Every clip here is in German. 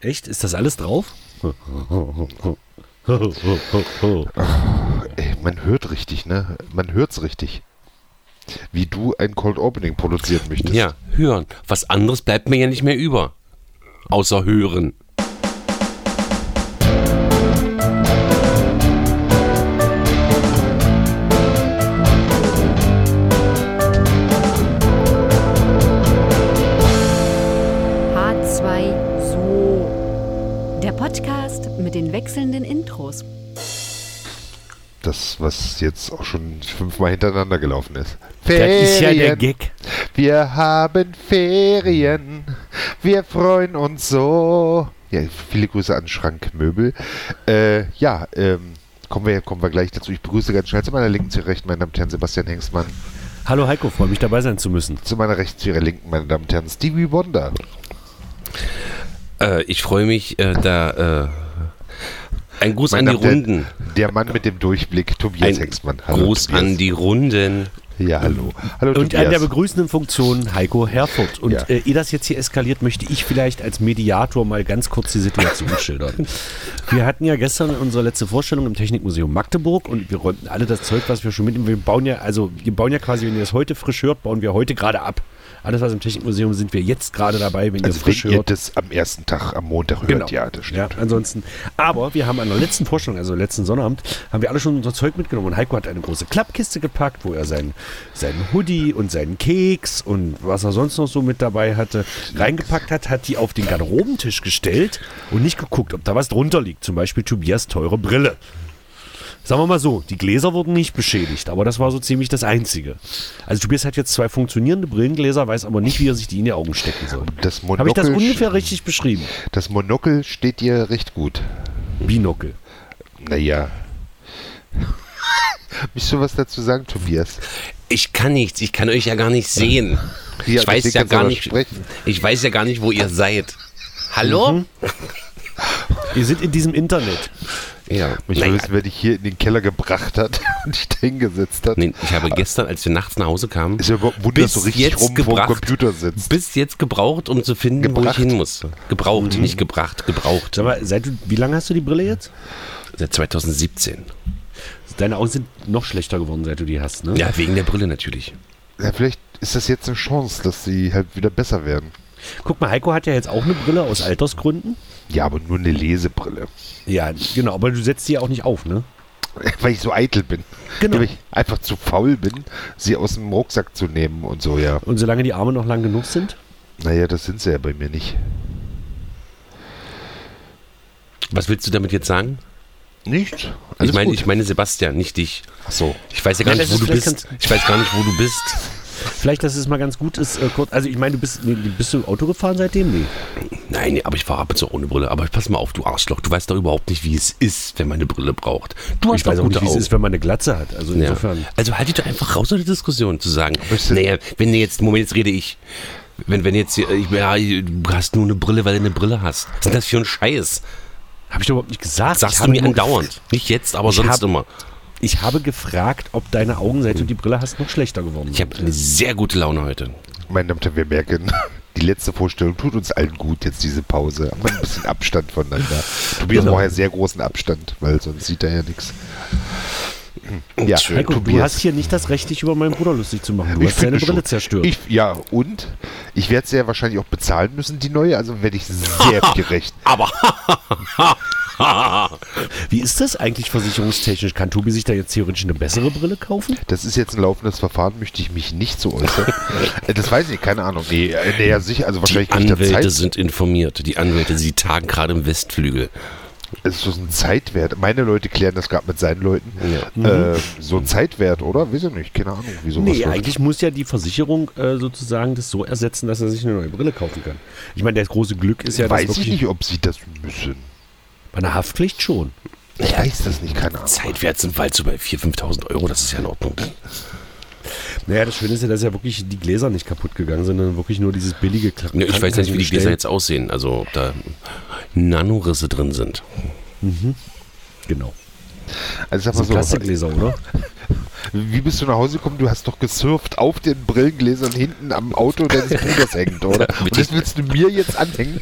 Echt? Ist das alles drauf? Ey, man hört richtig, ne? Man hört's richtig. Wie du ein Cold Opening produzieren möchtest. Ja, hören. Was anderes bleibt mir ja nicht mehr über. Außer hören. H2 So. Der Podcast mit den wechselnden Intros. Das, was jetzt auch schon fünfmal hintereinander gelaufen ist. Das ist ja der Gag. Wir haben Ferien. Wir freuen uns so. Ja, viele Grüße an Schrankmöbel. Äh, ja, ähm, kommen, wir, kommen wir gleich dazu. Ich begrüße ganz schnell zu meiner Linken, zu ihrer Rechten, meine Damen und Herren, Sebastian Hengstmann. Hallo Heiko, freue mich dabei sein zu müssen. Zu meiner Rechten, zu ihrer Linken, meine Damen und Herren, Stevie Wonder. Äh, ich freue mich, äh, da. Äh, ein Gruß Meine an die Damen und Runden. Herren, Der Mann mit dem Durchblick, Ein Tobias Hengstmann. Gruß Tobias. an die Runden. Ja, hallo. Hallo, Und an der Tobias. begrüßenden Funktion Heiko Herfurt. Und Ja. äh, ehe das jetzt hier eskaliert, möchte ich vielleicht als Mediator mal ganz kurz die Situation schildern. Wir hatten ja gestern unsere letzte Vorstellung im Technikmuseum Magdeburg und wir räumten alle das Zeug, was wir schon mitnehmen. Wir bauen ja, also wir bauen ja quasi, wenn ihr das heute frisch hört, bauen wir heute gerade ab. Alles, was im Technikmuseum sind wir jetzt gerade dabei, wenn ihr Also, frisch wenn ihr hört. das am ersten Tag, am Montag hört, ja, das stimmt. Genau. Ja, ansonsten, aber wir haben an der letzten Vorstellung, also letzten Sonnabend, haben wir alle schon unser Zeug mitgenommen und Heiko hat eine große Klappkiste gepackt, wo er seinen, seinen Hoodie und seinen Keks und was er sonst noch so mit dabei hatte, reingepackt hat, hat die auf den Garderobentisch gestellt und nicht geguckt, ob da was drunter liegt. Zum Beispiel Tobias teure Brille. Sagen wir mal so, die Gläser wurden nicht beschädigt, aber das war so ziemlich das Einzige. Also Tobias hat jetzt zwei funktionierende Brillengläser, weiß aber nicht, wie er sich die in die Augen stecken soll. Das Habe ich das Monokel- ungefähr richtig beschrieben? Das Monokel steht dir recht gut. Binokel. Naja. Willst du was dazu sagen, Tobias? Ich kann nichts, ich kann euch ja gar nicht sehen. Ja, ich weiß ja deswegen kannst du gar aber nicht. sprechen. Ich weiß ja gar nicht, wo ihr seid. Hallo? Wir sind in diesem Internet. Ja. Ich naja, wissen, wer dich hier in den Keller gebracht hat und dich da hingesetzt hat. nee, ich habe gestern, als wir nachts nach Hause kamen, Ist ja überhaupt ein Wunder, dass du richtig rum gebracht- vor dem Computer sitzt. Bis jetzt gebraucht, um zu finden, wo ich Gebracht. Mhm. hin muss. Gebraucht, nicht gebracht, gebraucht. Sag mal, seit du, wie lange hast du die Brille jetzt? Seit 2017. Deine Augen sind noch schlechter geworden, seit du die hast, ne? Ja, wegen der Brille natürlich. Ja, vielleicht ist das jetzt eine Chance, dass sie halt wieder besser werden. Guck mal, Heiko hat ja jetzt auch eine Brille aus Altersgründen. Ja, aber nur eine Lesebrille. Ja, genau, aber du setzt die auch nicht auf, ne? Weil ich so eitel bin. Genau. Weil ich einfach zu faul bin, sie aus dem Rucksack zu nehmen und so, ja. Und solange die Arme noch lang genug sind, Naja, das sind sie ja bei mir nicht. Was willst du damit jetzt sagen? Nicht? ich, meine, ich meine Sebastian, nicht dich. Ach so. Ich weiß ja gar Ja, nicht, das wo ist du vielleicht bist. Ich weiß gar nicht, wo du bist. vielleicht, dass es mal ganz gut ist, äh, kurz, also ich meine, du bist, nee, bist du Auto gefahren seitdem? Nee. Nein, nee, aber ich fahre ab und zu auch ohne Brille. Aber pass mal auf, du Arschloch. Du weißt doch überhaupt nicht, wie es ist, wenn man eine Brille braucht. Du hast Ich weiß doch auch gute nicht, wie es Augen. ist, wenn man eine Glatze hat. Also Ja. insofern. Also haltet doch einfach raus aus der Diskussion zu sagen, Weißt du- naja, wenn ihr jetzt, Moment, jetzt rede ich. Wenn, wenn jetzt, hier, ich, ja, du hast nur eine Brille, weil du eine Brille hast. Was ist denn das für ein Scheiß? Habe ich doch überhaupt nicht gesagt. Sagst Ich du habe mir nur andauernd. Nicht jetzt, aber Ich sonst hab- immer. gef- Ich habe gefragt, ob deine Augen, seit du die Brille hast, noch schlechter geworden Ich sind. habe eine sehr gute Laune heute. Meine Damen und Herren, wir merken, die letzte Vorstellung tut uns allen gut, jetzt diese Pause. Haben wir ein bisschen Abstand voneinander. Tobias Genau. braucht ja sehr großen Abstand, weil sonst sieht er ja nichts. Ja, Schön. Heiko, du hast hier nicht das Recht, dich über meinen Bruder lustig zu machen. Du hast finde seine Brille schon. zerstört. Ich, ja, und? Ich werde sie ja wahrscheinlich auch bezahlen müssen, die neue, also werde ich sehr gerecht. Aber Wie ist das eigentlich versicherungstechnisch? Kann Tobi sich da jetzt theoretisch eine bessere Brille kaufen? Das ist jetzt ein laufendes Verfahren, möchte ich mich nicht so äußern. Äh, das weiß ich, keine Ahnung. Nee, äh, nee ja, sicher, also wahrscheinlich die kriege ich da Anwälte Zeit. sind informiert. Die Anwälte, sie tagen gerade im Westflügel. Es ist so ein Zeitwert. Meine Leute klären das gerade mit seinen Leuten. Äh, so ein Zeitwert, oder? Weiß ich nicht, keine Ahnung, wieso Mhm. Nee, eigentlich muss ja die Versicherung äh, sozusagen das so ersetzen, dass er sich eine neue Brille kaufen kann. Ich meine, das große Glück ist ja, dass weiß ich wirklich nicht, ob sie das müssen. bei einer Haftpflicht schon. Ich weiß das nicht, keine Ahnung. Zeitwert sind weit so bei 4.000, 5.000 Euro. Das ist ja in Ordnung. Naja, das Schöne ist ja, dass ja wirklich die Gläser nicht kaputt gegangen sind, sondern wirklich nur dieses billige Kla Ne, Ich weiß nicht, wie die Gläser Krankenkassengestell. jetzt aussehen. Also, ob da Nanorisse drin sind. Genau. Also sag Das Also mal sind so, Plastikgläser, Genau. oder? Wie bist du nach Hause gekommen? Du hast doch gesurft auf den Brillengläsern hinten am Auto deines Bruders hängend, oder? Und das willst du mir jetzt anhängen?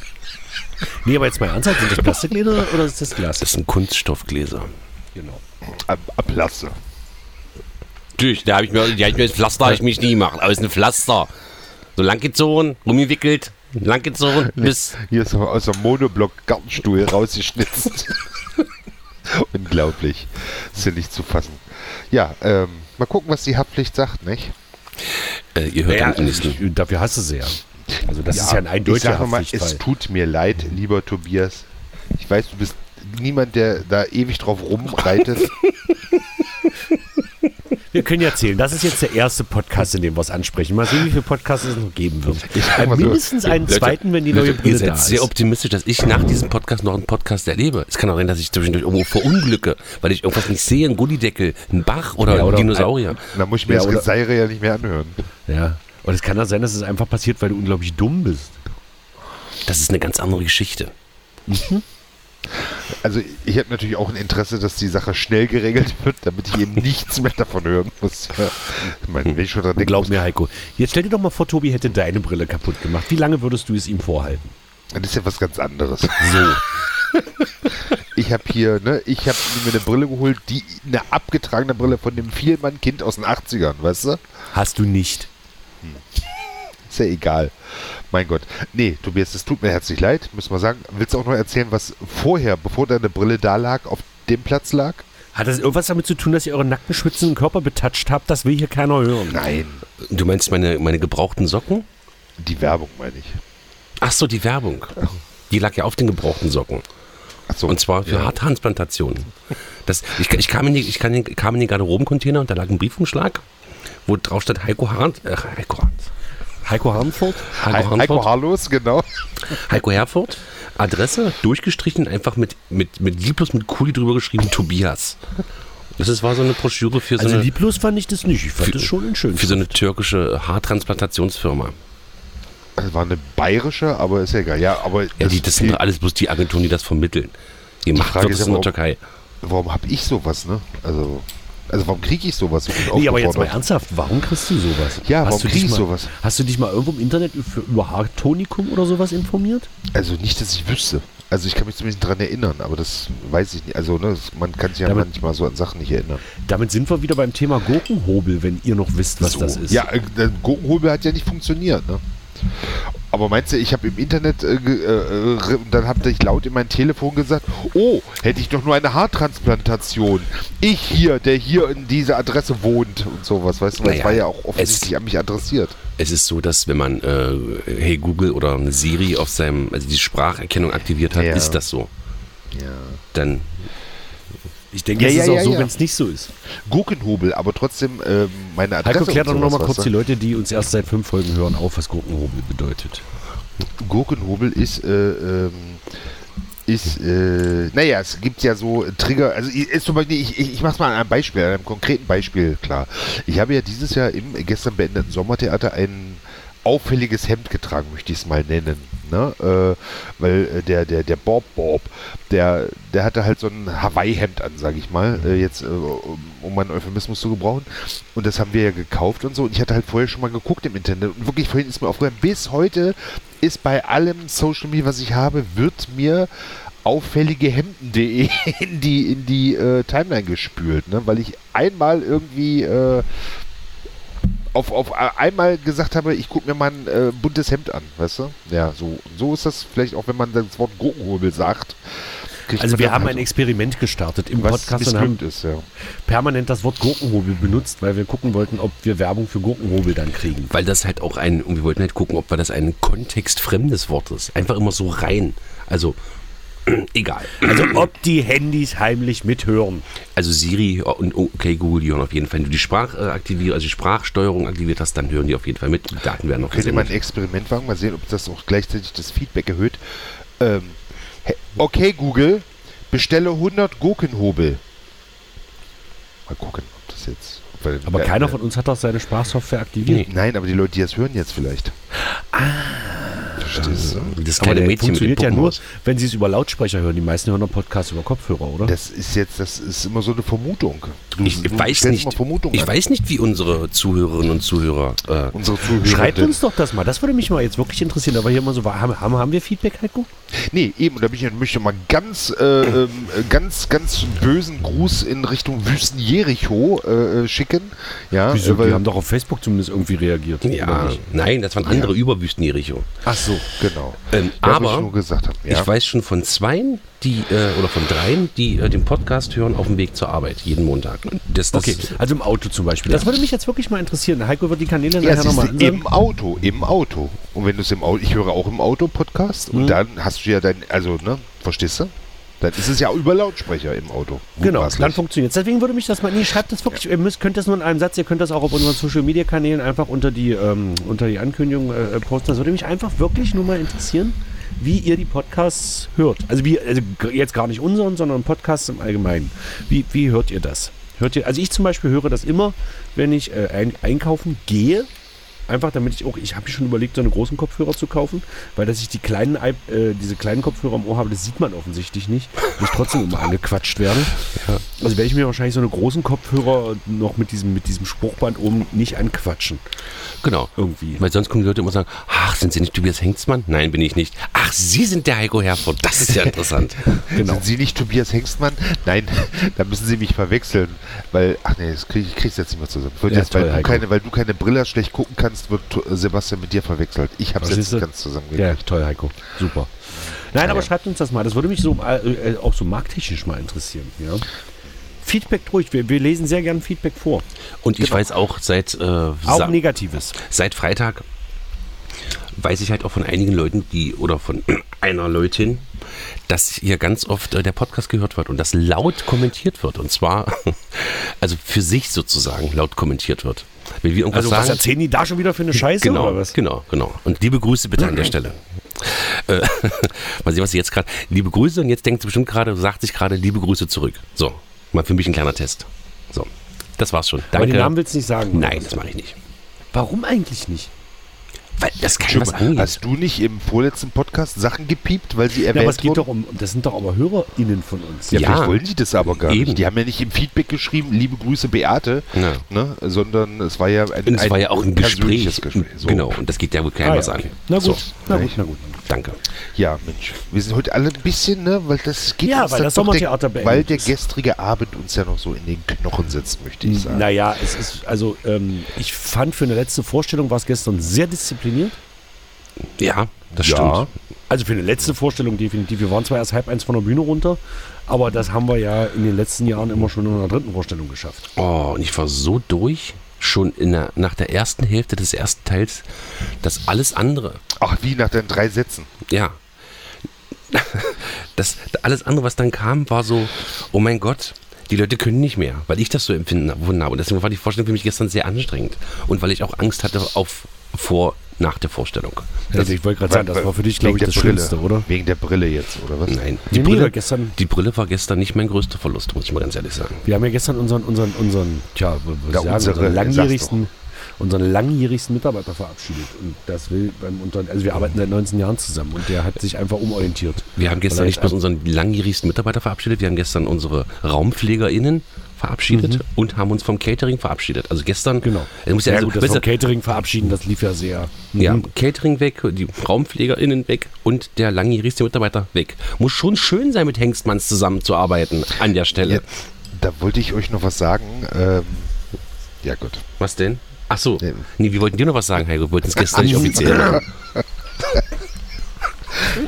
Nee, aber jetzt mal ernsthaft, sind das Plastikgläser oder ist das Glas? Das sind Kunststoffgläser. Genau. Ab, ablasse. Natürlich, da habe ich mir, die hab ich mir das Pflaster habe ich mich nie gemacht, aber es ist ein Pflaster. So langgezogen, rumgewickelt, langgezogen, bis. Hier ist er aus dem Monoblock Gartenstuhl rausgeschnitzt. Unglaublich. Ist ja nicht zu fassen. Ja, ähm, mal gucken, was die Haftpflicht sagt, nicht? Äh, ihr hört am nächsten. ich, dafür hasse sie ja. Also das ist ja ein ich eindeutiger sag mal, Haftpflichtfall. Mhm. es tut mir leid, lieber Tobias. Ich weiß, du bist niemand, der da ewig drauf rumreitet. Wir können ja zählen. Das ist jetzt der erste Podcast, in dem wir es ansprechen. Mal sehen, wie viele Podcasts es noch geben wird. Äh, sag mal so, mindestens einen Leute, zweiten, wenn die Leute, neue ihr Brille da seid ist. sehr optimistisch, dass ich nach diesem Podcast noch einen Podcast erlebe. Es kann auch sein, dass ich zwischendurch irgendwo verunglücke, weil ich irgendwas nicht sehe, einen Gullideckel, einen Bach oder Ja, einen oder- Dinosaurier. da muss ich mir Ja, das oder- Geseire ja nicht mehr anhören. ja. Und es kann auch sein, dass es einfach passiert, weil du unglaublich dumm bist. Das ist eine ganz andere Geschichte. Also ich habe natürlich auch ein Interesse, dass die Sache schnell geregelt wird, damit ich eben nichts mehr davon hören muss. Ja. Ich meine, wenn ich schon dran denke, Glaub mir, Heiko. Jetzt stell dir doch mal vor, Tobi hätte deine Brille kaputt gemacht. Wie lange würdest du es ihm vorhalten? dann ist ja was ganz anderes. So. Ich habe hier, ne, ich habe mir eine Brille geholt, die eine abgetragene Brille von dem Vielmann-Kind aus den 80ern, weißt du? Hast du nicht. Ist ja egal. Mein Gott. Nee, Tobias, das tut mir herzlich leid, muss man sagen. Willst du auch noch erzählen, was vorher, bevor deine Brille da lag, auf dem Platz lag? Hat das irgendwas damit zu tun, dass ihr euren nackten, schwitzenden Körper betatscht habt? Das will hier keiner hören. Nein. Du meinst meine, meine gebrauchten Socken? Die Werbung, meine ich. Ach so, die Werbung. Die lag ja auf den gebrauchten Socken. Achso. Und zwar für Harttransplantationen. Das, ich, ich, kam in die, ich kam in, kam in den Garderobencontainer und da lag ein Briefumschlag, wo drauf stand Heiko Harnt. Äh, Heiko Harnt. Heiko Harmfurt? Heiko, Heiko, Harnfurt, Heiko Harlos, genau. Heiko Herford. Adresse durchgestrichen, einfach mit, mit, mit lieblos mit Kuli drüber geschrieben, Tobias. Das ist, war so eine Broschüre für so, Also eine, lieblos fand ich das nicht. Ich fand Für- das schon ein schönes. für so eine türkische Haartransplantationsfirma. Das war eine bayerische, aber ist ja egal. Ja, aber Ja, die, das sind doch alles bloß die Agenturen, die das vermitteln. Ihr macht Frage wird ist es ja, in der warum- Türkei. warum habe ich sowas, ne? Also, also warum kriege ich sowas? Ich bin Nee, aber jetzt mal aufgefordert. ernsthaft, warum kriegst du sowas? Ja, warum du krieg dich ich mal, sowas? Hast du dich mal irgendwo im Internet über, über Haartonikum oder sowas informiert? Also nicht, dass ich wüsste. Also ich kann mich zumindest dran erinnern, aber das weiß ich nicht. Also ne, das, man kann sich ja Damit- manchmal so an Sachen nicht erinnern. Damit sind wir wieder beim Thema Gurkenhobel, wenn ihr noch wisst, was So. das ist. Ja, äh, der Gurkenhobel hat ja nicht funktioniert, ne? Aber meinst du, ich habe im Internet, äh, ge- äh, äh, und dann habe ich laut in mein Telefon gesagt, oh, hätte ich doch nur eine Haartransplantation. Ich hier, der hier in dieser Adresse wohnt und sowas, weißt du, weil Naja, es war ja auch offensichtlich an mich adressiert. Es ist so, dass wenn man äh, Hey Google oder eine Siri auf seinem, also die Spracherkennung aktiviert hat, Ja. ist das so. Ja. Dann Ich denke, Ja, es ja, ist auch ja, so, ja. wenn es nicht so ist. Gurkenhobel, aber trotzdem ähm, meine Adresse. Heiko, klär doch und sowas, nochmal kurz weißt die du? Leute, die uns erst seit fünf Folgen hören, auf, was Gurkenhobel bedeutet. Gurkenhobel ist, äh, ähm, ist, äh, naja, es gibt ja so Trigger, also ich- ist zum Beispiel, ich, ich, ich mach's mal an einem Beispiel, an einem konkreten Beispiel klar. Ich habe ja dieses Jahr im gestern beendeten Sommertheater ein auffälliges Hemd getragen, möchte ich es mal nennen. Ne? Äh, weil äh, der, der, der Bob Bob, der, der hatte halt so ein Hawaii-Hemd an, sage ich mal, äh, jetzt, äh, um, um meinen Euphemismus zu gebrauchen. Und das haben wir ja gekauft und so. Und ich hatte halt vorher schon mal geguckt im Internet. Und wirklich vorhin ist mir aufgefallen, bis heute ist bei allem Social Media, was ich habe, wird mir auffällige Hemden.de in die, in die äh, Timeline gespült, ne? weil ich einmal irgendwie äh, auf, auf äh, einmal gesagt habe, ich gucke mir mal ein äh, buntes Hemd an, weißt du? Ja, so, so ist das vielleicht auch, wenn man das Wort Gurkenhobel sagt. kriegt Also man wir dann haben halt ein Experiment gestartet im was Podcast und haben missglückt ist, ja. permanent das Wort Gurkenhobel benutzt, weil wir gucken wollten, ob wir Werbung für Gurkenhobel dann kriegen. Weil das halt auch ein, und wir wollten halt gucken, ob wir das ein kontextfremdes Wort ist. Einfach immer so rein. Also, egal. Also ob die Handys heimlich mithören. Also Siri und okay Google, die hören auf jeden Fall. Wenn du die Sprachaktivierung, also die Sprachsteuerung aktiviert hast, dann hören die auf jeden Fall mit. Die Daten werden noch Könnte man ein gesendet. Experiment wagen, mal sehen, ob das auch gleichzeitig das Feedback erhöht. Ähm, he- okay, Google, bestelle 100 Gurkenhobel. Mal gucken, ob das jetzt... ob wir- Aber wer- keiner wer- von uns hat doch seine Sprachsoftware aktiviert. Nee. Nein, aber die Leute, die das hören jetzt vielleicht. Ah. Das, das Aber der kleine Mädchen mit funktioniert dem ja nur, Puppenhaus. wenn sie es über Lautsprecher hören. Die meisten hören doch Podcasts über Kopfhörer, oder? Das ist jetzt, das ist immer so eine Vermutung. Du, Ich du weiß stellst nicht, immer Vermutungen ich an. weiß nicht, wie unsere äh, Zuhörerinnen und Zuhörer. Äh, Unsere Zuhörer. Schreibt uns doch das mal. Das würde mich mal jetzt wirklich interessieren. Aber hier immer so, haben, haben, haben wir Feedback, Heiko? Nee, eben, und da bin ich, möchte mal ganz, äh, ähm, ganz, ganz bösen Gruß in Richtung Wüsten Jericho äh, äh, schicken. Ja, Wieso? äh, weil- Die haben doch auf Facebook zumindest irgendwie reagiert. oder ja, nicht? nein, das waren andere Überwüsten Jericho. Ach so. genau. Ähm, Ja, was aber ich nur gesagt habe. Ja. ich weiß schon von zweien, die äh, oder von dreien, die äh, den Podcast hören auf dem Weg zur Arbeit jeden Montag. Das, das, Okay, also im Auto zum Beispiel. Das würde mich jetzt wirklich mal interessieren. Heiko wird die Kanäle nachher Ja, ne? siehst nochmal du, im Auto, im Auto. Und wenn du es im Auto, ich höre auch im Auto Podcast Mhm. und dann hast du ja dein, also, ne, verstehst du? Dann ist es ja über Lautsprecher im Auto. Genau, mutmaßlich. dann funktioniert es. Deswegen würde mich das mal. Nee, schreibt das wirklich. Ihr müsst, könnt das nur in einem Satz. Ihr könnt das auch auf unseren Social Media Kanälen einfach unter die, ähm, unter die Ankündigung äh, äh, posten. Das würde mich einfach wirklich nur mal interessieren, wie ihr die Podcasts hört. Also, wie, also g- jetzt gar nicht unseren, sondern Podcasts im Allgemeinen. Wie, wie hört ihr das? Hört ihr, also, ich zum Beispiel höre das immer, wenn ich äh, ein, einkaufen gehe. Einfach damit ich auch, ich habe schon überlegt, so einen großen Kopfhörer zu kaufen, weil dass ich die kleinen, Ei- äh, diese kleinen Kopfhörer im Ohr habe, das sieht man offensichtlich nicht. Und ich trotzdem immer angequatscht werde. Also werde ich mir wahrscheinlich so einen großen Kopfhörer noch mit diesem, mit diesem Spruchband oben nicht anquatschen. genau. Irgendwie. Weil sonst kommen die Leute immer und sagen, ach, sind Sie nicht Tobias Hengstmann? Nein, bin ich nicht. Ach, Sie sind der Heiko Herford. Das ist ja interessant. Genau. Sind Sie nicht Tobias Hengstmann? Nein, da müssen Sie mich verwechseln, weil ach nee, das krieg, ich krieg's jetzt nicht mehr zusammen. Wird Ja, jetzt, toll, weil, du Heiko. keine, weil du keine Brille hast, schlecht gucken kannst, wird To- äh, Sebastian mit dir verwechselt. Ich hab's Was jetzt siehste? nicht ganz zusammengekriegt. Ja, toll, Heiko. Super. Nein, aber Ja. schreibt uns das mal. Das würde mich so äh, äh, auch so markttechnisch mal interessieren. Ja? Feedback ruhig. Wir, wir lesen sehr gern Feedback vor. Und ich weiß auch seit, äh, Auch Sa- Negatives. seit Freitag weiß ich halt auch von einigen Leuten, die oder von einer Leutin, dass hier ganz oft äh, der Podcast gehört wird und das laut kommentiert wird. Und zwar, also für sich sozusagen laut kommentiert wird. Wenn wir irgendwas Also was sagen, erzählen die da schon wieder für eine Scheiße genau, oder was? genau, genau. Und liebe Grüße bitte an der Stelle. Äh, mal sehen, was sie jetzt gerade. Liebe Grüße und jetzt denkt sie bestimmt gerade, sagt sich gerade liebe Grüße zurück. So, mal für mich ein kleiner Test. So, das war's schon. Aber den Danke. Namen willst du nicht sagen. oder Nein, was? das mache ich nicht. Warum eigentlich nicht? Weil das kann Entschuldigung, was angeht. Also hast du nicht im vorletzten Podcast Sachen gepiept, weil sie Ja, erwähnt aber es geht wurden? doch um, das sind doch aber HörerInnen von uns. ja, Ja. vielleicht wollen die das aber gar Eben. nicht. Die haben ja nicht im Feedback geschrieben, liebe Grüße Beate, Ja. ne, sondern es war ja ein, Und es war ja auch ein Gespräch. persönliches Gespräch. So. Genau, und das geht ja wohl keinem Ah, ja, was okay. an. Na gut, So, na gut, na gut. danke. Ja, Mensch, wir sind heute alle ein bisschen, ne, weil das geht Ja, uns weil dann das doch Sommertheater der, beendet Weil der ist. gestrige Abend uns ja noch so in den Knochen sitzt, möchte ich sagen. Naja, es ist, also ähm, ich fand für eine letzte Vorstellung war es gestern sehr diszipliniert. Ja, das Ja. stimmt. Also für eine letzte Vorstellung definitiv. Wir waren zwar erst halb eins von der Bühne runter, aber das haben wir ja in den letzten Jahren immer schon in einer dritten Vorstellung geschafft. Oh, und ich war so durch, schon in der, nach der ersten Hälfte des ersten Teils, dass alles andere, Ach, wie nach den drei Sätzen. ja, das, alles andere, was dann kam, war so, oh mein Gott, die Leute können nicht mehr, weil ich das so empfunden habe. Und deswegen war die Vorstellung für mich gestern sehr anstrengend. Und weil ich auch Angst hatte auf, vor, nach der Vorstellung. Also ich wollte gerade sagen, das war für dich, glaube Wegen ich, der das Brille. Schlimmste, oder? Wegen der Brille jetzt, oder was? Nein, Die die Brille Brille, gestern- die Brille war gestern nicht mein größter Verlust, muss ich mal ganz ehrlich sagen. Wir haben ja gestern unseren, unseren, unseren, tja, w- w- Ja, sagen, unsere, unseren sag's langjährigsten, unseren langjährigsten Mitarbeiter verabschiedet. Und das will beim Unternehmen, also wir arbeiten seit 19 Jahren zusammen und der hat sich einfach umorientiert. Wir haben gestern Vielleicht nicht bloß unseren langjährigsten Mitarbeiter verabschiedet, wir haben gestern unsere RaumpflegerInnen verabschiedet und haben uns vom Catering verabschiedet. Also gestern, Mhm. Genau. es muss ja, Ja, also, gut, das weißt vom du, Catering verabschieden, das lief ja sehr. ja, Mhm. Catering weg, die RaumpflegerInnen weg und der langjährigste Mitarbeiter weg. Muss schon schön sein, mit Hengstmanns zusammenzuarbeiten an der Stelle. Ja, da wollte ich euch noch was sagen. Ähm, ja, gut. Was denn? Ach so, Nee. nee, wir wollten dir noch was sagen, Heiko, wir wollten es gestern nicht offiziell machen.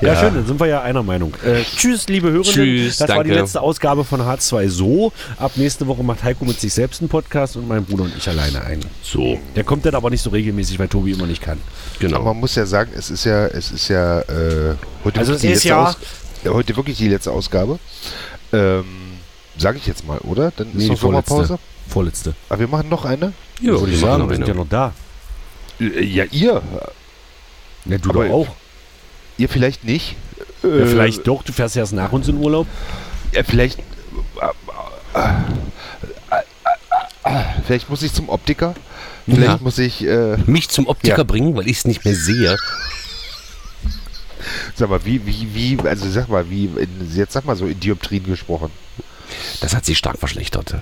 Ja, schön, dann sind wir ja einer Meinung. Äh, tschüss, liebe Hörerinnen. Tschüss, das war die danke. letzte Ausgabe von H2 so. Ab nächste Woche macht Heiko mit sich selbst einen Podcast und mein Bruder und ich alleine einen. So, Der kommt dann aber nicht so regelmäßig, weil Tobi immer nicht kann. genau. Aber man muss ja sagen, es ist ja, es ist ja äh, heute, Also wirklich es die ist letzte ja- Aus- äh, heute wirklich die letzte Ausgabe. Ähm, Sage ich jetzt mal, oder? Dann ist doch Sommerpause. Vorletzte. Aber wir machen noch eine. Ja, Würde wir machen ich sagen, noch wir sind ja eine. noch da. Äh, Ja, ihr. Ja, du Aber- doch auch. Ihr vielleicht nicht. Ja, Äh, vielleicht doch, du fährst erst nach uns in Urlaub. Ja, vielleicht. äh, Vielleicht muss ich zum Optiker. Vielleicht Ja. muss ich. Äh, Mich zum Optiker Ja. bringen, weil ich es nicht mehr sehe. Sag mal, wie, wie, wie, also sag mal, wie, in, jetzt sag mal so in Dioptrien gesprochen. Das hat sich stark verschlechtert.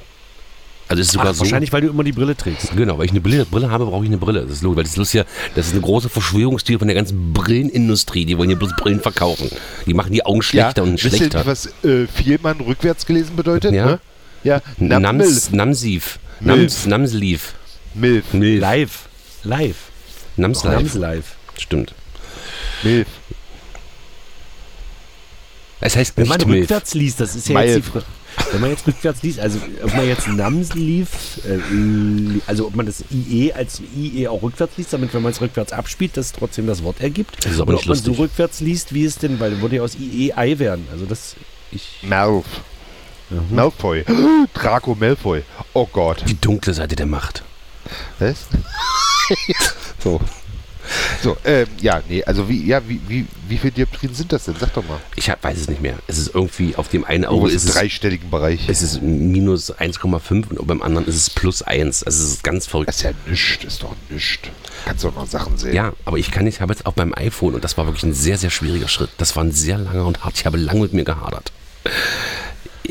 Also es ist sogar Ach, so. wahrscheinlich, weil du immer die Brille trägst. Genau, weil ich eine Brille, Brille habe, brauche ich eine Brille. Das ist logisch, weil das ist ja, das ist eine große Verschwörungstheorie von der ganzen Brillenindustrie. Die wollen ja bloß Brillen verkaufen. Die machen die Augen schlechter und wisst ihr, schlechter. was äh, Vielmann rückwärts gelesen bedeutet? Ja. Ne? Ja, na, Nams, Namsiv. Nams, Namslief. Milf, Milf, Milf. Live. Live. Live. Namslife. Live. Stimmt. Milf. Es heißt Wenn man nicht Milf. rückwärts liest, das ist ja Milf. jetzt die Frage. Wenn man jetzt rückwärts liest, also ob man jetzt Nams liest, äh, li- also ob man das IE als IE auch rückwärts liest, damit wenn man es rückwärts abspielt, das trotzdem das Wort ergibt. Das ist aber Oder nicht ob man so lustig. rückwärts liest, wie es denn, weil dann würde ja aus IE Ei werden. Also das, ich, Malf. Mhm. Malfoy. Draco Malfoy. Oh Gott. Die dunkle Seite der Macht. Was? so. So, ähm, ja, nee, also wie, ja, wie, wie, wie viele Dioptrien sind das denn? Sag doch mal. Ich hab, weiß es nicht mehr. Es ist irgendwie auf dem einen Oh, Auge ist ist im es, dreistelligen Bereich. es ist minus 1,5 und beim anderen ist es plus 1. Also es ist ganz verrückt. Das ist ja nischt, ist doch nischt. Kannst doch noch Sachen sehen. Ja, aber ich kann nicht, habe jetzt auch beim iPhone, und das war wirklich ein sehr, sehr schwieriger Schritt. Das war ein sehr langer und hart. Ich habe lange mit mir gehadert.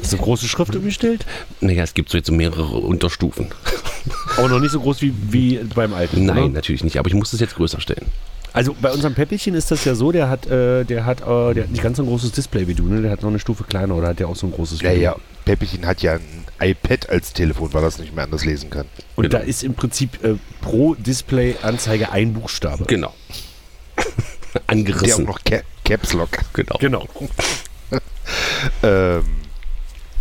so große Schrift Hm. umgestellt, Naja, es gibt so jetzt so mehrere Unterstufen. aber noch nicht so groß wie, wie beim alten. Nein, Oder? natürlich nicht, aber ich muss das jetzt größer stellen. Also bei unserem Päppelchen ist das ja so, der hat, äh, der hat, äh, der hat nicht ganz so ein großes Display wie du, ne? Der hat noch eine Stufe kleiner oder hat ja auch so ein großes Ja, Display. ja. Päppchen hat ja ein iPad als Telefon, weil er es nicht mehr anders lesen kann. Und Genau. da ist im Prinzip äh, pro Display-Anzeige ein Buchstabe. Genau. Der auch Angerissen. noch Ca Caps Lock. Genau. Genau. Ähm,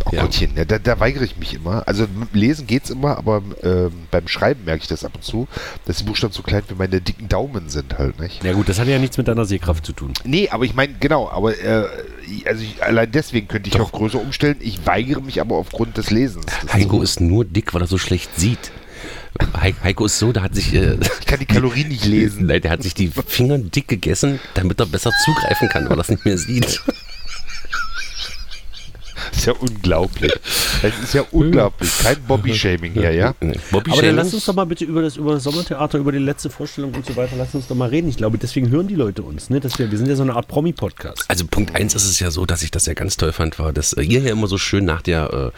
oh Ja. Gottchen, ne, da, da weigere ich mich immer. Also m- lesen geht's immer, aber ähm, beim Schreiben merke ich das ab und zu, dass die Buchstaben so klein wie meine dicken Daumen sind halt, nicht? Na gut, das hat ja nichts mit deiner Sehkraft zu tun. Nee, aber ich meine, genau, aber äh, also ich, allein deswegen könnte ich noch größer umstellen. Ich weigere mich aber aufgrund des Lesens. Das Heiko ist nur dick, weil er so schlecht sieht. Hei- Heiko ist so, da hat sich. Äh, ich kann die Kalorien nicht lesen. Nein, der hat sich die Finger dick gegessen, damit er besser zugreifen kann, weil er das nicht mehr sieht. Das ist ja unglaublich. Das ist ja unglaublich. Kein Bobby-Shaming hier, ja? Bobby Aber dann Shaming? lass uns doch mal bitte über das, über das Sommertheater, über die letzte Vorstellung und so weiter, lass uns doch mal reden. Ich glaube, deswegen hören die Leute uns, ne? Dass wir, wir sind ja so eine Art Promi-Podcast. Also Punkt eins ist es ja so, dass ich das ja ganz toll fand, war, dass äh, ihr ja immer so schön nach der, äh,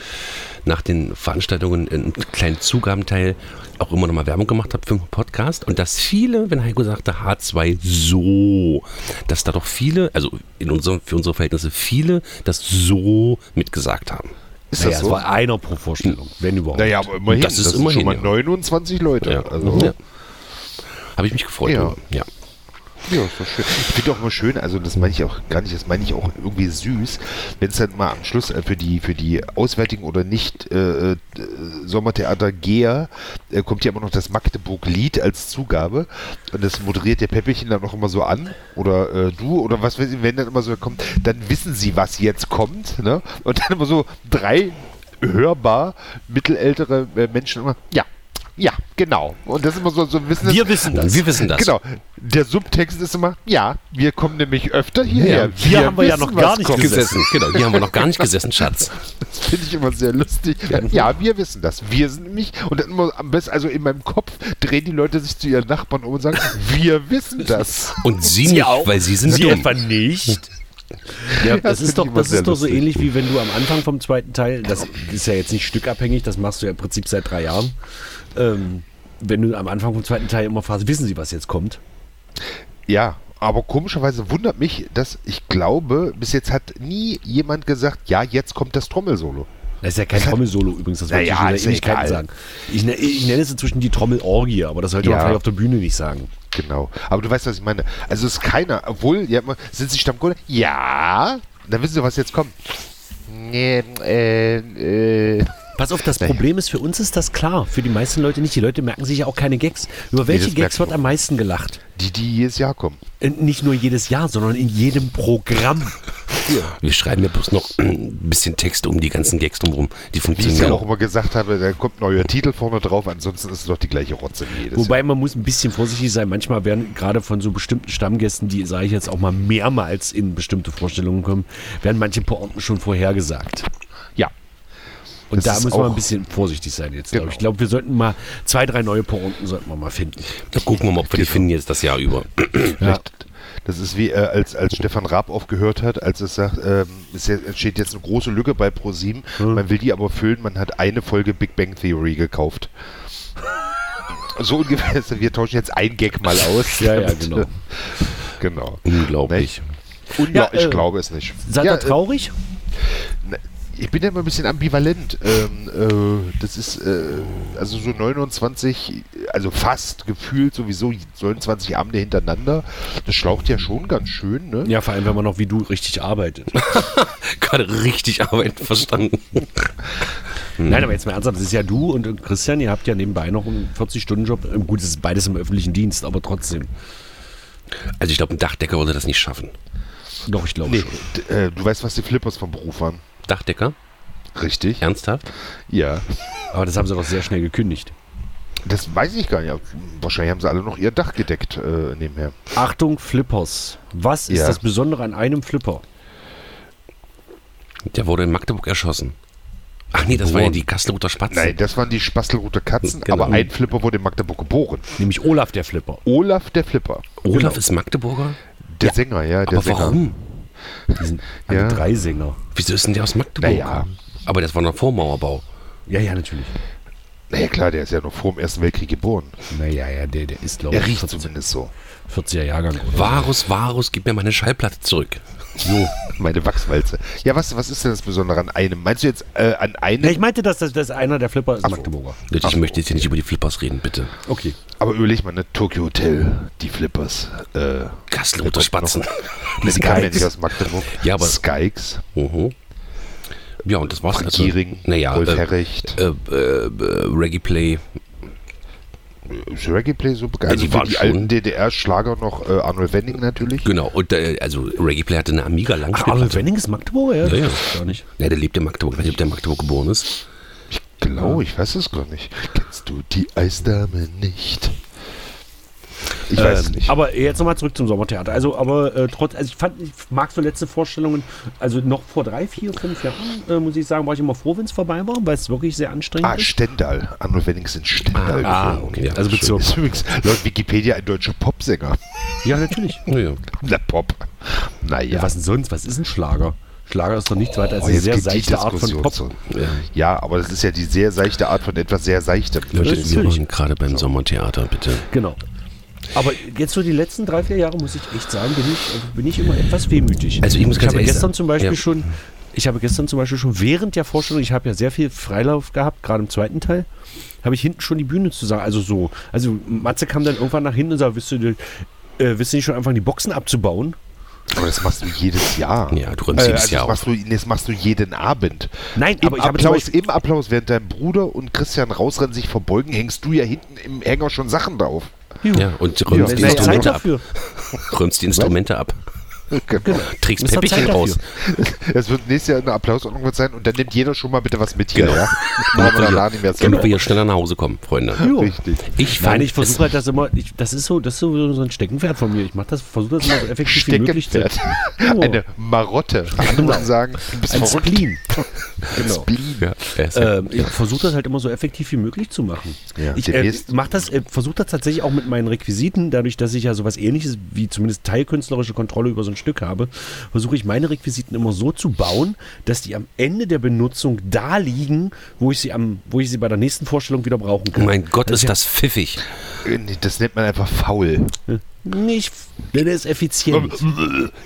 nach den Veranstaltungen in einem kleinen Zugabenteil auch immer nochmal Werbung gemacht habt für den Podcast und dass viele, wenn Heiko sagte H2 so, dass da doch viele, also in unserem, für unsere Verhältnisse viele das so mitgesagt haben. Ist das so? es war einer pro Vorstellung, wenn überhaupt. Naja, aber immerhin. Das ist sind immerhin, schon mal ja. 29 Leute. Also, Ja. Habe ich mich gefreut. Ja. ja. Ja, ist doch schön. Ich finde auch immer schön, also das meine ich auch gar nicht, das meine ich auch irgendwie süß, wenn es dann mal am Schluss äh, für die für die auswärtigen oder nicht äh, äh, Sommertheatergeher äh, kommt ja immer noch das Magdeburg-Lied als Zugabe und das moderiert der Peppelchen dann auch immer so an oder äh, du oder was weiß ich, wenn dann immer so kommt, dann wissen sie, was jetzt kommt, ne? Und dann immer so drei hörbar mittelältere äh, Menschen immer, ja, ja, genau. Und das ist immer so, so ein bisschen Wir wissen das. Wir wissen das. Genau. Der Subtext ist immer, ja, wir kommen nämlich öfter hierher. Ja, hier haben wir ja noch gar was nicht kommt. gesessen. Gesessen. Genau, hier haben wir noch gar nicht gesessen, Schatz. Das finde ich immer sehr lustig. Ja, wir wissen das. Wir sind nämlich, und dann immer am besten, also in meinem Kopf drehen die Leute sich zu ihren Nachbarn um und sagen, wir wissen das. Und sie nicht, weil sie sind Sie dumm. etwa nicht. Ja, das, das ist finde doch, ich das immer ist doch so sehr lustig. ähnlich wie wenn du am Anfang vom zweiten Teil, das ist ja jetzt nicht stückabhängig, das machst du ja im Prinzip seit drei Jahren, ähm, wenn du am Anfang vom zweiten Teil immer fragst, wissen sie, was jetzt kommt? Ja, aber komischerweise wundert mich, dass ich glaube, bis jetzt hat nie jemand gesagt, ja, jetzt kommt das Trommelsolo. Das ist ja kein Trommelsolo übrigens, das wollte Naja, ich schon ist in ja Ewigkeiten egal. sagen. Ich, ne- ich nenne es inzwischen die Trommelorgie, aber das sollte man Ja. vielleicht auf der Bühne nicht sagen. Genau. Aber du weißt, was ich meine. Also ist keiner, obwohl, ja, immer, sind sie Stammkunde? Ja. Dann wissen sie, was jetzt kommt. Nee, äh, äh. Pass auf, das Naja. Problem ist, für uns ist das klar, für die meisten Leute nicht. Die Leute merken sich ja auch keine Gags. Über welche das merkt Gags wird man. am meisten gelacht? Die, die jedes Jahr kommen. Äh, Nicht nur jedes Jahr, sondern in jedem Programm. Wir schreiben ja bloß noch ein bisschen Text um die ganzen Gags drumherum. Die Wie ich funktionieren ja Genau. auch. auch immer gesagt habe, da kommt ein neuer Titel vorne drauf, ansonsten ist es doch die gleiche Rotze wie jedes Wobei man muss ein bisschen vorsichtig sein. Manchmal werden gerade von so bestimmten Stammgästen, die sage ich jetzt auch mal mehrmals in bestimmte Vorstellungen kommen, werden manche Pointen schon vorhergesagt. Jahr. Ja. Und Das da ist müssen wir auch- ein bisschen vorsichtig sein jetzt. Glaub. Genau. ich. Ich glaube, wir sollten mal zwei, drei neue Pointen sollten wir mal finden. Genau. Da gucken wir mal, ob wir die finden jetzt das Jahr über. Vielleicht, Das ist wie äh, als, als Stefan Raab aufgehört hat, als es sagt, ähm, es ja- entsteht jetzt eine große Lücke bei ProSieben. Hm. Man will die aber füllen, man hat eine Folge Big Bang Theory gekauft. So ungefähr, ist es. wir tauschen jetzt ein Gag mal aus. Ja, ja, genau. genau. Unglaublich. Ungla Ja, ich äh, glaube es nicht. Seid ja, äh, ihr traurig? ich bin ja immer ein bisschen ambivalent. Ähm, äh, das ist äh, also so 29, also fast gefühlt sowieso 29 Abende hintereinander. Das schlaucht ja schon ganz schön, ne? Ja, vor allem, wenn man noch wie du richtig arbeitet. Gerade richtig Arbeit verstanden. Nein, aber jetzt mal ernsthaft, es ist ja du und Christian, ihr habt ja nebenbei noch einen 40-Stunden-Job. Gut, es ist beides im öffentlichen Dienst, aber trotzdem. Also ich glaube, ein Dachdecker würde das nicht schaffen. Doch, ich glaube Nee, schon. d- äh, du weißt, was die Flippers vom Beruf waren. Dachdecker? Richtig? Ernsthaft? Ja. Aber das haben sie doch sehr schnell gekündigt. Das weiß ich gar nicht. Wahrscheinlich haben sie alle noch ihr Dach gedeckt äh, nebenher. Achtung, Flippers. Was ist Ja. das Besondere an einem Flipper? Der wurde in Magdeburg erschossen. Ach nee, das war ja Geboren. die Kastelruther Spatze. Nein, das waren die Spastelrote Katzen, Genau. aber ein Flipper wurde in Magdeburg geboren. Nämlich Olaf der Flipper. Olaf der Flipper. Olaf ist Magdeburger? Der Sänger, Genau. ja, der Aber Sänger. warum? Die sind alle Ja. drei Sänger. Wieso ist denn der aus Magdeburg? Naja. Aber das war noch vor Mauerbau. Ja, ja, natürlich. Naja, klar, der ist ja noch vor dem Ersten Weltkrieg geboren. Naja, ja, der, der ist, glaube Er ich, riecht 40, zumindest so. 40er Jahrgang. Oder? Varus, Varus, gib mir meine Schallplatte zurück. So, meine Wachswalze. Ja, was, was ist denn das Besondere an einem? Meinst du jetzt äh, an Ja, einem? ich meinte, dass das dass einer der Flipper ist so. Magdeburger. Ich möchte jetzt hier nicht über die Flippers reden, bitte. Okay. Aber überleg mal, ne? Tokyo Hotel, die Flippers. Äh, Kastelruther Spatzen. die kamen ja Skykes. nicht aus Magdeburg. Ja, aber- Skykes, Mhm. Ja, und das war's. Also, Frank Giering, naja, Rolf äh, Herrecht. äh, äh, äh, Reggae Play. Ist Reggae Play so bekannt? Ja, die Also für waren die schon. alten DDR-Schlager noch äh, Arnold Wenning natürlich. Genau, und äh, also Reggae Play hatte eine Amiga Ach, langspielplatte Arnold Wenning ist Magdeburger? Ja, ja. Gar nicht. Ja, der lebt in Magdeburg. Ich weiß nicht, ob der in Magdeburg geboren ist. Genau, ich weiß es gar nicht. Kennst du die Eisdame nicht? Ich weiß es Ähm, Also nicht. Aber jetzt nochmal zurück zum Sommertheater. Also, aber äh, trotz, also ich fand, ich mag so letzte Vorstellungen, also noch vor drei, vier, fünf Jahren, äh, muss ich sagen, war ich immer froh, wenn es vorbei war, weil es wirklich sehr anstrengend Ah, ist. Stendal. Arnold Wenning ist in Stendal. Ah, geboren. okay. Ja, Also schön. Bezirk. Ist übrigens laut Wikipedia ein deutscher Popsänger. Ja, natürlich. Naja. Na, Pop. Naja. Ja, was denn sonst? Was ist ein Schlager? Schlager ist doch nichts weiter als Oh, eine jetzt sehr geht die seichte Art von Diskussion Pop. zu. Ja. Ja, aber das ist ja die sehr seichte Art von etwas sehr Seichtem. Leute, ist wir natürlich- waren gerade beim Sommertheater, bitte. Genau. Aber jetzt so die letzten drei, vier Jahre, muss ich echt sagen, bin ich, bin ich immer etwas wehmütig. Also ich muss ganz habe ehrlich gestern sagen, zum Beispiel ja. schon, ich habe gestern zum Beispiel schon während der Vorstellung, ich habe ja sehr viel Freilauf gehabt, gerade im zweiten Teil, habe ich hinten schon die Bühne zusammen, also so, also Matze kam dann irgendwann nach hinten und sagte, wisst ihr, äh, wisst ihr nicht schon anfangen, die Boxen abzubauen? Aber das machst du jedes Jahr. Ja, du räumst Äh, jedes also Jahr das machst, du, das machst du jeden Abend. Nein, Im aber ich habe zum Applaus, Beispiel, Im Applaus, während dein Bruder und Christian rausrennen, sich verbeugen, hängst du ja hinten im Hänger schon Sachen drauf. Ja, und du räumst es die ist Zeit Instrumente ab. dafür. Räumst die Instrumente ab. Genau. Trägst Es hat Päppchen Zeit dafür. raus. Es wird nächstes Jahr eine Applausordnung sein und dann nimmt jeder schon mal bitte was mit hier. Genau. Ja? Brauchen wir danach nicht mehr Damit wir zu. hier schneller nach Hause kommen, Freunde. Jo. Richtig. Ich Nein, fand ich versuche halt das immer, ich, das ist so, das ist so so ein Steckenpferd von mir. Ich mache das, versuche das immer so effektiv wie möglich zu. Steckenpferd. Eine Marotte. Andere sagen, du bist Oh. Genau. Ein verrückt. Spleen. genau. Spleen. Ja, er ist Ähm, ich versuche das halt immer so effektiv wie möglich zu machen. Ja, ich äh, demnächst- mach das, äh, versuche das tatsächlich auch mit meinen Requisiten, dadurch, dass ich ja sowas ähnliches wie zumindest teilkünstlerische Kontrolle über so ein Stück habe, versuche ich meine Requisiten immer so zu bauen, dass die am Ende der Benutzung da liegen, wo ich sie, am, wo ich sie bei der nächsten Vorstellung wieder brauchen kann. mein Gott, ist das pfiffig. Nee, Äh, Das nennt man einfach faul. Nicht, denn es effizient.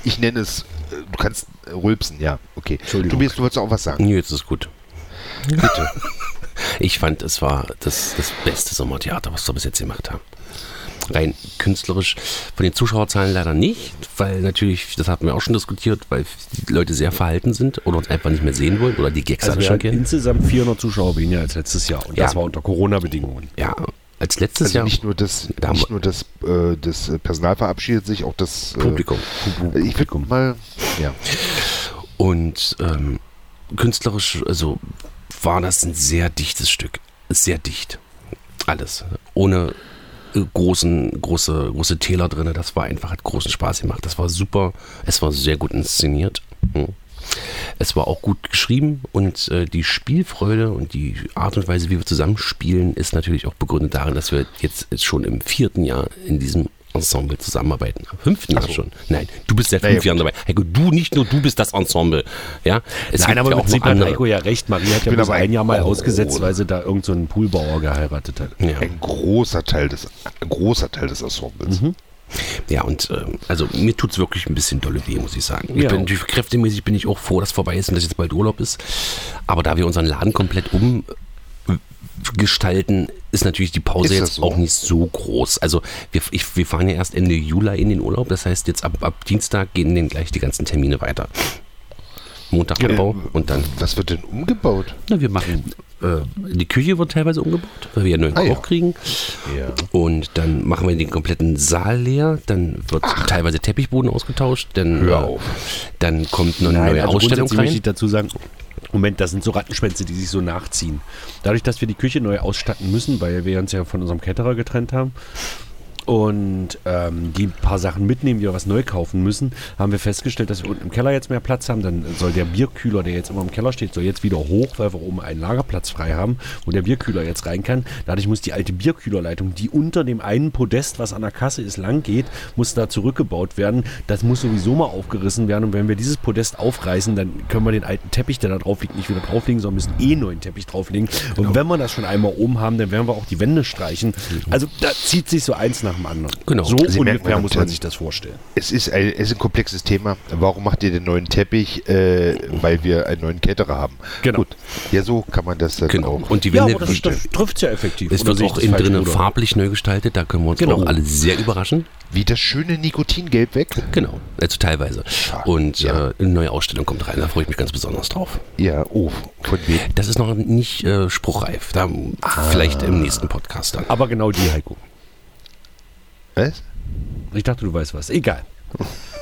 Ich nenne es, äh, du kannst äh, rülpsen, ja, okay. Entschuldigung. Tobias, du wolltest auch was sagen. Nö, jetzt ist gut. Bitte. Ich fand, es war das, das beste Sommertheater, was wir bis jetzt gemacht haben. Rein künstlerisch von den Zuschauerzahlen leider nicht, weil natürlich, das hatten wir auch schon diskutiert, weil die Leute sehr verhalten sind oder uns einfach nicht mehr sehen wollen oder die Gags Also alle wir schon hatten kennen. insgesamt 400 Zuschauer weniger als letztes Jahr und das Ja. war unter Corona-Bedingungen. Ja, als letztes Also Jahr nicht nur das, Da haben nicht wir- nur das, äh, das äh, Personal verabschiedet sich, auch das äh, Publikum. Äh, Ich würde mal, ja, Und ähm, künstlerisch, also war das ein sehr dichtes Stück. Sehr dicht. Alles. Ohne äh, großen, große, große Täler drin. Das war einfach, hat großen Spaß gemacht. Das war super. Es war sehr gut inszeniert. Hm. Es war auch gut geschrieben und äh, die Spielfreude und die Art und Weise, wie wir zusammenspielen, ist natürlich auch begründet darin, dass wir jetzt, jetzt schon im vierten Jahr in diesem Ensemble zusammenarbeiten. Am fünften Jahr so. schon. Nein, du bist seit fünf ja, Jahren dabei. Heiko, du nicht nur du bist das Ensemble. Ja, es Nein, gibt aber ja im auch Prinzip noch hat andere. Heiko oh ja recht. Marie hat ja bin bloß aber ein- ein Jahr mal Oh. ausgesetzt, weil sie da irgendeinen so einen Poolbauer geheiratet hat. Ja. Ein großer Teil des, ein großer Teil des Ensembles. Mhm, Ja, und ähm, also mir tut's wirklich ein bisschen dolle weh, muss ich sagen. Ich Ja. bin, natürlich kräftemäßig bin ich auch froh, dass vorbei ist und dass jetzt bald Urlaub ist. Aber da wir unseren Laden komplett umgestalten, ist natürlich die Pause Ist das jetzt so? auch nicht so groß. Also wir, ich, wir fahren ja erst Ende Juli in den Urlaub. Das heißt, jetzt ab, ab Dienstag gehen dann gleich die ganzen Termine weiter. Montag Genau. Abbau genau. und dann. Ähm, Was wird denn umgebaut? Na, wir machen. Äh, die Küche wird teilweise umgebaut, weil wir einen neuen Ah, ja. Koch kriegen. Und dann machen wir den kompletten Saal leer. Dann wird teilweise Teppichboden ausgetauscht. Dann, Hör äh, auf. dann kommt eine neue also Ausstellung grundsätzlich möchte rein. ich dazu sagen, Moment, das sind so Rattenschwänze, die sich so nachziehen. Dadurch, dass wir die Küche neu ausstatten müssen, weil wir uns ja von unserem Caterer getrennt haben und ähm, die ein paar Sachen mitnehmen, die wir was neu kaufen müssen, haben wir festgestellt, dass wir unten im Keller jetzt mehr Platz haben. Dann soll der Bierkühler, der jetzt immer im Keller steht, soll jetzt wieder hoch, weil wir oben einen Lagerplatz frei haben, wo der Bierkühler jetzt rein kann. Dadurch muss die alte Bierkühlerleitung, die unter dem einen Podest, was an der Kasse ist, lang geht, muss da zurückgebaut werden. Das muss sowieso mal aufgerissen werden. Und wenn wir dieses Podest aufreißen, dann können wir den alten Teppich, der da drauf liegt, nicht wieder drauflegen, sondern müssen eh neuen Teppich drauflegen. Genau. Und wenn wir das schon einmal oben haben, dann werden wir auch die Wände streichen. Also da zieht sich so eins nach dem anderen. Genau. So Sie merken, ungefähr meine muss man Damen. sich das vorstellen. Es ist ein, es ist ein komplexes Thema. Warum macht ihr den neuen Teppich? Äh, weil wir einen neuen Caterer haben. Genau. Gut. Ja, so kann man das dann Genau. auch. Und die Wände. trifft es ja effektiv. es wird auch innen halt, drinnen farblich neu gestaltet, da können wir uns Genau. auch alle sehr überraschen. Wie das schöne Nikotingelb weg? Genau, also teilweise. Und Ja. äh, eine neue Ausstellung kommt rein, da freue ich mich ganz besonders drauf. Ja, oh, von wem? Das ist noch nicht äh, spruchreif, da, Ah. vielleicht im nächsten Podcast dann. Aber genau die, Heiko. Was? Ich dachte, du weißt was. Egal.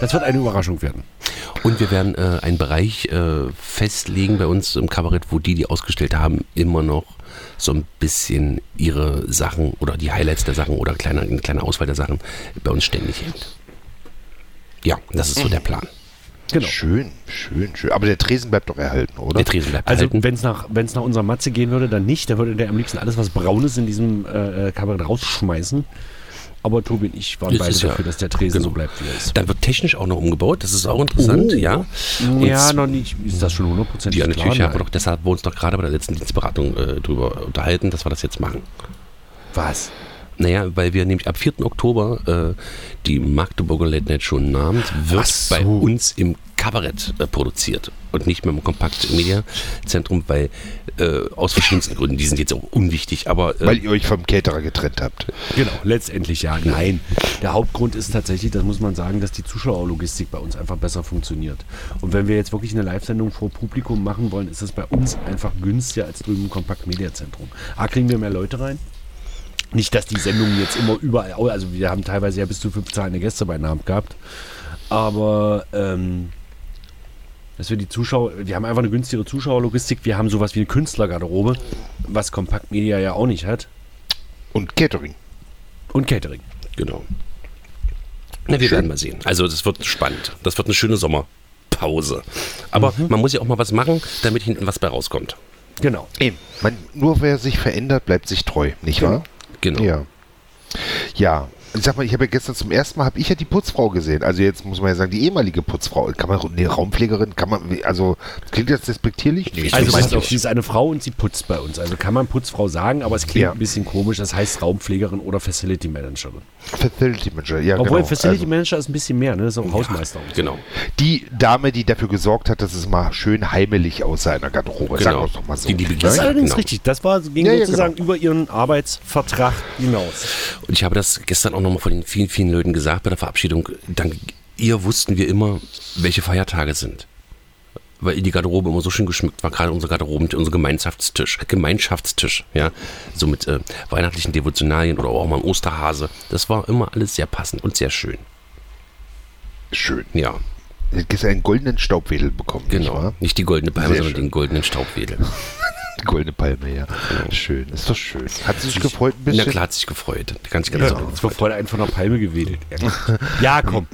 Das wird eine Überraschung werden. Und wir werden äh, einen Bereich äh, festlegen bei uns im Kabarett, wo die, die ausgestellt haben, immer noch so ein bisschen ihre Sachen oder die Highlights der Sachen oder kleine, eine kleine Auswahl der Sachen bei uns ständig hängt. Ja, das ist so der Plan. Genau. Schön, schön, schön. Aber der Tresen bleibt doch erhalten, oder? Der Tresen bleibt Also erhalten. wenn es nach, wenn's nach unserer Matze gehen würde, dann nicht. Da würde der am liebsten alles, was braun ist, in diesem äh, äh, Kabarett rausschmeißen. Aber Tobi und ich waren Das beide ist ja- dafür, dass der Tresen genau. so bleibt, wie er ist. Dann wird technisch auch noch umgebaut, das ist auch interessant, ja. Und Oh. ja, noch nicht. Ist das schon 100% ja, natürlich, klar? ne? aber doch, deshalb haben wir uns doch gerade bei der letzten Dienstberatung äh, drüber unterhalten, dass wir das jetzt machen. Was? Naja, weil wir nämlich ab 4. Oktober äh, die Magdeburger Late Night Show namens wird so. bei uns im Kabarett äh, produziert und nicht mehr im Kompakt Media Zentrum, weil äh, aus verschiedensten Gründen, die sind jetzt auch unwichtig, aber äh, Weil ihr euch vom Caterer getrennt habt. Genau, letztendlich ja. Nein. Der Hauptgrund ist tatsächlich, das muss man sagen, dass die Zuschauerlogistik bei uns einfach besser funktioniert. Und wenn wir jetzt wirklich eine Live-Sendung vor Publikum machen wollen, ist das bei uns einfach günstiger als drüben im Kompakt-Media-Zentrum. A, kriegen wir mehr Leute rein. Nicht, dass die Sendungen jetzt immer überall, also wir haben teilweise ja bis zu fünf zahlende Gäste bei Namen gehabt. Aber ähm, dass wir die Zuschauer, wir haben einfach eine günstigere Zuschauerlogistik, wir haben sowas wie eine Künstlergarderobe, was Kompakt Media ja auch nicht hat. Und Catering. Und Catering. genau. Na, wir Schön. werden mal sehen. Also das wird spannend. Das wird eine schöne Sommerpause. Aber Mhm. man muss ja auch mal was machen, damit hinten was bei rauskommt. Genau. Eben. Man, nur wer sich verändert, bleibt sich treu, nicht wahr? Genau. Ja. Ja. Und Sag mal, ich habe ja gestern zum ersten Mal, habe ich ja die Putzfrau gesehen. Also jetzt muss man ja sagen, die ehemalige Putzfrau. Kann man, nee, Raumpflegerin, kann man, also, klingt das despektierlich? Nee, Also weiß pass auf, nicht. sie ist eine Frau und sie putzt bei uns. Also kann man Putzfrau sagen, aber es klingt Ja. ein bisschen komisch. Das heißt Raumpflegerin oder Facility Managerin. Facility Manager, ja Obwohl genau. Facility also, Manager ist ein bisschen mehr, ne? Das ist auch Hausmeister. und so. Genau. die Dame, die dafür gesorgt hat, dass es mal schön heimelig aussah in der Garderobe. Sagen Genau. wir es doch mal so. Die liebe Das ist Ja, Nein? Gisela. allerdings genau. richtig. Das war, ging Ja, ja, sozusagen über ihren Arbeitsvertrag hinaus. Und ich habe das gestern auch nochmal von den vielen, vielen Leuten gesagt bei der Verabschiedung. Dank ihr wussten wir immer, welche Feiertage sind. Weil die Garderobe immer so schön geschmückt war, gerade unser Garderoben, unser Gemeinschaftstisch, Gemeinschaftstisch, ja, so mit äh, weihnachtlichen Devotionalien oder auch mal ein Osterhase. Das war immer alles sehr passend und sehr schön. Schön. Ja, Sie hat gestern einen goldenen Staubwedel bekommen. Nicht genau. wahr? Nicht die goldene Palme, Sehr sondern schön. den goldenen Staubwedel. Goldene Palme, ja. Schön, ist doch schön. Hat sie sich gefreut Genau. ein Na bisschen? klar hat sich gefreut. Ganz, ganz Ja, jetzt war vorher einfach nach Palme gewedelt. Ja, komm.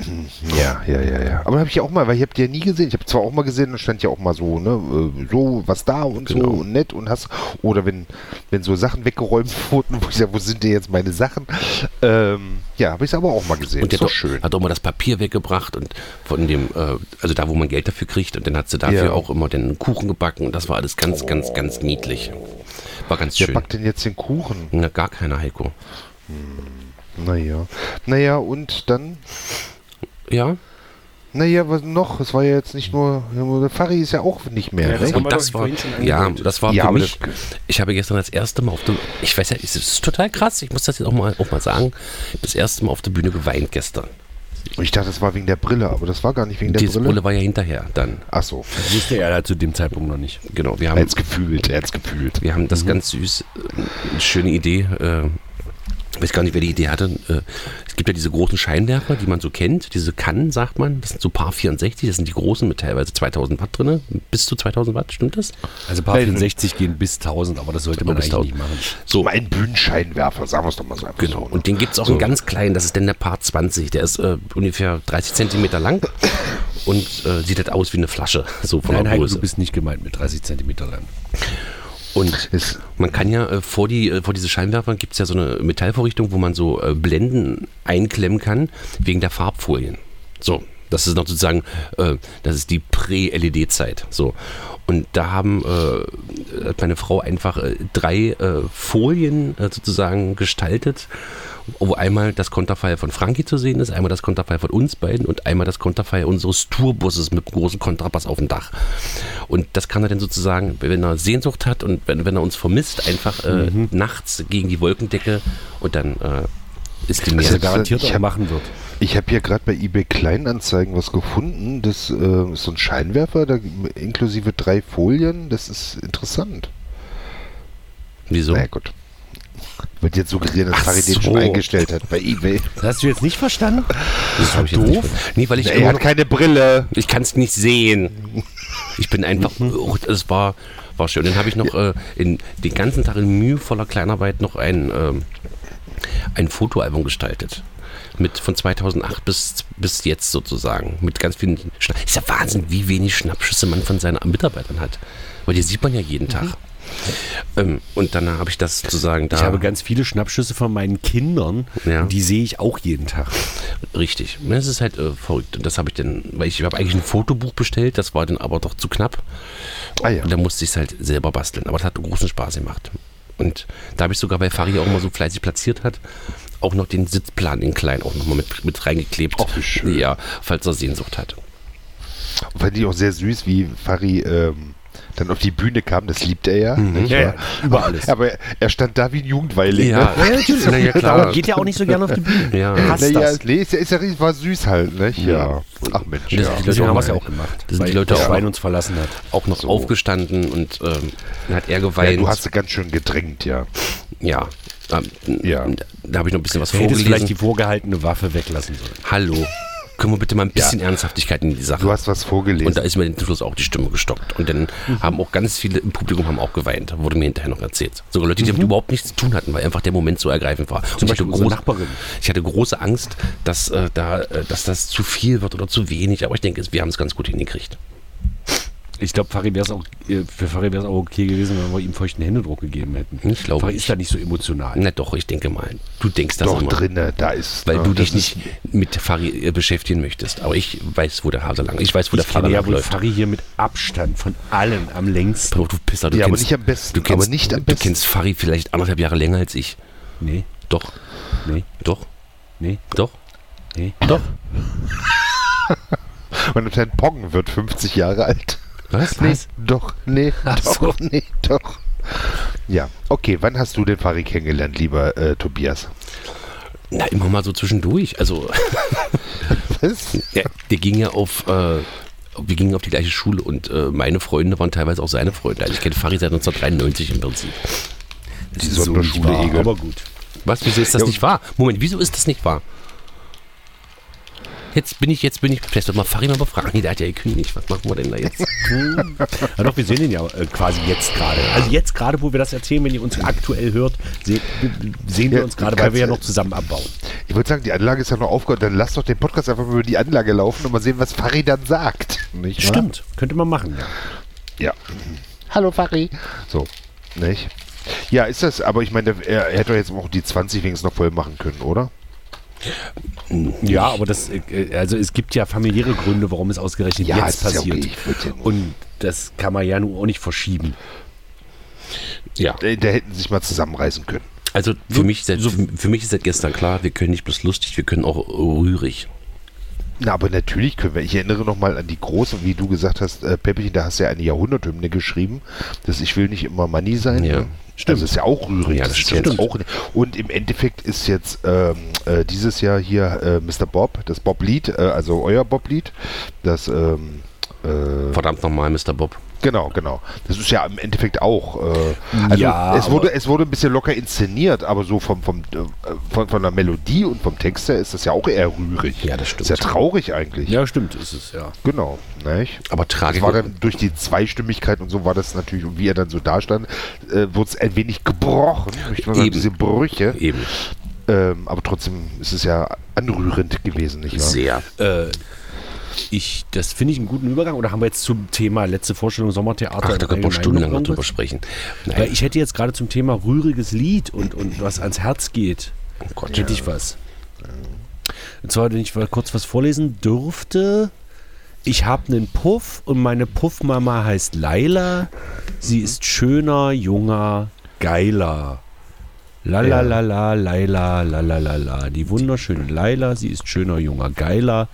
Ja, ja, ja, ja. Aber habe ich ja auch mal, weil ich habe die ja nie gesehen. Ich habe zwar auch mal gesehen, dann stand ja auch mal so, ne, äh, so was da und so Genau. und nett und hast oder wenn wenn so Sachen weggeräumt wurden, wo ich sage, wo sind denn jetzt meine Sachen? Ähm, ja, habe ich es aber auch mal gesehen. Und der ist doch hat, schön. hat auch mal das Papier weggebracht und von dem, äh, also da, wo man Geld dafür kriegt. Und dann hat sie dafür Ja. Oh. auch immer den Kuchen gebacken. Und das war alles ganz, ganz, ganz niedlich. War ganz Wer schön. backt denn jetzt den Kuchen? Na, gar keiner, Heiko. Naja. Naja, und dann? Ja, Naja, was noch? Es war ja jetzt nicht nur, der Fari ist ja auch nicht mehr. Ja, das ne? haben wir und das doch war, vorhin schon ja, angedeutet. das war Ja, für aber mich, das- ich habe gestern das erste Mal auf der, ich weiß ja, es ist total krass, ich muss das jetzt auch mal, auch mal sagen, ich habe das erste Mal auf der Bühne geweint gestern. Ich dachte, das war wegen der Brille, aber das war gar nicht wegen der Diese Brille. Brille war ja hinterher dann, Ach so, Das wusste er halt zu dem Zeitpunkt noch nicht. genau, wir er haben, hat's gefühlt, er hat's gefühlt. wir haben Mhm. das ganz süß, äh, eine schöne Idee, äh, ich weiß gar nicht, wer die Idee hatte, äh, es gibt ja diese großen Scheinwerfer, die man so kennt, diese Kannen, sagt man, das sind so Paar 64, das sind die großen mit teilweise 2000 Watt drin, bis zu 2000 Watt, stimmt das? Also ein paar 64 gehen bis 1000, aber das sollte man Bis eigentlich 1000. nicht machen. So, Mein Bühnenscheinwerfer, sagen wir es doch mal so einfach Genau. so. ne? Und den gibt es auch in ganz klein. Das ist dann der Part 20. Der ist äh, ungefähr 30 Zentimeter lang und äh, sieht halt aus wie eine Flasche. So von Nein, der Heiko, Größe. du bist nicht gemeint mit 30 Zentimeter lang. und Ist, man kann ja äh, vor, die, äh, vor diese Scheinwerfer gibt es ja so eine Metallvorrichtung, wo man so äh, Blenden einklemmen kann, wegen der Farbfolien. So, das ist noch sozusagen, äh, das ist die Prä-LED-Zeit. So. Und da haben äh, hat meine Frau einfach äh, drei äh, Folien äh, sozusagen gestaltet, wo einmal das Konterfei von Frankie zu sehen ist, einmal das Konterfei von uns beiden und einmal das Konterfei unseres Tourbusses mit dem großen Kontrabass auf dem Dach. Und das kann er dann sozusagen, wenn er Sehnsucht hat und wenn, wenn er uns vermisst, einfach äh, nachts gegen die Wolkendecke und dann äh, ist die Was Meer. er Also- garantiert ich auch hab- machen wird. Ich habe hier gerade bei eBay Kleinanzeigen was gefunden. Das äh, ist so ein Scheinwerfer, da inklusive drei Folien. Das ist interessant. Wieso? Na ja, gut. Wird jetzt suggerieren, dass Ach Farid den so. schon eingestellt hat bei eBay. Das hast du jetzt nicht verstanden? Das habe ich jetzt doof. nicht verstanden. Nee, weil ich Na, immer er hat noch- keine Brille. Ich kann es nicht sehen. Ich bin einfach. Mhm. Oh, das war, war schön. Dann habe ich noch äh, in, den ganzen Tag in mühevoller Kleinarbeit noch ein, ähm, ein Fotoalbum gestaltet. Mit von 2008 bis, bis jetzt sozusagen. Mit ganz vielen. Schna ist ja Wahnsinn, wie wenig Schnappschüsse man von seinen Mitarbeitern hat. Weil die sieht man ja jeden Tag. Ähm, und dann habe ich das sozusagen da. Mhm. Ich habe ganz viele Schnappschüsse von meinen Kindern. Ja. Die sehe ich auch jeden Tag. Richtig. Das ist halt äh, verrückt. Und das habe ich dann, weil ich habe eigentlich ein Fotobuch bestellt, das war dann aber doch zu knapp. Ah ja. Und da musste ich es halt selber basteln. Aber das hat großen Spaß gemacht. Und da habe ich sogar, weil Fari auch immer so fleißig platziert hat, auch noch den Sitzplan in klein auch nochmal mit, mit reingeklebt. Ach, wie schön. Ja, falls er Sehnsucht hat. Fand ich auch sehr süß, wie Fari ähm, dann auf die Bühne kam. Das liebt er ja. nicht Ja, wahr? ja, über alles. Aber er stand da wie ein Jugendweiling. Ja, ne? na ja, Aber klar. geht ja auch nicht so gerne auf die Bühne. Ja. Hasst Naja, das. nee, ist ja, ist ja richtig, war süß halt, ne? Ja. Ach Mensch, Das- ja. das- Deswegen haben wir es ja Leute auch gemacht. Das sind weil die Leute das auch- Schwein uns verlassen hat. Auch noch aufgestanden und ähm, dann hat er ja. geweint. Du hast ganz schön gedrängt, ja. ja. Ähm, Ja. Da habe ich noch ein bisschen was Du hättest vielleicht die vorgelesen. vorgehaltene Waffe weglassen sollen. Hallo. Können wir bitte mal ein bisschen Ernsthaftigkeit in die Sache? Du hast was vorgelesen. Und da ist mir zum Schluss auch die Stimme gestockt. Und dann haben auch ganz viele im Publikum haben auch geweint, wurde mir hinterher noch erzählt. Sogar Leute, die Mhm. damit überhaupt nichts zu tun hatten, weil einfach der Moment so ergreifend war. Und ich hatte, Beispiel unsere groß, Nachbarin. ich hatte große Angst, dass, äh, da, äh, dass das zu viel wird oder zu wenig. Aber ich denke, wir haben es ganz gut hingekriegt. Ich glaube, Farid wär's auch, äh, für Farid wäre es auch okay gewesen, wenn wir ihm feuchten Händedruck gegeben hätten. Ich glaube Farid nicht. ist da nicht so emotional. Na doch, ich denke mal. Du denkst das doch immer. drinne, da ist. Weil ne, du das dich nicht mit Fari äh, beschäftigen möchtest. Aber ich weiß, wo der Hase lang Ich weiß, wo der Ich Fahrer kenne ja lang wohl läuft. Farid hier mit Abstand von allen am längsten. Doch, du Pisser, du Ja, aber kennst, nicht am besten, Du kennst, aber nicht am du besten. kennst Fari vielleicht anderthalb Jahre länger als ich. Nee, Doch, nee, doch, nee, doch, nee. doch. Mein Lieutenant Poggen wird 50 Jahre alt. Was? Nee, doch, nee, Ach doch, so. nee, doch. Ja, okay, wann hast du den Farid kennengelernt, lieber äh, Tobias? Na, immer mal so zwischendurch. Also, Was? der, der ging ja auf, äh, wir gingen auf die gleiche Schule und äh, meine Freunde waren teilweise auch seine Freunde. Also, ich kenne Fari seit 1993 im Prinzip. Das ist Sonderschule nicht wahr, Egel. Aber gut. Was? Wieso ist das nicht wahr? Moment, wieso ist das nicht wahr? Jetzt bin ich, jetzt bin ich fest. Mal Farin mal befragen. Nee, Der hat ja gekündigt. Was machen wir denn da jetzt? Ja, doch, wir sehen ihn ja äh, quasi jetzt gerade. Also jetzt gerade, wo wir das erzählen, wenn ihr uns aktuell hört, se sehen wir Ja, uns gerade, weil kannst wir ja du- noch zusammen abbauen. Ich würde sagen, die Anlage ist ja noch aufgehört. Dann lass doch den Podcast einfach mal über die Anlage laufen und mal sehen, was Farid dann sagt. Nicht wahr? Stimmt, könnte man machen. Ja. Ja. Hallo Fari. So, nicht? Ja, ist das, aber ich meine, der- er, er hätte doch jetzt auch die 20 wenigstens noch voll machen können, oder? Ja, aber das, äh, also es gibt ja familiäre Gründe, warum es ausgerechnet jetzt ist passiert. Ja okay. Ich würd ja nur- Und das kann man ja nun auch nicht verschieben. Ja. Äh, da hätten sie sich mal zusammenreißen können. Also für mich, seit, für mich ist seit gestern klar, wir können nicht bloß lustig, wir können auch rührig. Na, aber natürlich können wir. Ich erinnere nochmal an die große, wie du gesagt hast, äh, Peppchen, da hast du ja eine Jahrhunderthymne geschrieben. Das Ich will nicht immer Money sein. Ja, ne? Also ist ja auch rührig. Ja, das ist ja jetzt stimmt. Auch, und im Endeffekt ist jetzt ähm, äh, dieses Jahr hier äh, Mr. Bob, das Bob-Lied, äh, also euer Bob-Lied, das ähm, äh, Verdammt nochmal, Mr. Bob. Genau, genau. Das ist ja im Endeffekt auch. Äh, also Ja, es aber- wurde, es wurde ein bisschen locker inszeniert, aber so vom, vom, äh, von, von der Melodie und vom Text her ist das ja auch eher rührig. Ja, das stimmt. Ist ja traurig eigentlich. Ja, stimmt, ist es, ja. Genau. Nicht? Aber Das Tragik, war dann durch die Zweistimmigkeit und so war das natürlich, und wie er dann so da stand, äh, wurde es ein wenig gebrochen. Ich meine, Eben. diese Brüche. eben Ähm, aber trotzdem ist es ja anrührend gewesen, nicht wahr? sehr. Äh, ich, das finde ich einen guten Übergang. Oder haben wir jetzt zum Thema letzte Vorstellung Sommertheater? Ach, im da könnte man Allgemeinen stundenlang noch noch drüber irgendwas? sprechen. Weil ich hätte jetzt gerade zum Thema rühriges Lied und, und was ans Herz geht, oh Gott. hätte ich was. Und zwar, wenn ich mal kurz was vorlesen dürfte. Ich habe einen Puff und meine Puffmama heißt Laila. Sie ist schöner, junger, geiler. La la la la, Laila, la la la la. Die wunderschöne Laila, sie ist schöner, junger, geiler.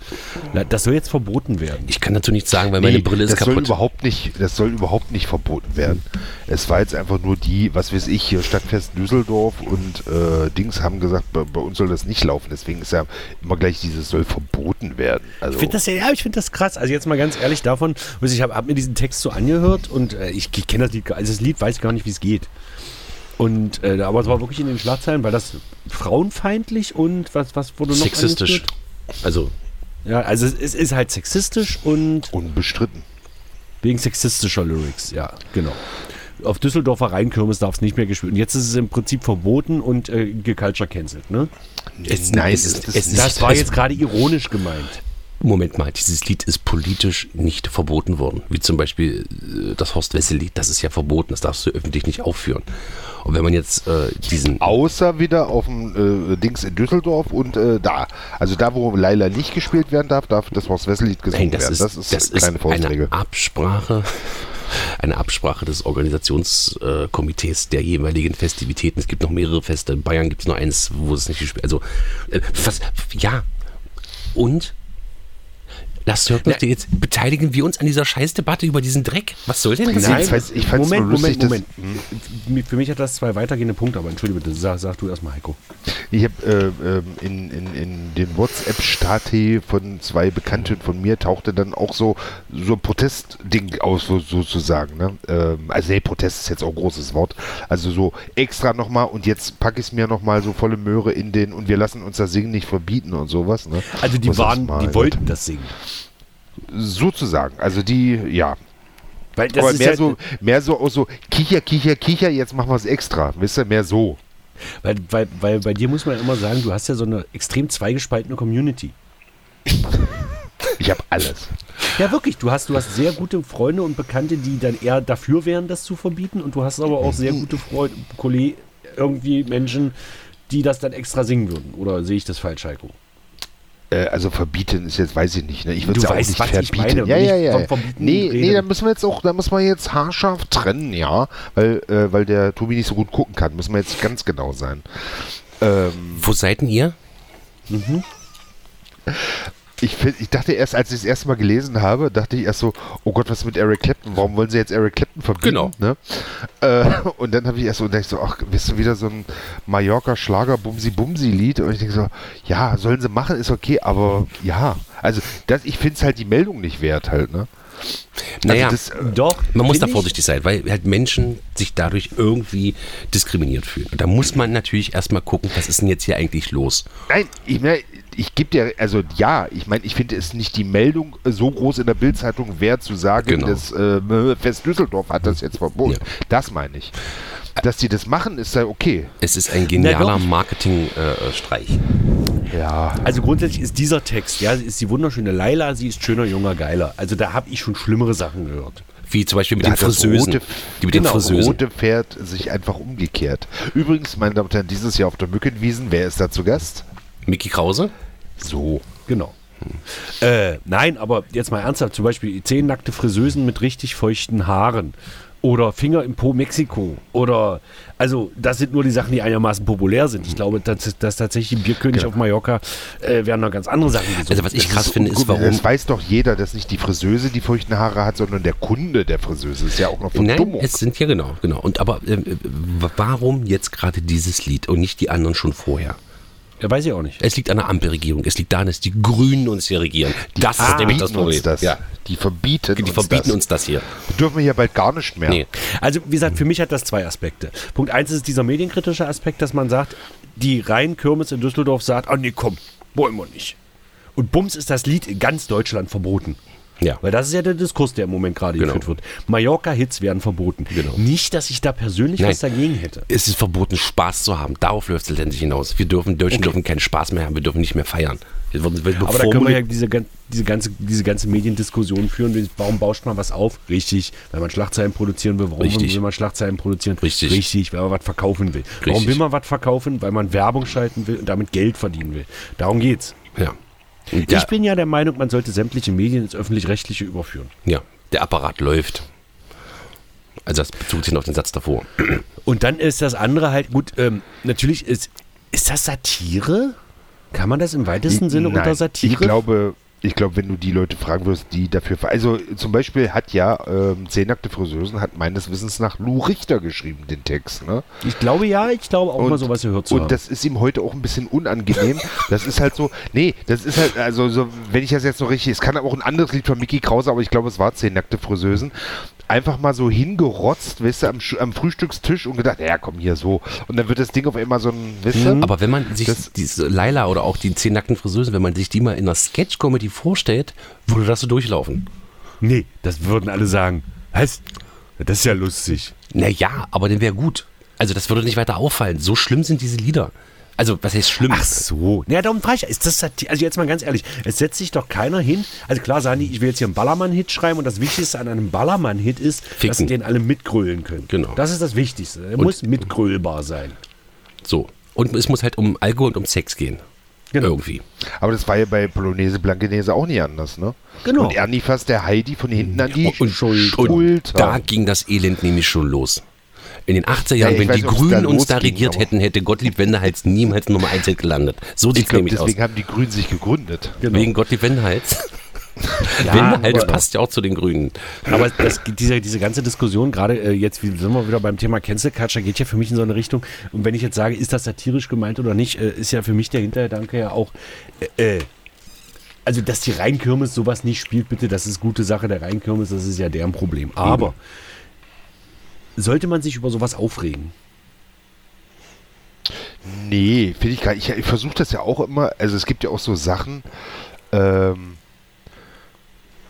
La- Das soll jetzt verboten werden. Ich kann dazu nichts sagen, weil meine Nee, Brille ist das Soll kaputt. überhaupt nicht, das soll überhaupt nicht verboten werden. Es war jetzt einfach nur die, was weiß ich, hier Stadtfest Düsseldorf und äh, Dings haben gesagt, bei, bei uns soll das nicht laufen. Deswegen ist ja immer gleich dieses soll verboten werden. Also, Ich finde das ja, ja, ich finde das krass. Also jetzt mal ganz ehrlich davon, also ich habe hab mir diesen Text so angehört und äh, ich kenne das Lied, gar- also das Lied weiß gar nicht, wie es geht. Und äh, aber es war wirklich in den Schlagzeilen, weil das frauenfeindlich und was was wurde noch Sexistisch. angeführt? Also, Ja, also es, es ist halt sexistisch und unbestritten. wegen sexistischer Lyrics, ja, genau. Auf Düsseldorfer Rheinkirmes darf es nicht mehr gespielt. Und jetzt ist es im Prinzip verboten und äh, geculture cancelt, ne? es, Nein, es, es, ist es es, nicht. Das war jetzt gerade ironisch gemeint. Moment mal, dieses Lied ist politisch nicht verboten worden. Wie zum Beispiel äh, das Horst Wessel-Lied, das ist ja verboten, das darfst du öffentlich nicht aufführen. Und wenn man jetzt äh, diesen. Außer wieder auf dem äh, Dings in Düsseldorf und äh, da. Also da, wo Leila nicht gespielt werden darf, darf das Horst Wessel-Lied gesungen Nein, das werden. ist, das ist, kleine Faustregel. eine Absprache, eine Absprache des Organisationskomitees der jeweiligen Festivitäten. Es gibt noch mehrere Feste. In Bayern gibt es nur eins, wo es nicht gespielt Also, äh, was, ja. Und? Lasst hört uns jetzt, beteiligen wir uns an dieser Scheißdebatte über diesen Dreck? Was soll denn das Nein, jetzt? ich fand's- ich fand's Moment, nur lustig, Moment, Moment. Mir- Für mich hat das zwei weitergehende Punkte, aber entschuldige bitte, sag, sag du erstmal, Heiko. Ich habe äh, ähm, in, in, in den WhatsApp-Stati von zwei Bekannten von mir tauchte dann auch so, so ein Protestding aus, so, sozusagen. Ne? Ähm, also, nee, Protest ist jetzt auch ein großes Wort. Also, so extra nochmal und jetzt packe ich es mir nochmal so volle Möhre in den und wir lassen uns das Singen nicht verbieten und sowas. Ne? Also die Was waren, ist mal- die wollten das singen. Sozusagen. Also, die, ja. Weil das Aber ist halt mehr, ja, so, mehr so, auch so, kicher, kicher, kicher, jetzt machen wir es extra. Wisst ihr, mehr so. weil, weil, weil bei dir muss man immer sagen, du hast ja so eine extrem zweigespaltene Community. Ich habe alles. Ja, wirklich, du hast, du hast sehr gute Freunde und Bekannte, die dann eher dafür wären, das zu verbieten und du hast aber auch sehr gute Freunde, Kollegen, irgendwie Menschen, die das dann extra singen würden. Oder sehe ich das falsch, Heiko? Äh, also verbieten ist jetzt, weiß ich nicht. Ne? Ich würde Du es ja auch weißt, nicht was ich verbieten. meine, ja, wenn ja, ich ja. vom ja. Verbieten Nee, rede. nee, da müssen wir jetzt auch, da müssen wir jetzt haarscharf trennen, ja. Weil, äh, weil der Tobi nicht so gut gucken kann, müssen wir jetzt ganz genau sein. Ähm, Wo seid denn ihr? ich, find- ich dachte erst, als ich das erste Mal gelesen habe, dachte ich erst so, oh Gott, was ist mit Eric Clapton? Warum wollen sie jetzt Eric Clapton verbieten? Genau. Ne? Äh, und dann habe ich erst so gedacht, so, ach, bist du wieder so ein Mallorca-Schlager-Bumsi-Bumsi-Lied? Und ich denke so, ja, sollen sie machen, ist okay, aber ja. Also das, ich finde es halt die Meldung nicht wert halt, ne? Naja, das, äh, Doch. man muss da finde ich- vorsichtig sein, weil halt Menschen sich dadurch irgendwie diskriminiert fühlen. Und da muss man natürlich erstmal gucken, was ist denn jetzt hier eigentlich los? Nein, ich, mein, ich gebe dir, also ja, ich meine, ich finde es nicht die Meldung äh, so groß in der Bildzeitung wert zu sagen, Genau. dass äh, Fest Düsseldorf hat das jetzt verboten. Ja. Das meine ich. Dass die das machen, ist ja okay. Es ist ein genialer äh, doch. Marketingstreich. Ja. Also grundsätzlich ist dieser Text, ja, sie ist die wunderschöne Laila, sie ist schöner, junger, geiler. Also da habe ich schon schlimmere Sachen gehört. Wie zum Beispiel mit Da den hat das Friseusen. rote- die mit genau, den Friseusen. rote Pferd sich einfach umgekehrt. Übrigens, meine Damen und Herren, dieses Jahr auf der Mückenwiesen, wer ist da zu Gast? Mickey Krause? So. Genau. Äh, nein, aber jetzt mal ernsthaft, zum Beispiel zehn nackte Friseusen mit richtig feuchten Haaren. Oder Finger im Po Mexiko. Oder, also, das sind nur die Sachen, die einigermaßen populär sind. Ich glaube, dass, dass tatsächlich im Bierkönig auf Mallorca äh, werden noch ganz andere Sachen gesucht. Genau. Also was ich krass ist finde, ist, ungut- warum Das weiß doch jeder, dass nicht die Friseuse die feuchten Haare hat, sondern der Kunde der Friseuse. Ist ja auch noch Nein, Verdummung. es sind ja genau, genau. Und aber ähm, äh, w- warum jetzt gerade dieses Lied und nicht die anderen schon vorher? ja, Äh, weiß ich auch nicht. Es liegt an der Ampelregierung. Es liegt daran, dass die Grünen uns hier regieren. das ist nämlich das verbieten Problem. Uns das. Ja. Die verbieten, Die uns, verbieten das. uns das hier. Dürfen wir hier bald gar nicht mehr. Nee. Also, wie gesagt, für mich hat das zwei Aspekte. Punkt eins ist dieser medienkritische Aspekt, dass man sagt, die rein Kirmes in Düsseldorf sagt, ah nee, komm, wollen wir nicht. Und bums ist das Lied in ganz Deutschland verboten. Ja. Weil das ist ja der Diskurs, der im Moment gerade Genau. geführt wird. Mallorca-Hits werden verboten. Genau. Nicht, dass ich da persönlich was Nein. dagegen hätte. Es ist verboten, Spaß zu haben. Darauf läuft es letztendlich hinaus. Wir dürfen, Deutschen dürfen keinen Spaß mehr haben. Wir dürfen nicht mehr feiern. Wir wurden, wir Aber da können wir ja diese, gan- diese, ganze, diese ganze Mediendiskussion führen. wie, Warum bauscht man was auf? Richtig. Wenn man Schlagzeilen produzieren will, warum Richtig. will man Schlagzeilen produzieren? Richtig. Richtig, weil man was verkaufen will. Warum Richtig. will man was verkaufen? Weil man Werbung schalten will und damit Geld verdienen will. Darum geht's. ja. Und der, Ich bin ja der Meinung, man sollte sämtliche Medien ins Öffentlich-Rechtliche überführen. ja, der Apparat läuft. Also das bezog sich noch auf den Satz davor. Und dann ist das andere halt, gut, ähm, natürlich ist, ist das Satire? Kann man das im weitesten Sinne Nein. unter Satire? Ich glaube, ich glaube, wenn du die Leute fragen wirst, die dafür. ver- Also zum Beispiel hat ja ähm, Zehnakte Friseusen hat meines Wissens nach Lou Richter geschrieben, den Text. Ne? Ich glaube ja, ich glaube auch mal sowas gehört zu und haben. das ist ihm heute auch ein bisschen unangenehm. Das ist halt so, nee, das ist halt, also so, wenn ich das jetzt noch richtig, es kann aber auch ein anderes Lied von Mickey Krause, aber ich glaube, es war zehn nackte Friseusen. Einfach mal so hingerotzt, weißt du, am, Sch- am Frühstückstisch und gedacht, ja, komm hier so. Und dann wird das Ding auf einmal so ein, weißt Mhm. Ähm, du, Aber wenn man sich Das- diese Laila oder auch die zehn nackten Friseusen, wenn man sich die mal in einer Sketch-Comedy vorstellt, würde das so durchlaufen. Nee, das würden alle sagen. Was? Das ist ja lustig. Naja, aber dann wäre gut. Also das würde nicht weiter auffallen. So schlimm sind diese Lieder. Also was heißt schlimm? Ach so. Ja, darum frage ich. Ist das Satire? Also jetzt mal ganz ehrlich, es setzt sich doch keiner hin. Also klar sagen die, ich will jetzt hier einen Ballermann-Hit schreiben und das Wichtigste an einem Ballermann-Hit ist, dass sie Ficken. den alle mitgrölen können. Genau. Das ist das Wichtigste. Er muss mitgrölbar sein. So. Und es muss halt um Alkohol und um Sex gehen. Genau. Irgendwie. Aber das war ja bei Polonaise Blankenese auch nie anders, ne? Genau. Und Ernie fasst der Heidi von hinten an die Schulter. und da ging das Elend nämlich schon los. In den 80er Jahren, Ja, ich wenn weiß die nicht, ob's Grünen da uns da losging, regiert aber- hätten, hätte Gottlieb Wendehals niemals Nummer 1 hätte gelandet. So ich sieht es glaube, nämlich aus. deswegen genau. haben die Grünen sich gegründet. Wegen Gottlieb Wendehals. Wendehals aber- passt ja auch zu den Grünen. Aber das, diese, diese ganze Diskussion, gerade äh, jetzt wie- sind wir wieder beim Thema Cancel Culture, geht ja für mich in so eine Richtung. Und wenn ich jetzt sage, ist das satirisch gemeint oder nicht, äh, ist ja für mich der Hintergedanke ja auch, äh, äh, also dass die Rheinkirmes sowas nicht spielt, bitte, das ist gute Sache der Rheinkirmes, das ist ja deren Problem. Aber sollte man sich über sowas aufregen? Nee, finde ich gar nicht. Ich, ich versuche das ja auch immer. Also es gibt ja auch so Sachen, ähm,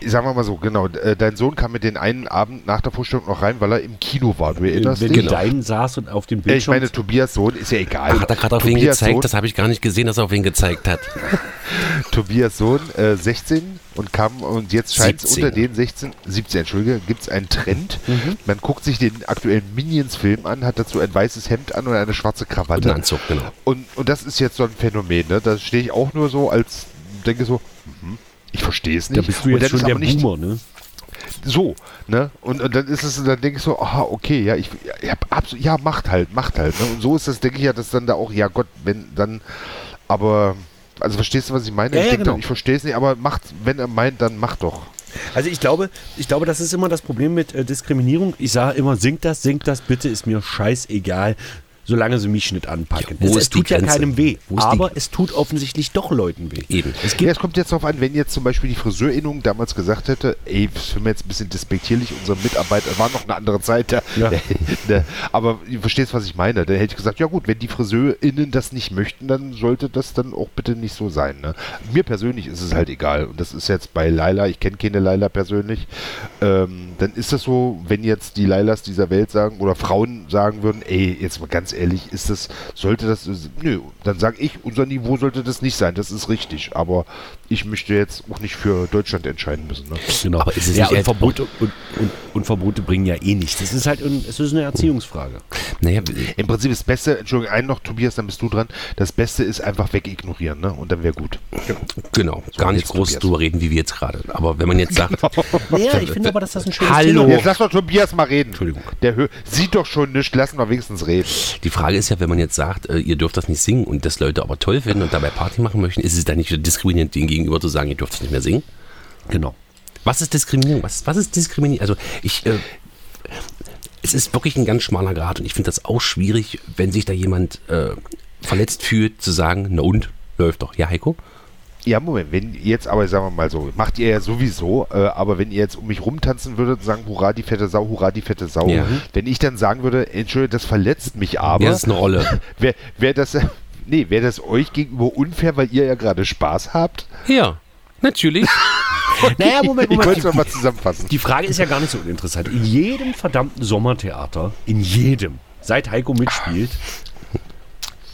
sagen wir mal so, genau. äh, Dein Sohn kam mit den einen Abend nach der Vorstellung noch rein, weil er im Kino war. Äh, Du erinnerst wenn dich? du deinen saß und auf dem Äh, Ich Bildschirm. meine, Tobias Sohn ist ja egal. Hat er gerade auf wen Tobias Sohn, gezeigt? Das habe ich gar nicht gesehen, dass er auf wen gezeigt hat. Tobias Sohn, äh, 16 und kam und jetzt scheint es 17. unter den 16, 17, Entschuldige, gibt es einen Trend. Mhm. Man guckt sich den aktuellen Minions-Film an, hat dazu ein weißes Hemd an und eine schwarze Krawatte. Und einen Anzug, genau. Und, und das ist jetzt so ein Phänomen, ne? Da stehe ich auch nur so als, denke so, mhm, ich verstehe es da nicht. bist du und jetzt dann schon ist der aber nicht Boomer, ne? so, ne? Und, und dann ist es, dann denke ich so, aha, okay, ja, ich, ja, ich hab absolut, ja, macht halt, macht halt. Ne? Und so ist das, denke ich ja, dass dann da auch, ja Gott, wenn dann, aber, also verstehst du, was ich meine? Ja, ich ja, denk genau. dann, ich verstehe es nicht, aber macht, wenn er meint, dann macht doch. Also ich glaube, ich glaube, das ist immer das Problem mit äh, Diskriminierung. Ich sage immer, singt das, singt das, bitte, ist mir scheißegal. solange sie mich nicht anpacken. Ja, wo es, ist es tut die ja Grenze? keinem weh, Wo ist die- aber es tut offensichtlich doch Leuten weh. Eben. Es Ja, gibt es kommt jetzt darauf an, wenn jetzt zum Beispiel die Friseurinnung damals gesagt hätte, ey, das finden wir jetzt ein bisschen despektierlich, unsere Mitarbeiter, war noch eine andere Zeit da. Ja. Ne, Aber du verstehst, was ich meine. Dann hätte ich gesagt, ja gut, wenn die FriseurInnen das nicht möchten, dann sollte das dann auch bitte nicht so sein. Ne? Mir persönlich ist es halt egal. Und das ist jetzt bei Laila, ich kenne keine Laila persönlich. Ähm, dann ist das so, wenn jetzt die Lailas dieser Welt sagen oder Frauen sagen würden, ey, jetzt mal ganz ehrlich, ist das, sollte das, nö, dann sage ich, unser Niveau sollte das nicht sein, das ist richtig. Aber ich möchte jetzt auch nicht für Deutschland entscheiden müssen. Ne? Genau. Aber ist es ja, nicht und halt- Verbote, und, und, und Verbote bringen ja eh nichts. Es ist halt ein, es ist eine Erziehungsfrage. Naja, Im Prinzip das Beste, Entschuldigung, einen noch, Tobias, dann bist du dran. Das Beste ist einfach wegignorieren, ne? Und dann wäre gut. genau. Gar nicht jetzt groß probier's. drüber reden, wie wir jetzt gerade. Aber wenn man jetzt sagt, Ja, ich finde aber, dass das ein schönes Hallo. Thema Jetzt lass doch Tobias mal reden. Oh. Entschuldigung. Der hö- sieht doch schon nichts, lass ihn doch wenigstens reden. die Frage ist ja, wenn man jetzt sagt, äh, ihr dürft das nicht singen und das Leute aber toll finden und dabei Party machen möchten, ist es dann nicht diskriminierend, denen gegenüber zu sagen, ihr dürft das nicht mehr singen? ist. Genau. Was ist Diskriminierung? Was, was ist Diskriminierung? Also ich, äh, es ist wirklich ein ganz schmaler Grad und ich finde das auch schwierig, wenn sich da jemand äh, verletzt fühlt, zu sagen, na und, läuft doch. Ja, Heiko? Ja, Moment, wenn ihr jetzt aber, sagen wir mal so, macht ihr ja sowieso, äh, aber wenn ihr jetzt um mich rumtanzen würdet und sagen, hurra, die fette Sau, hurra, die fette Sau, Ja. wenn ich dann sagen würde, entschuldige, das verletzt mich aber, Ja, das ist eine Rolle. wäre wär das, äh, nee, wäre das euch gegenüber unfair, weil ihr ja gerade Spaß habt? ja, natürlich. Naja, Moment, ich Moment. wollte es nochmal zusammenfassen. Die Frage ist ja gar nicht so uninteressant. In jedem verdammten Sommertheater, in jedem, seit Heiko mitspielt,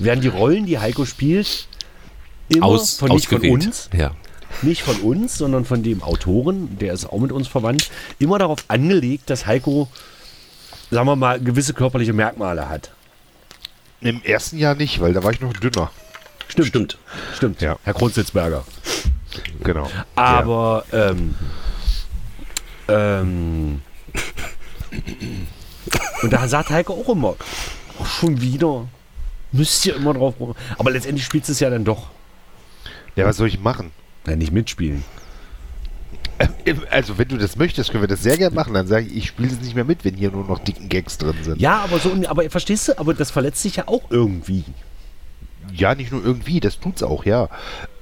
werden die Rollen, die Heiko spielt, immer Aus, von, nicht von ausgewählt. uns, Ja. nicht von uns, sondern von dem Autoren, der ist auch mit uns verwandt, immer darauf angelegt, dass Heiko, sagen wir mal, gewisse körperliche Merkmale hat. Im ersten Jahr nicht, weil da war ich noch dünner. Stimmt, Stimmt. stimmt. Ja. Herr Kronzitzberger. Genau. Aber ähm, ähm, und da sagt Heiko auch immer, "Ach, schon wieder. Müsst ihr immer drauf rum. Aber letztendlich spielst du es ja dann doch. Ja, was soll ich machen? Nein, nicht mitspielen. Im- Also, wenn du das möchtest, können wir das sehr gerne machen. Dann sage ich, ich spiele es nicht mehr mit, wenn hier nur noch dicken Gags drin sind. Ja, aber so, aber verstehst du, aber das verletzt dich ja auch irgendwie. Ja, nicht nur irgendwie, das tut's auch, ja.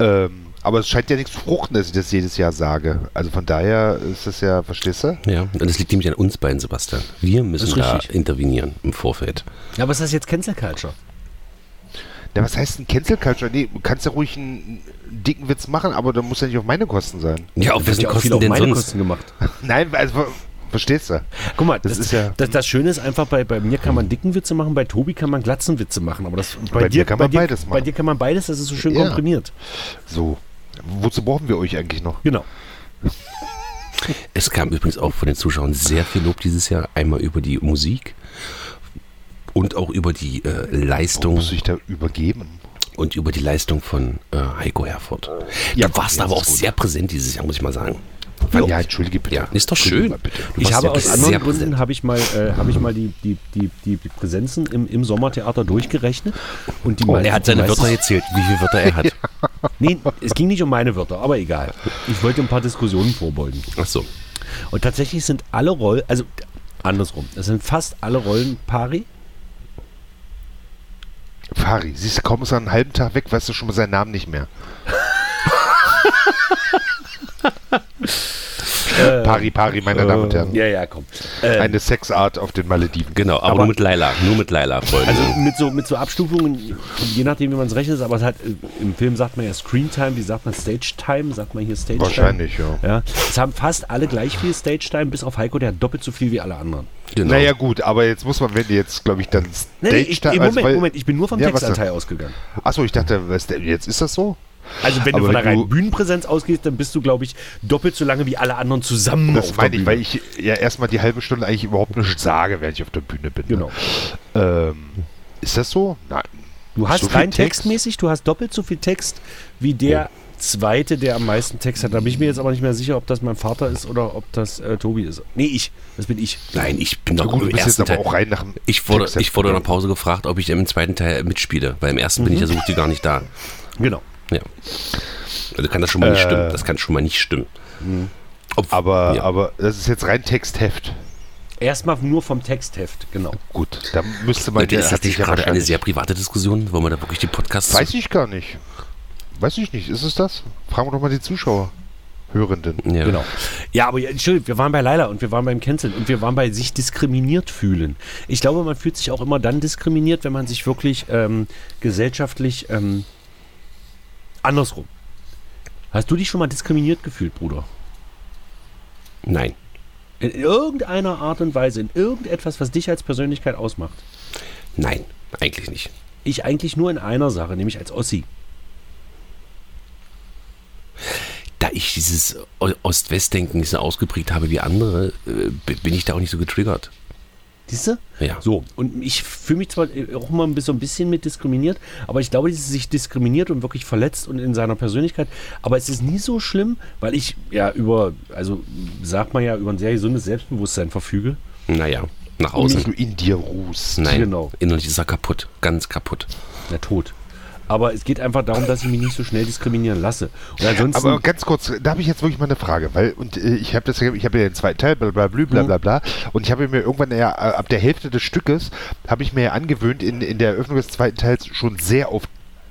Ähm, aber es scheint ja nichts zu fruchten, dass ich das jedes Jahr sage. Also von daher ist das ja, verstehst du? Ja, und es liegt nämlich an uns beiden, Sebastian. Wir Das müssen ist da richtig. intervenieren im Vorfeld. Ja, aber ist das jetzt Cancel Culture? Na, was heißt denn Cancel Culture? Nee, du kannst ja ruhig einen dicken Witz machen, aber dann muss ja nicht auf meine Kosten sein. Ja, auf Das wessen ja auch viel Kosten auf denn meine sonst? Kosten gemacht. Nein, also, ver- verstehst du? Guck mal, das, ist ja- das, das Schöne ist einfach, bei, bei mir kann man dicken Witze machen, bei Tobi kann man glatzen Witze machen. Aber das, bei, mir kann man dir, beides Bei machen. dir kann man beides, das ist so schön Ja. komprimiert. So. Wozu brauchen wir euch eigentlich noch? Genau. Es kam übrigens auch von den Zuschauern sehr viel Lob dieses Jahr. Einmal über die Musik und auch über die äh, Leistung Muss ich da übergeben? und über die Leistung von äh, Heiko Herford. Ja, du warst komm, aber jetzt auch ist gut. sehr präsent dieses Jahr, muss ich mal sagen. Ja, entschuldige bitte. Ja, ist doch Entschuldige schön. mal bitte. Du Ich warst habe aus wirklich anderen sehr präsent. Gründen habe ich mal, äh, habe ich mal die, die, die, die Präsenzen im, im Sommertheater durchgerechnet und die meisten- Oh, er hat seine die meisten- Wörter gezählt, wie viele Wörter er hat. Nee, es ging nicht um meine Wörter, aber egal. Ich wollte ein paar Diskussionen vorbeugen. Ach so. Und tatsächlich sind alle Rollen, also andersrum, es sind fast alle Rollen pari. Fari, siehst du, kaum ist er einen halben Tag weg, weißt du schon mal seinen Namen nicht mehr. Pari, Pari, meine Damen und Herren. Ja, ja, komm. Eine Sexart auf den Malediven. Genau, aber, nur mit Laila. Nur mit Laila, Freunde. Also mit so, mit so Abstufungen, je nachdem wie man es rechnet, aber es hat, äh, im Film sagt man ja Screen Time, wie sagt man Stage Time, sagt man hier Stage Wahrscheinlich, Time. ja. ja. Es haben fast alle gleich viel Stage Time, bis auf Heiko, der hat doppelt so viel wie alle anderen. genau. Äh, Naja gut, aber jetzt muss man, wenn die jetzt, glaube ich, dann Nee, nee, ich, Time- Moment, also weil- Moment, ich bin nur vom Ja, was Textanteil ausgegangen. denn? Achso, ich dachte, was denn, jetzt ist das so? Also wenn du Aber von der wenn du- reinen Bühnenpräsenz ausgehst, dann bist du, glaube ich, doppelt so lange wie alle anderen zusammen Das Hm, auf meine der ich, Bühne. weil ich ja erstmal die halbe Stunde eigentlich überhaupt nichts sage, während ich auf der Bühne bin. Genau. Ähm, ist das so? Nein. Du hast So viel rein Text? textmäßig, du hast doppelt so viel Text wie der zweite, der am meisten Text hat. Da bin ich mir jetzt aber nicht mehr sicher, ob das mein Vater ist oder ob das äh, Tobi ist. Nee, ich. Das bin ich. Nein, ich bin Na doch gut, du im bist jetzt ersten aber Teil. auch rein nach dem Ich wurde, Text- ich wurde in der Pause gefragt, ob ich im zweiten Teil mitspiele, weil im ersten bin ich ja so gut wie gar nicht da. Genau. Ja. Also kann das schon mal nicht stimmen. Das kann schon mal nicht stimmen. Obwohl- Äh. Hm. Aber, ja. aber das ist jetzt rein Textheft. Erstmal nur vom Textheft, genau. Gut. Da müsste man Leute, ist das hat sich nicht ja gerade eine wahrscheinlich- sehr private Diskussion? Wollen wir da wirklich die Podcasts... Weiß ich gar nicht. Weiß ich nicht. Ist es das? Fragen wir doch mal die Zuschauer. Hörenden. ja. Genau. Ja, aber ja, Entschuldigung, wir waren bei Leila und wir waren beim Canceln und wir waren bei sich diskriminiert fühlen. Ich glaube, man fühlt sich auch immer dann diskriminiert, wenn man sich wirklich ähm, gesellschaftlich ähm, andersrum. Hast du dich schon mal diskriminiert gefühlt, Bruder? Nein. In irgendeiner Art und Weise, in irgendetwas, was dich als Persönlichkeit ausmacht. Nein. Eigentlich nicht. Ich eigentlich nur in einer Sache, nämlich als Ossi. Da ich dieses O- Ost-West-Denken nicht so ausgeprägt habe wie andere, äh, b- bin ich da auch nicht so getriggert. Siehst du? Ja. So, und ich fühle mich zwar auch mal ein bisschen- so ein bisschen mit diskriminiert, aber ich glaube, dieses sich diskriminiert und wirklich verletzt und in seiner Persönlichkeit. Aber es ist nie so schlimm, weil ich ja über, also sagt man ja, über ein sehr gesundes Selbstbewusstsein verfüge. Naja, nach Nicht außen. du in dir ruhst. Nein, Genau. innerlich ist er kaputt. Ganz kaputt. Na, tot. Aber es geht einfach darum, dass ich mich nicht so schnell diskriminieren lasse. Und ansonsten, Aber ganz kurz, da habe ich jetzt wirklich mal eine Frage, weil und äh, ich habe das, ja- ich habe ja den zweiten Teil, bla bla bla bla Mhm. bla, bla und ich habe mir irgendwann ja äh, ab der Hälfte des Stückes habe ich mir ja angewöhnt, in, in der Eröffnung des zweiten Teils schon sehr auf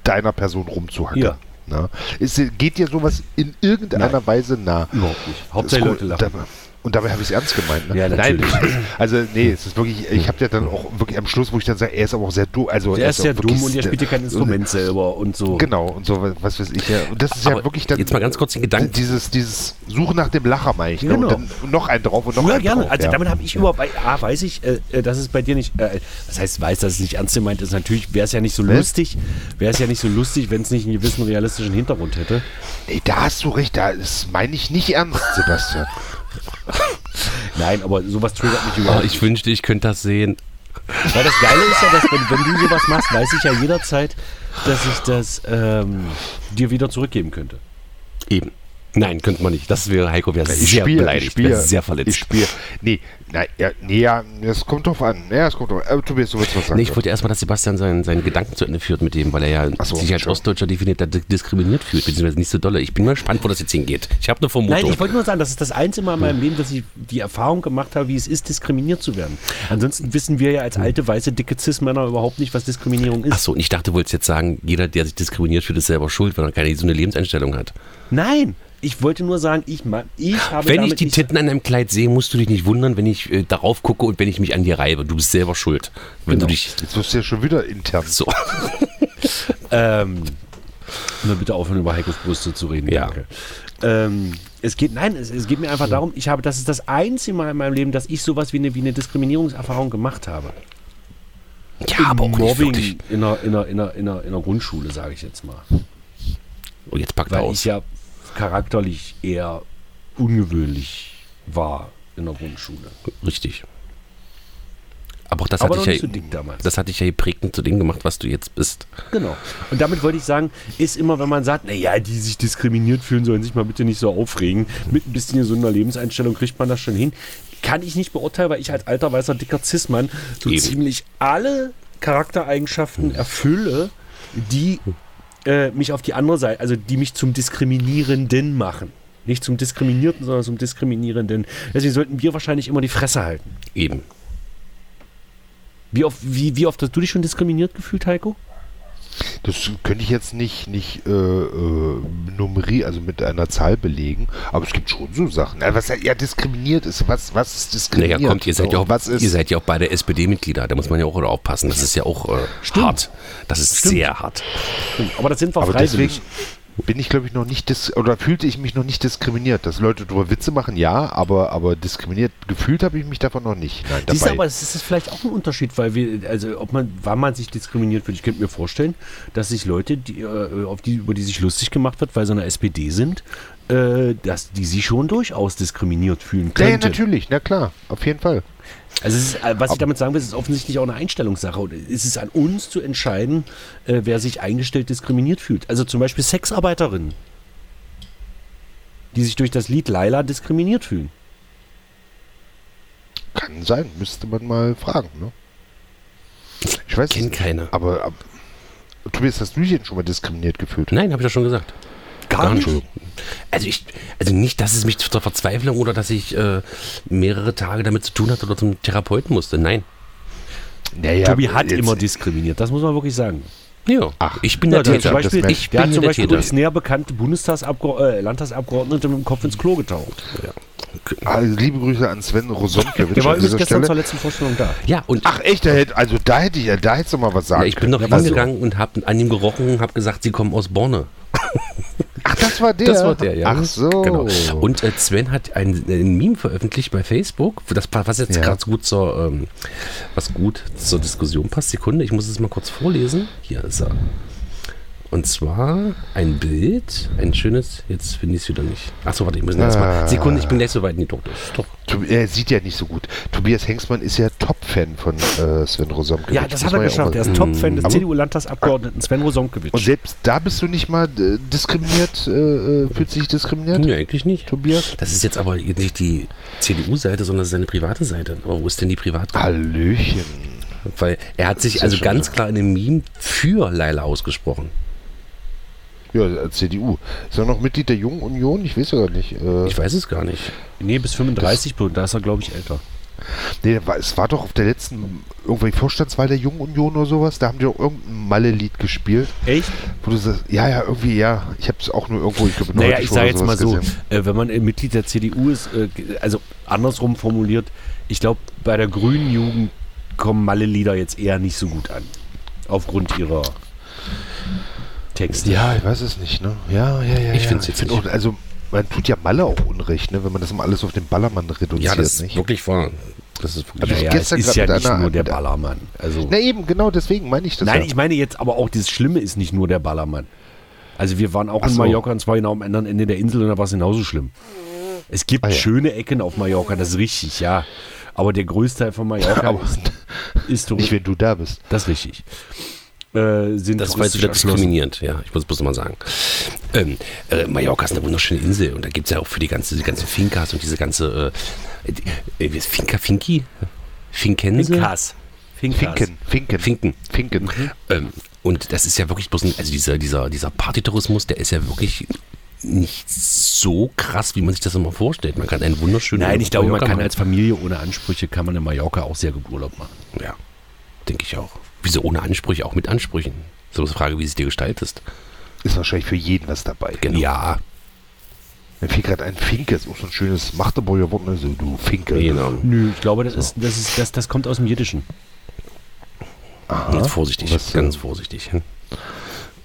deiner Person rumzuhacken. Ja. Na? Ist, geht dir sowas in irgendeiner Weise nah? Überhaupt nicht. Hauptsache, Das ist Leute cool. lachen. Dabei- Und dabei habe ich es ernst gemeint. Ne? Ja, natürlich. Nein, also nee, es ist wirklich, ich habe ja dann auch wirklich am Schluss, wo ich dann sage, er ist aber auch sehr dumm. Also er ist auch ja wirklich dumm und er spielt ja kein Instrument selber und so. Genau, und so, was weiß ich. Ja. Und das ist ja Aber wirklich dann. jetzt mal ganz kurz den Gedanken. Dieses, dieses Suchen nach dem Lacher, meine ich. Ne? Genau. Und dann noch einen drauf und noch ja, einen gerne. drauf. Also ja. damit habe ich überhaupt, A, weiß ich, äh, äh, dass es bei dir nicht, äh, das heißt, weiß, dass es nicht ernst gemeint ist. Natürlich wäre es ja nicht so lustig, wäre es ja nicht so lustig, wenn es nicht einen gewissen realistischen Hintergrund hätte. Nee, da hast du recht, da das meine ich nicht ernst, Sebastian. Nein, aber sowas triggert Ah. mich Oh, überhaupt nicht. ich wünschte, ich könnte das sehen. Weil das Geile ist ja, dass wenn, wenn du sowas machst, weiß ich ja jederzeit, dass ich das ähm, dir wieder zurückgeben könnte. Eben. Nein, könnte man nicht. Das wäre Heiko wäre Ich sehr spiele, ich beleidigt, spiele. wäre sehr Ich verletzt. spiele. Nee, na, ja, nee, ja, das kommt drauf an. Ja, das kommt drauf an. Aber Tobias, du willst was sagen. Nee, ich wollte erstmal, dass Sebastian seinen, seinen Gedanken zu Ende führt mit dem, weil er ja Ach so, sich als schon. Ostdeutscher definiert da di- diskriminiert fühlt, beziehungsweise nicht so dolle. Ich bin mal gespannt, wo das jetzt hingeht. Ich habe eine Vermutung. Nein, ich wollte nur sagen, das ist das einzige Mal in meinem Leben, dass ich die Erfahrung gemacht habe, wie es ist, diskriminiert zu werden. Ansonsten wissen wir ja als alte, weiße, dicke Cis-Männer überhaupt nicht, was Diskriminierung ist. Achso, und ich dachte, du wolltest jetzt sagen, jeder, der sich diskriminiert fühlt, ist selber schuld, weil er keine gesunde Lebenseinstellung hat. Nein, ich wollte nur sagen, ich, ma- ich habe Wenn ich damit die nicht- Titten an einem Kleid sehe, musst du dich nicht wundern, wenn ich äh, darauf gucke und wenn ich mich an dir reibe. Du bist selber schuld. Wenn Genau. du dich Jetzt wirst du ja schon wieder intern. so. Ähm, nur bitte aufhören, über Heikos Brüste zu reden. Ja. Danke. Ähm, es geht, nein, es, es geht mir einfach darum, ich habe, das ist das einzige Mal in meinem Leben, dass ich sowas wie eine, wie eine Diskriminierungserfahrung gemacht habe. Ja, aber auch nicht wirklich. Mobbing in der, in, der, in, der, in, der, in der Grundschule, sage ich jetzt mal. Und Oh, jetzt packt er Weil aus. ich ja charakterlich eher ungewöhnlich war in der Grundschule. Richtig. Aber auch das Aber noch hatte nicht ich so ja. dick damals. Das hatte ich ja geprägt und zu dem gemacht, was du jetzt bist. Genau. Und damit wollte ich sagen, ist immer, wenn man sagt, naja, die sich diskriminiert fühlen, sollen sich mal bitte nicht so aufregen. Mit ein bisschen gesunder Lebenseinstellung kriegt man das schon hin. Kann ich nicht beurteilen, weil ich als alter weißer dicker Cis-Mann so Eben. ziemlich alle Hm. Charaktereigenschaften erfülle, die äh, mich auf die andere Seite, also die mich zum Diskriminierenden machen. Nicht zum Diskriminierten, sondern zum Diskriminierenden. Deswegen sollten wir wahrscheinlich immer die Fresse halten. Eben. Wie oft, wie, wie oft hast du dich schon diskriminiert gefühlt, Heiko? Das könnte ich jetzt nicht, nicht äh, äh, nummeri, also mit einer Zahl belegen, aber es gibt schon so Sachen. Äh, Was ja diskriminiert ist, was, was ist Naja, diskriminiert? kommt, ihr seid, ja So, auch, was ist, ihr seid ja auch beide SPD-Mitglieder. Da muss man ja auch aufpassen. Das ist ja auch äh, hart. Das ist sehr hart. Aber das sind wir aber freiwillig. deswegen bin ich, glaube ich, noch nicht, dis oder fühlte ich mich noch nicht diskriminiert. Dass Leute darüber Witze machen, ja, aber, aber diskriminiert, gefühlt habe ich mich davon noch nicht. Nein, Siehst du, dabei. aber es ist vielleicht auch ein Unterschied, weil wir, also ob man, wann man sich diskriminiert wird, ich könnte mir vorstellen, dass sich Leute, die, äh, auf die, über die sich lustig gemacht wird, weil sie eine SPD sind, äh, dass die sich schon durchaus diskriminiert fühlen ja, ja, könnten. natürlich, na klar, auf jeden Fall. also es ist, äh, was ich damit sagen will, es ist offensichtlich auch eine Einstellungssache. Und es ist an uns zu entscheiden, äh, wer sich eingestellt diskriminiert fühlt. Also zum Beispiel Sexarbeiterinnen, die sich durch das Lied Laila diskriminiert fühlen. Kann sein, müsste man mal fragen, ne? Ich weiß es Kennt nicht, keiner. aber, aber Tobias, hast du dich denn schon mal diskriminiert gefühlt? Nein, habe ich ja schon gesagt. Gar nicht. Also ich, also nicht, dass es mich zur Verzweiflung oder dass ich äh, mehrere Tage damit zu tun hatte oder zum Therapeuten musste. Nein. Naja, Tobi hat jetzt- immer diskriminiert, das muss man wirklich sagen. Ja, Ach, ich bin Ja, der der, Täter. zum Beispiel, das ich ich der bin hat hier zum der Beispiel Täter. uns näher bekannte Bundestagsabgro äh, Landtagsabgeordnete mit dem Kopf ins Klo getaucht. also liebe Grüße an Sven Rosonkewitsch Der war an übrigens dieser gestern Stelle. zur letzten Vorstellung da. Ja, und Ach echt, da hätte, also da hätte ich ja, da hättest du mal was sagen ja, ich bin können. doch Also, hingegangen und habe an ihm gerochen und habe gesagt, sie kommen aus Borne. Ach, das war der? Das war der, ja. Ach so. Genau. Und äh, Sven hat ein, ein Meme veröffentlicht bei Facebook, wo das, pa- was jetzt Ja. gerade so gut zur, ähm, was gut zur Diskussion passt. Sekunde, ich muss es mal kurz vorlesen. Hier ist er. Und zwar ein Bild, ein schönes, jetzt finde ich es wieder nicht. Achso, warte, ich muss ihn erst mal. Ah. Sekunde, ich bin gleich so weit in die Druck. Ist doch- Tob- Er sieht ja nicht so gut. Tobias Hengstmann ist ja Top-Fan von äh, Sven Rosamke. Ja, das hat er geschafft. Er ist Top-Fan des Aber- CDU-Landtagsabgeordneten Sven Und Rosonkewitsch. selbst da bist du nicht mal äh, diskriminiert, äh, äh, fühlt sich diskriminiert, Nee, eigentlich nicht. Tobias? Das ist jetzt aber nicht die CDU-Seite, sondern seine private Seite. Aber wo ist denn die private? Ah. Hallöchen. Weil er hat sich Sehr also schön, ganz klar in dem Meme für Leila ausgesprochen. Ja, äh, CDU. Ist er noch Mitglied der Jungen Union? Ich weiß ja gar nicht. Äh, Ich weiß es gar nicht. Nee, bis 35, bloß, da ist er, glaube ich, älter. nee, der war, es war doch auf der letzten irgendwelche Vorstandswahl der Jungen Union oder sowas. Da haben die doch irgendein Malle-Lied gespielt. Echt? Wo du sagst, ja, ja, irgendwie, ja. Ich habe es auch nur irgendwo, ich glaube, in der Naja, Heute ich Show sage oder jetzt mal sowas so, gesehen. äh, wenn man äh, Mitglied der CDU ist, äh, ge- also andersrum formuliert, ich glaube, bei der grünen Jugend kommen Malle-Lieder jetzt eher nicht so gut an. Aufgrund ihrer Texte. Ja, ich weiß es nicht, ne? Ja, ja, ja. Ich ja. find's jetzt find nicht. auch, Also, man tut ja Malle auch Unrecht, ne? Wenn man das immer alles auf den Ballermann reduziert, Ja, das ist nicht? wirklich wahr. Das ist wirklich Also wahr. Naja, es gestern ist grad ja mit nicht einer- nur der mit- Ballermann. Also, Na eben, genau deswegen meine ich das. nein, ja. ich meine jetzt aber auch, dieses Schlimme ist nicht nur der Ballermann. Also wir waren auch Ach in so. Mallorca und zwar genau am anderen Ende der Insel und da war es genauso schlimm. Es gibt Ah, ja. schöne Ecken auf Mallorca, das ist richtig, ja. Aber der größte Teil von Mallorca aber ist, ist nicht, touristisch. wenn du da bist. Das ist richtig. Äh, sind Das war jetzt wieder diskriminierend, ja, ich muss bloß mal sagen. Ähm, äh, Mallorca ist eine wunderschöne Insel und da gibt es ja auch für die ganze, die ganzen Finkas und diese ganze äh, äh, wie ist Finca Finki? Finkense? Finkas. Finkas. Finken, Finken, Finken. Finken. Ähm, und das ist ja wirklich bloß ein, also dieser, dieser, dieser Partytourismus, der ist ja wirklich nicht so krass, wie man sich das immer vorstellt. Man kann einen wunderschönen Nein, ich glaube, man Mallorca kann machen. als Familie ohne Ansprüche kann man in Mallorca auch sehr gut Urlaub machen. Ja, denke ich auch. Wieso ohne Ansprüche, auch mit Ansprüchen? So ist die Frage, wie es dir gestaltest. Ist wahrscheinlich für jeden was dabei. Ja, Mir fiel gerade ein Finke, ist auch so ein schönes Magdeburger Wort, ne? so du Finke. genau. Nö, ich glaube, das, ist, das, ist, das, das kommt aus dem Jiddischen. Jetzt vorsichtig, Was, ganz äh, vorsichtig.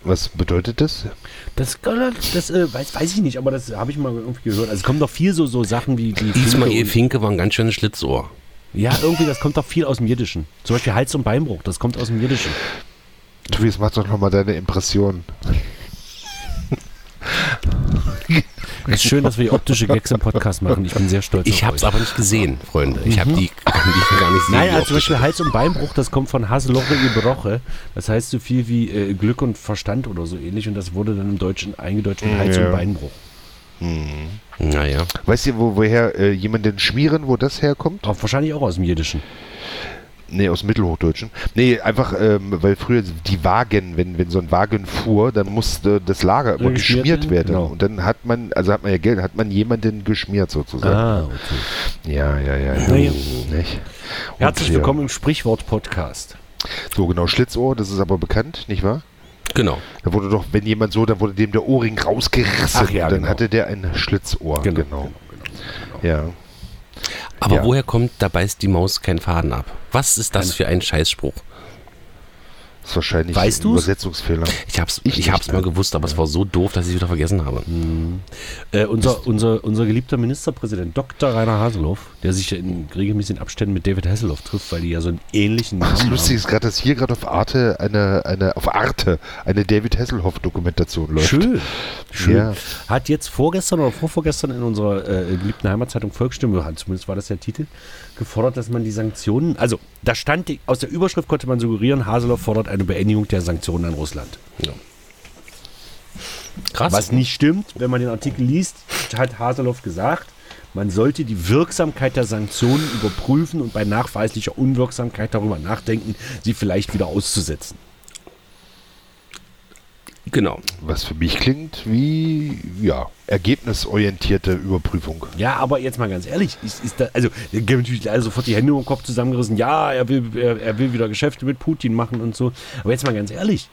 Was bedeutet das? Das, das äh, weiß, weiß ich nicht, aber das habe ich mal irgendwie gehört. Also es kommen doch viel so, so Sachen wie die Ismail Finke Finke war ein ganz schönes Schlitzohr. und, Ja, irgendwie, das kommt doch viel aus dem Jiddischen. Zum Beispiel Hals- und Beinbruch, das kommt aus dem Jiddischen. Tobias, mach doch nochmal deine Impression. Es ist schön, dass wir die optische Gags im Podcast machen. Ich bin sehr stolz Ich Mhm. auf habe euch. es aber nicht gesehen, Freunde. Ich habe die, kann die gar nicht sehen. die Nein, also zum optische. Beispiel Hals- und Beinbruch, das kommt von Haseloche Gebroche. Das heißt so viel wie äh, Glück und Verstand oder so ähnlich. Und das wurde dann im Deutschen eingedeutscht mit Hals- Ja. und Beinbruch. Naja, Weißt du, wo, woher äh, jemanden schmieren, wo das herkommt? Auch wahrscheinlich auch aus dem Jiddischen. Nee, aus dem Mittelhochdeutschen. Nee, einfach, ähm, weil früher die Wagen, wenn, wenn so ein Wagen fuhr, dann musste das Lager Ja, immer geschmiert werden, geschmiert werden. genau. Und dann hat man, also hat man ja Geld, hat man jemanden geschmiert sozusagen. Ah, okay. Ja, ja, ja. ja. Naja. Nicht? Und Herzlich hier- willkommen im Sprichwort-Podcast. So genau, Schlitzohr, das ist aber bekannt, nicht wahr? genau. Da wurde doch, wenn jemand so, dann wurde dem der Ohrring rausgerissen. Ach ja, und dann genau. hatte der ein Schlitzohr. Genau, Ja. Aber Ja. woher kommt, da beißt die Maus keinen Faden ab? Was ist das Keine- für ein Scheißspruch? Ist wahrscheinlich Weißt ein du's? Übersetzungsfehler. Ich habe es Ich ich nicht, hab's ne? mal gewusst, aber es war so doof, dass ich es wieder vergessen habe. Äh, unser, unser, unser geliebter Ministerpräsident Dr. Rainer Haseloff, der sich in regelmäßigen Abständen mit David Hasselhoff trifft, weil die ja so einen ähnlichen Das Namen Lustige haben. ist gerade, dass hier gerade auf Arte eine, eine, auf Arte eine David Hasselhoff-Dokumentation läuft. Schön, schön. Ja. Hat jetzt vorgestern oder vorvorgestern in unserer äh, geliebten Heimatzeitung Volksstimme, hat- zumindest war das der Titel, gefordert, dass man die Sanktionen, also da stand, die, aus der Überschrift konnte man suggerieren, Haseloff fordert eine Beendigung der Sanktionen an Russland. Ja. Krass. Was nicht stimmt, wenn man den Artikel liest, hat Haseloff gesagt, man sollte die Wirksamkeit der Sanktionen überprüfen und bei nachweislicher Unwirksamkeit darüber nachdenken, sie vielleicht wieder auszusetzen. Genau. Was für mich klingt wie, ja, ergebnisorientierte Überprüfung. Ja, aber jetzt mal ganz ehrlich, ist, ist da, also da gehen natürlich alle sofort die Hände um den Kopf zusammengerissen, ja, er will, er, er will wieder Geschäfte mit Putin machen und so. Aber jetzt mal ganz ehrlich.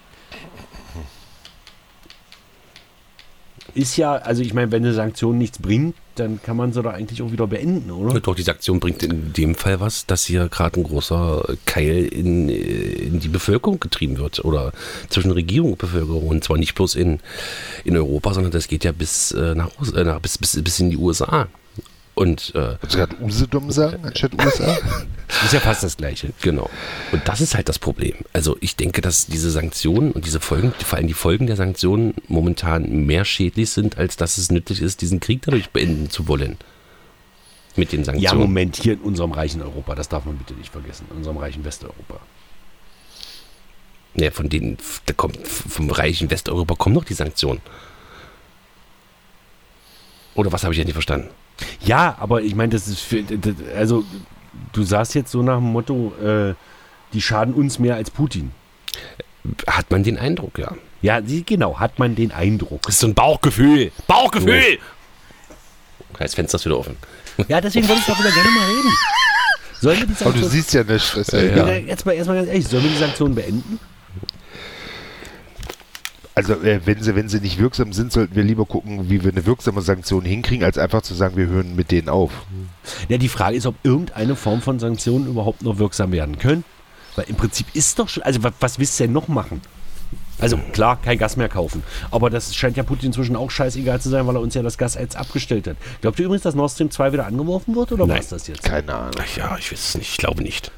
Ist ja, also ich meine, wenn eine Sanktion nichts bringt, dann kann man sie doch eigentlich auch wieder beenden, oder? Doch, diese Aktion bringt in dem Fall was, dass hier gerade ein großer Keil in, äh, in die Bevölkerung getrieben wird oder zwischen Regierung und Bevölkerung und zwar nicht bloß in, in Europa, sondern das geht ja bis, äh, nach, Russ- äh, nach, bis, bis, bis in die USA. Und äh, Wolltest du gerade Usedom sagen, anstatt USA? Ist ja fast das Gleiche. Genau. Und das ist halt das Problem. Also ich denke, dass diese Sanktionen und diese Folgen, vor allem die Folgen der Sanktionen momentan mehr schädlich sind, als dass es nötig ist, diesen Krieg dadurch beenden zu wollen. Mit den Ja, Sanktionen. Moment, hier in unserem reichen Europa, das darf man bitte nicht vergessen, in unserem reichen Westeuropa. Ja, Ne, von denen, da kommt, vom reichen Westeuropa kommen noch die Sanktionen. Oder was habe ich ja nicht verstanden? Ja, aber ich meine, das ist für, das, also du sagst jetzt so nach dem Motto, äh, die schaden uns mehr als Putin. Hat man den Eindruck, ja. Ja, die- genau, hat man den Eindruck. Das ist so ein Bauchgefühl. Bauchgefühl! Das Fenster ist wieder offen. Ja, deswegen würde ich darüber gerne mal reden. Sollen wir die Aber du Sanktionen, siehst ja nicht, das ist ja Äh, egal. Ja, jetzt mal erstmal ganz ehrlich, sollen wir die Sanktionen beenden? Also äh, wenn sie, wenn sie nicht wirksam sind, sollten wir lieber gucken, wie wir eine wirksame Sanktion hinkriegen, als einfach zu sagen, wir hören mit denen auf. Ja, die Frage ist, ob irgendeine Form von Sanktionen überhaupt noch wirksam werden können. Weil im Prinzip ist doch schon, also was, was willst du denn noch machen? Also klar, kein Gas mehr kaufen. Aber das scheint ja Putin inzwischen auch scheißegal zu sein, weil er uns ja das Gas jetzt abgestellt hat. Glaubt ihr übrigens, dass Nord Stream 2 wieder angeworfen wird oder war Nein. es das jetzt? Keine Ahnung. Ach ja, ich weiß es nicht. Ich glaube nicht.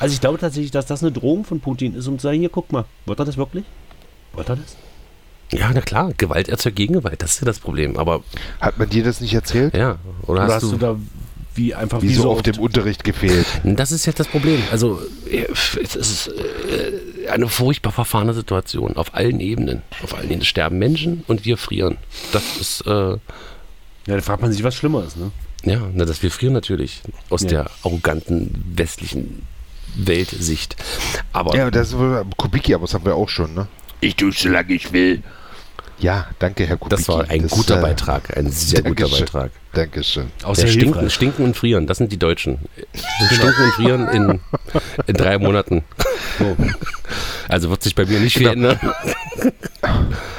Also ich glaube tatsächlich, dass das eine Drohung von Putin ist, um zu sagen, hier, guck mal, wird er das wirklich? Wird er das? Ja, na klar, Gewalt erzeugt Gegengewalt, das ist ja das Problem. Aber Hat man dir das nicht erzählt? ja, oder, Oder hast du. da wie einfach Wieso auf oft- dem Unterricht gefehlt? das ist jetzt das Problem. Also, äh, es ist äh, eine furchtbar verfahrene Situation auf allen Ebenen. Auf allen Ebenen sterben Menschen und wir frieren. Das ist, äh, Ja, da fragt man sich, was schlimmer ist, ne? ja, na, dass wir frieren natürlich aus Ja. der arroganten westlichen Weltsicht. Aber Ja, das ist wohl Kubicki, aber das haben wir auch schon, ne? ich tue solange ich will. Ja, danke, Herr Kubicki. Das war ein Das, guter äh, Beitrag, ein sehr guter Dankeschön. Beitrag. Dankeschön. Auch Ja, sehr stinken, hilfreich. stinken und frieren, das sind die Deutschen. Genau. Stinken und frieren in, in drei Monaten. Also wird sich bei mir Genau. nicht viel ändern.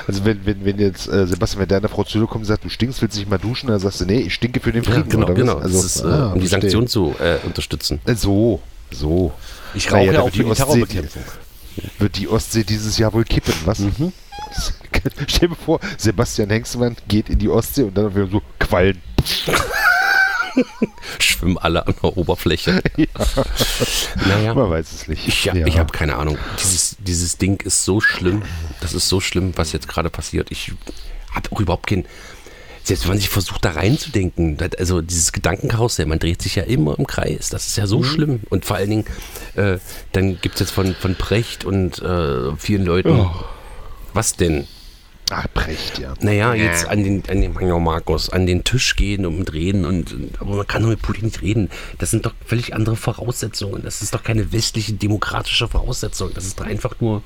Also wenn, wenn, wenn jetzt, äh, Sebastian, wenn deine Frau zu dir kommt und sagt, du stinkst, willst nicht mal duschen, dann sagst du, nee, ich stinke für den Frieden. oder was? genau. Also, das ist, äh, ah, um die verstehe. Sanktionen zu äh, unterstützen. Äh, So, so. Ich Na rauche ja, ja da auch wird für die Ostsee- Terrorbekämpfung. Wird die Ostsee dieses Jahr wohl kippen, was? Mhm. Stell dir vor, Sebastian Hengstmann geht in die Ostsee und dann wieder so Quallen. Schwimmen alle an der Oberfläche. Naja, Man weiß es nicht. ich, hab- ich habe keine Ahnung. Dieses, dieses Ding ist so schlimm. Das ist so schlimm, was jetzt gerade passiert. Ich habe auch überhaupt keinen. Selbst wenn man sich versucht, da reinzudenken, das- also dieses Gedankenkarussell, man dreht sich ja immer im Kreis. Das ist ja so schlimm. Und vor allen Dingen, äh, dann gibt es jetzt von, von Precht und äh, vielen Leuten. Was denn? Ach, Precht, ja. Naja, jetzt an den, an den ja, Markus, an den Tisch gehen und mit reden und, und aber man kann doch mit Putin nicht reden. Das sind doch völlig andere Voraussetzungen. Das ist doch keine westliche demokratische Voraussetzung. Das ist doch einfach nur.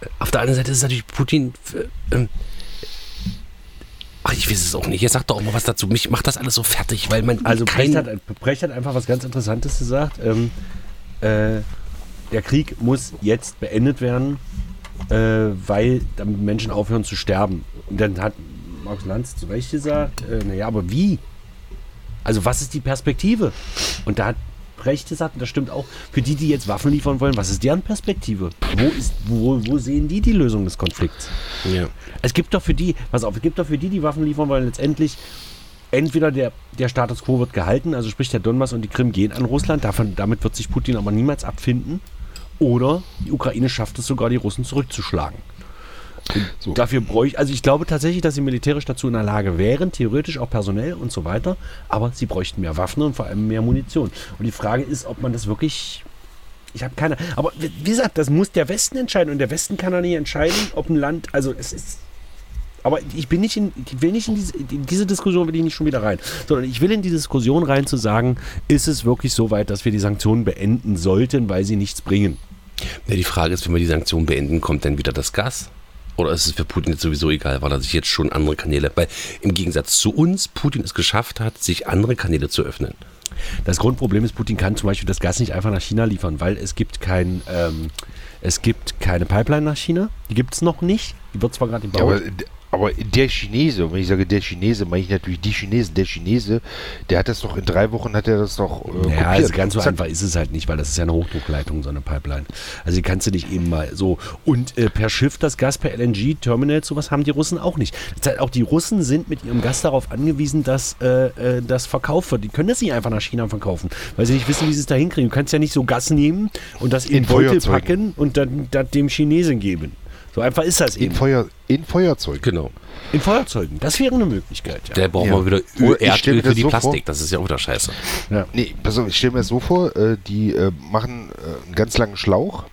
äh, Auf der anderen Seite ist natürlich Putin. äh, Ähm, ach, ich weiß es auch nicht. Jetzt sagt doch auch mal was dazu. Mich macht das alles so fertig, weil man Also kein, Brecht hat, Brecht hat einfach was ganz Interessantes gesagt. Ähm, äh, der Krieg muss jetzt beendet werden, äh, weil damit Menschen aufhören zu sterben. Und dann hat Markus Lanz zu Recht gesagt, äh, naja, aber wie? Also was ist die Perspektive? Und da hat Brecht gesagt, und das stimmt auch, für die, die jetzt Waffen liefern wollen, was ist deren Perspektive? Wo, ist, wo, wo sehen die die Lösung des Konflikts? ja. Es gibt doch für die, pass auf, es gibt doch für die, die Waffen liefern wollen, letztendlich entweder der, der Status quo wird gehalten, also sprich der Donbass und die Krim gehen an Russland, davon, damit wird sich Putin aber niemals abfinden, oder die Ukraine schafft es sogar, die Russen zurückzuschlagen. So. Dafür bräuchte, also ich glaube tatsächlich, dass sie militärisch dazu in der Lage wären, theoretisch auch personell und so weiter, aber sie bräuchten mehr Waffen und vor allem mehr Munition. Und die Frage ist, ob man das wirklich ich habe keine. Aber wie wie gesagt, das muss der Westen entscheiden. Und der Westen kann doch nicht entscheiden, ob ein Land. Also es ist. Aber ich bin nicht in, ich will nicht in diese, in diese Diskussion will ich nicht schon wieder rein, sondern ich will in die Diskussion rein zu sagen, ist es wirklich so weit, dass wir die Sanktionen beenden sollten, weil sie nichts bringen? Ja, die Frage ist, wenn wir die Sanktionen beenden, kommt dann wieder das Gas? Oder ist es für Putin jetzt sowieso egal, weil er sich jetzt schon andere Kanäle, weil im Gegensatz zu uns Putin es geschafft hat, sich andere Kanäle zu öffnen. Das Grundproblem ist, Putin kann zum Beispiel das Gas nicht einfach nach China liefern, weil es gibt kein, ähm, es gibt keine Pipeline nach China. Die gibt es noch nicht. Die wird zwar gerade Ja, gebaut. aber, aber der Chinese, und wenn ich sage der Chinese, meine ich natürlich die Chinesen. Der Chinese, der hat das doch in drei Wochen, hat er das doch. Äh, Ja, kopiert. also ganz so Zack. einfach ist es halt nicht, weil das ist ja eine Hochdruckleitung, so eine Pipeline. Also die kannst du nicht eben mal so. Und äh, per Schiff das Gas, per LNG-Terminal, sowas haben die Russen auch nicht. Das heißt, auch die Russen sind mit ihrem Gas darauf angewiesen, dass äh, äh, das verkauft wird. Die können das nicht einfach nach China verkaufen, weil sie nicht wissen, wie sie es da hinkriegen. Du kannst ja nicht so Gas nehmen und das in, In Beutel Feuerzeugen. packen und dann, dann dem Chinesen geben. So einfach ist das In, eben. Feuer, in Feuerzeug. Genau. In Feuerzeugen. Das wäre eine Möglichkeit, ja. Da brauchen Ja. wir wieder Oder Öl, ich Erdöl stell mir für das die so vor. Plastik. Das ist ja auch wieder scheiße. ja. Nee, pass auf, ich stelle mir das so vor, äh, die äh, machen äh, einen ganz langen Schlauch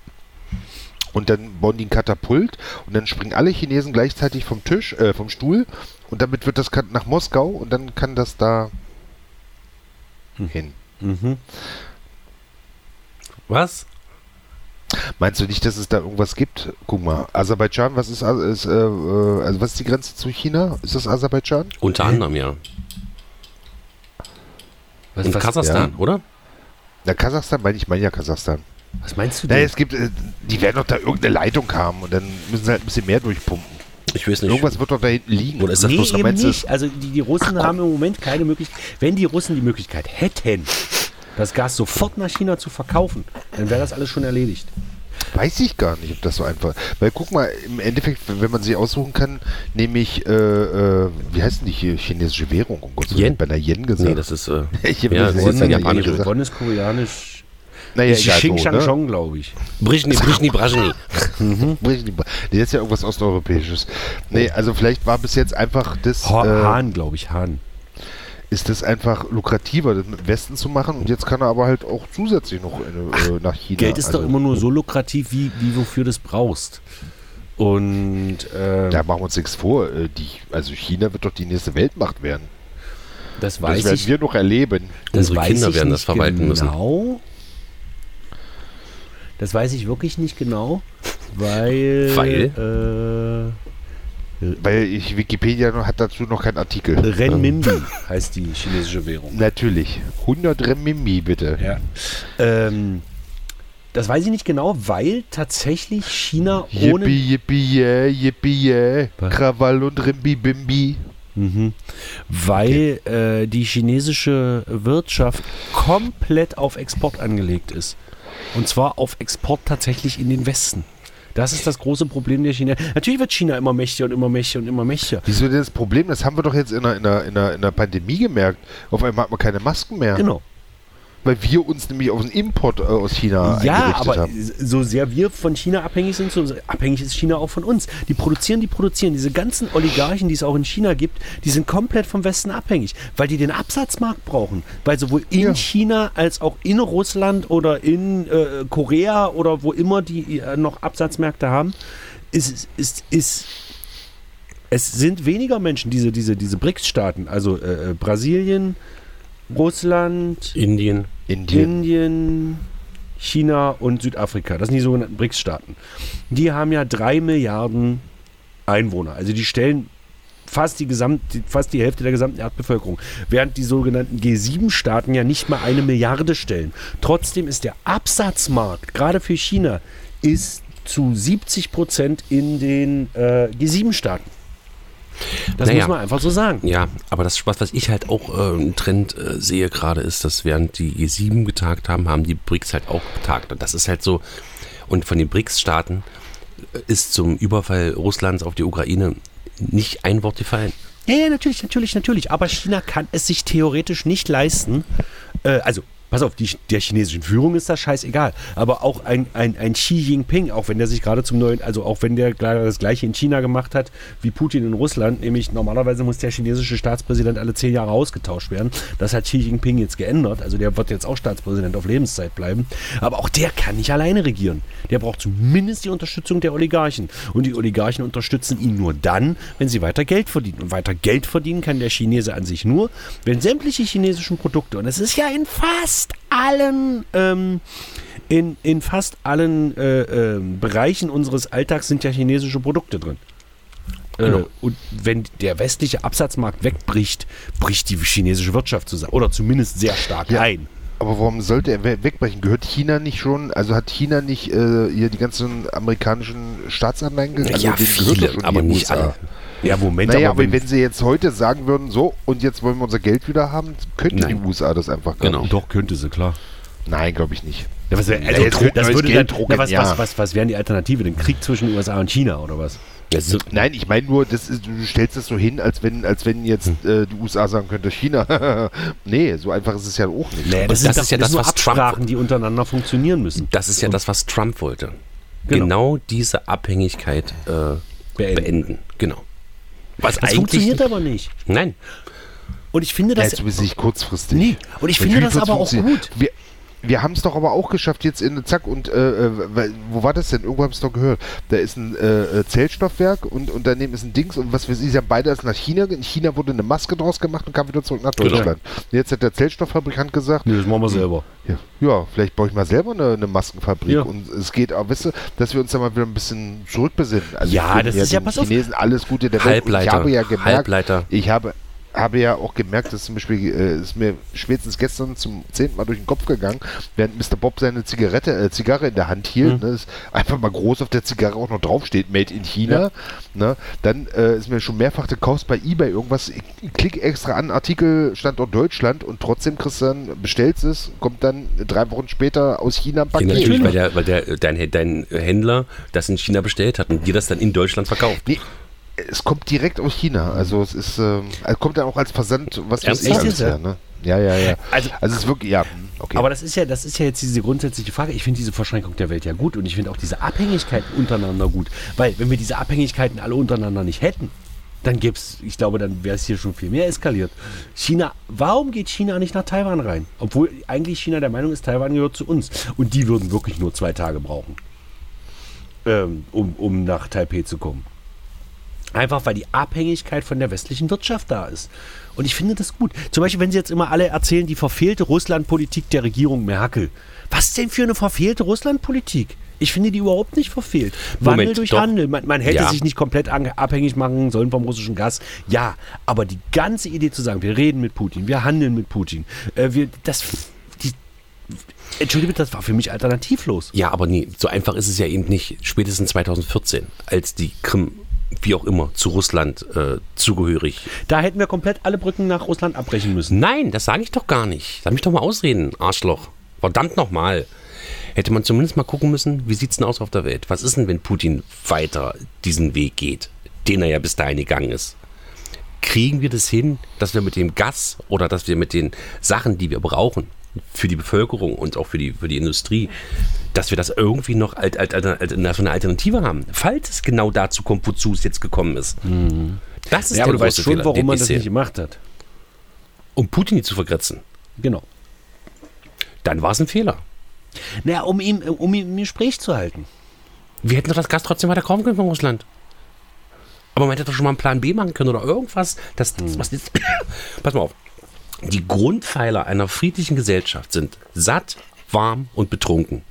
und dann bauen die einen Katapult und dann springen alle Chinesen gleichzeitig vom Tisch, äh, vom Stuhl und damit wird das Kat- nach Moskau und dann kann das da hin. Mhm. Was? Meinst du nicht, dass es da irgendwas gibt? Guck mal, Aserbaidschan, was ist, As- ist äh, äh, also was ist die Grenze zu China? Ist das Aserbaidschan? Unter anderem ja. Was, Und was, Kasachstan, oder? Na, Kasachstan meine ich, meine ja Kasachstan. was meinst du Naja, denn? es gibt, äh, die werden doch da irgendeine Leitung haben und dann müssen sie halt ein bisschen mehr durchpumpen. Ich weiß nicht. Irgendwas wird doch da hinten liegen. Oder ist das nee, bloß- eben meinst du, nicht. Also die, die Russen haben im Moment keine Möglichkeit. Wenn die Russen die Möglichkeit hätten, das Gas sofort nach China zu verkaufen, dann wäre das alles schon erledigt. Weiß ich gar nicht, ob das so einfach Weil guck mal, im Endeffekt, wenn man sie aussuchen kann, nehme ich, äh, äh, wie heißt denn die hier, chinesische Währung? Um Gottes Willen, Yen? bei der Yen gesagt. Nee, das ist. Äh, Ich hab ja, das das Wort ist in ein der japanische. Jede- Won ist koreanisch. naja, egal, Xing so, Shang ne? Chong, glaube ich. Brischni, Brischni, Braschni. Brich- die- Nee, das ist ja irgendwas Osteuropäisches. Nee, Oh. also vielleicht war bis jetzt einfach das, Ho äh, Hahn, glaube ich, Hahn. ist das einfach lukrativer, das mit dem Westen zu machen und jetzt kann er aber halt auch zusätzlich noch in, äh, nach China. Geld ist also, doch immer nur so lukrativ, wie, wie wofür du es brauchst. Und ähm, Da machen wir uns nichts vor. äh, Die, also China wird doch die nächste Weltmacht werden. das Das weiß werden ich. wir noch erleben. Das Unsere weiß Kinder ich werden nicht das verwalten genau. müssen. Das weiß ich wirklich nicht genau, weil. Weil? Äh, Weil ich, Wikipedia noch- hat dazu noch keinen Artikel. Renminbi heißt die chinesische Währung. Natürlich. 100 Renminbi, bitte. Ja. Ähm, das weiß ich nicht genau, weil tatsächlich China ohne. Yippie, yippie, yeah, yippie, yeah. Was? Krawall und Rimbibimbi. Mhm. Weil äh, die chinesische Wirtschaft komplett auf Export angelegt ist. Und zwar auf Export tatsächlich in den Westen. Das ist das große Problem der China. Natürlich wird China immer mächtiger und immer mächtiger und immer mächtiger. Wieso denn das Problem? Das haben wir doch jetzt in der, in der, in der, in der Pandemie gemerkt. Auf einmal hat man keine Masken mehr. Genau. Weil wir uns nämlich auf den Import äh, aus China Ja, eingerichtet aber haben. so sehr wir von China abhängig sind, so abhängig ist China auch von uns. Die produzieren, die produzieren. Diese ganzen Oligarchen, die es auch in China gibt, die sind komplett vom Westen abhängig, weil die den Absatzmarkt brauchen. Weil sowohl in Ja. China als auch in Russland oder in äh, Korea oder wo immer die äh, noch Absatzmärkte haben, ist, ist, ist es sind weniger Menschen, diese, diese, diese BRICS-Staaten, also äh, äh, Brasilien, Russland, Indien. Indien. Indien, China und Südafrika. Das sind die sogenannten BRICS-Staaten. Die haben ja drei Milliarden Einwohner. Also die stellen fast die, gesamt, die- fast die Hälfte der gesamten Erdbevölkerung. Während die sogenannten G7-Staaten ja nicht mal eine Milliarde stellen. Trotzdem ist der Absatzmarkt, gerade für China, ist zu 70 Prozent in den äh, G7-Staaten. Das Naja. muss man einfach so sagen. Ja, aber das Spaß, was ich halt auch äh, einen Trend äh, sehe gerade, ist, dass während die G7 getagt haben, haben die BRICS halt auch getagt. Und das ist halt so. Und von den BRICS-Staaten äh, ist zum Überfall Russlands auf die Ukraine nicht ein Wort gefallen. Ja, ja, natürlich, natürlich, natürlich. Aber China kann es sich theoretisch nicht leisten. Äh, also, pass auf, die, der chinesischen Führung ist das scheißegal. Aber auch ein, ein, ein Xi Jinping, auch wenn der sich gerade zum neuen, also auch wenn der gerade das gleiche in China gemacht hat wie Putin in Russland, nämlich normalerweise muss der chinesische Staatspräsident alle zehn Jahre ausgetauscht werden. Das hat Xi Jinping jetzt geändert. Also der wird jetzt auch Staatspräsident auf Lebenszeit bleiben. Aber auch der kann nicht alleine regieren. Der braucht zumindest die Unterstützung der Oligarchen. Und die Oligarchen unterstützen ihn nur dann, wenn sie weiter Geld verdienen. Und weiter Geld verdienen kann der Chinese an sich nur, wenn sämtliche chinesischen Produkte, und es ist ja in fast allen, ähm, in, in fast allen äh, ähm, Bereichen unseres Alltags sind ja chinesische Produkte drin. Genau. Äh, und wenn der westliche Absatzmarkt wegbricht, bricht die chinesische Wirtschaft zusammen. Oder zumindest sehr stark Ja. ein. Aber warum sollte er we- wegbrechen? Gehört China nicht schon, also hat China nicht äh, hier die ganzen amerikanischen Staatsanleihen ge- also ja, denen gehört doch viele, schon aber die nicht USA. alle. Ja, Moment, Naja, aber aber wenn, wenn sie jetzt heute sagen würden, so, und jetzt wollen wir unser Geld wieder haben, könnten die Nein. USA das einfach gar Genau. nicht. Doch, könnte sie, klar. Nein, glaube ich nicht. Ja, was wär, also, jetzt Druck- wird das neues würde dann, Geld na, drucken, was, ja. was, was, was wären die Alternative? Den Krieg zwischen den USA und China oder was? Das ist, Nein, ich meine nur, das ist, du stellst das so hin, als wenn, als wenn jetzt Hm. äh, die USA sagen könnte, China. nee, so einfach ist es ja auch nicht. Nee, das sind doch- das sind nur Absprachen, Absprachen, die untereinander funktionieren müssen. das ist ja das, was Trump wollte. Genau. Genau, diese Abhängigkeit äh, Beenden. beenden. Genau. Was Das funktioniert aber nicht. Nein. Und ich finde Ja, das. jetzt bist nicht kurzfristig. Nee, und ich finde das wird's aber auch funktionieren. gut. Wir, wir haben es doch aber auch geschafft, jetzt in Zack und äh, äh, weil- wo war das denn? Irgendwo haben es doch gehört. Da ist ein äh, äh, Zellstoffwerk und, und daneben ist ein Dings und was weiß ich, sie haben beide das nach China. ge- In China wurde eine Maske draus gemacht und kam wieder zurück nach Genau. Deutschland. Und jetzt hat der Zellstofffabrikant gesagt, Nee, das machen wir selber. ja, ja vielleicht baue ich mal selber eine, eine Maskenfabrik. Ja. Und es geht auch, weißt du, dass wir uns da mal wieder ein bisschen zurückbesinnen. Also Ja, ich wünsche das ist ja- den pass auf. Chinesen alles Gute der Welt. Und Halbleiter. Ich habe ja gemerkt, Halbleiter. ich habe, habe ja auch gemerkt, dass zum Beispiel, äh, ist mir spätestens gestern zum zehnten Mal durch den Kopf gegangen, während Mr. Bob seine Zigarette, äh, Zigarre in der Hand hielt, ne, ist einfach mal groß auf der Zigarre auch noch draufsteht, Made in China, ne, dann äh, ist mir schon mehrfach gekauft bei Ebay irgendwas, ich, ich klick extra an, Artikel Standort Deutschland und trotzdem, Christian, bestellst es, kommt dann drei Wochen später aus China ein Ja, Paket. genau, natürlich, weil, der, weil der, dein, dein Händler das in China bestellt hat und dir das dann in Deutschland verkauft. Nee, es kommt direkt aus China. Also es ist, ähm, es kommt dann auch als Versand, was weiß ich Ernsthaft? alles Ist es, her, ne? Ja, ja, ja. Also- Also, es ist wirklich, ja, okay. Aber das ist ja, das ist ja jetzt diese grundsätzliche Frage. Ich finde diese Verschränkung der Welt ja gut und ich finde auch diese Abhängigkeiten untereinander gut. Weil wenn wir diese Abhängigkeiten alle untereinander nicht hätten, dann gäbe es, ich glaube, dann wäre es hier schon viel mehr eskaliert. China, warum geht China nicht nach Taiwan rein? Obwohl eigentlich China der Meinung ist, Taiwan gehört zu uns. Und die würden wirklich nur zwei Tage brauchen, ähm, um, um nach Taipei zu kommen. Einfach weil die Abhängigkeit von der westlichen Wirtschaft da ist. Und ich finde das gut. Zum Beispiel, wenn sie jetzt immer alle erzählen, die verfehlte Russlandpolitik der Regierung Merkel. Was denn für eine verfehlte Russlandpolitik? Ich finde die überhaupt nicht verfehlt. Wandel Moment, durch doch. Handel. Man, man hätte Ja. sich nicht komplett an, abhängig machen sollen vom russischen Gas. Ja, aber die ganze Idee zu sagen, wir reden mit Putin, wir handeln mit Putin, äh, wir, das, die, entschuldige bitte, das war für mich alternativlos. Ja, aber nee, so einfach ist es ja eben nicht. Spätestens 2014, als die Krim, wie auch immer, zu Russland äh, zugehörig. Da hätten wir komplett alle Brücken nach Russland abbrechen müssen. Nein, das sage ich doch gar nicht. Lass mich doch mal ausreden, Arschloch. Verdammt nochmal. Hätte man zumindest mal gucken müssen, wie sieht's denn aus auf der Welt? Was ist denn, wenn Putin weiter diesen Weg geht, den er ja bis dahin gegangen ist? Kriegen wir das hin, dass wir mit dem Gas oder dass wir mit den Sachen, die wir brauchen, für die Bevölkerung und auch für die, für die Industrie, dass wir das irgendwie noch als als- als- als- als eine Alternative haben, falls es genau dazu kommt, wozu es jetzt gekommen ist. Das ist Mhm. Ja, der aber du weißt große schon, Fehler, warum den man ich das sehe. nicht gemacht hat. Um Putin nicht zu vergrätzen, Genau. dann war es ein Fehler. Naja, um ihm, um ihm ein Gespräch zu halten. Wir hätten doch das Gas trotzdem weiter kaufen können von Russland. Aber man hätte doch schon mal einen Plan B machen können oder irgendwas. Das, Hm. das, was jetzt, pass mal auf. Die Grundpfeiler einer friedlichen Gesellschaft sind satt, warm und betrunken.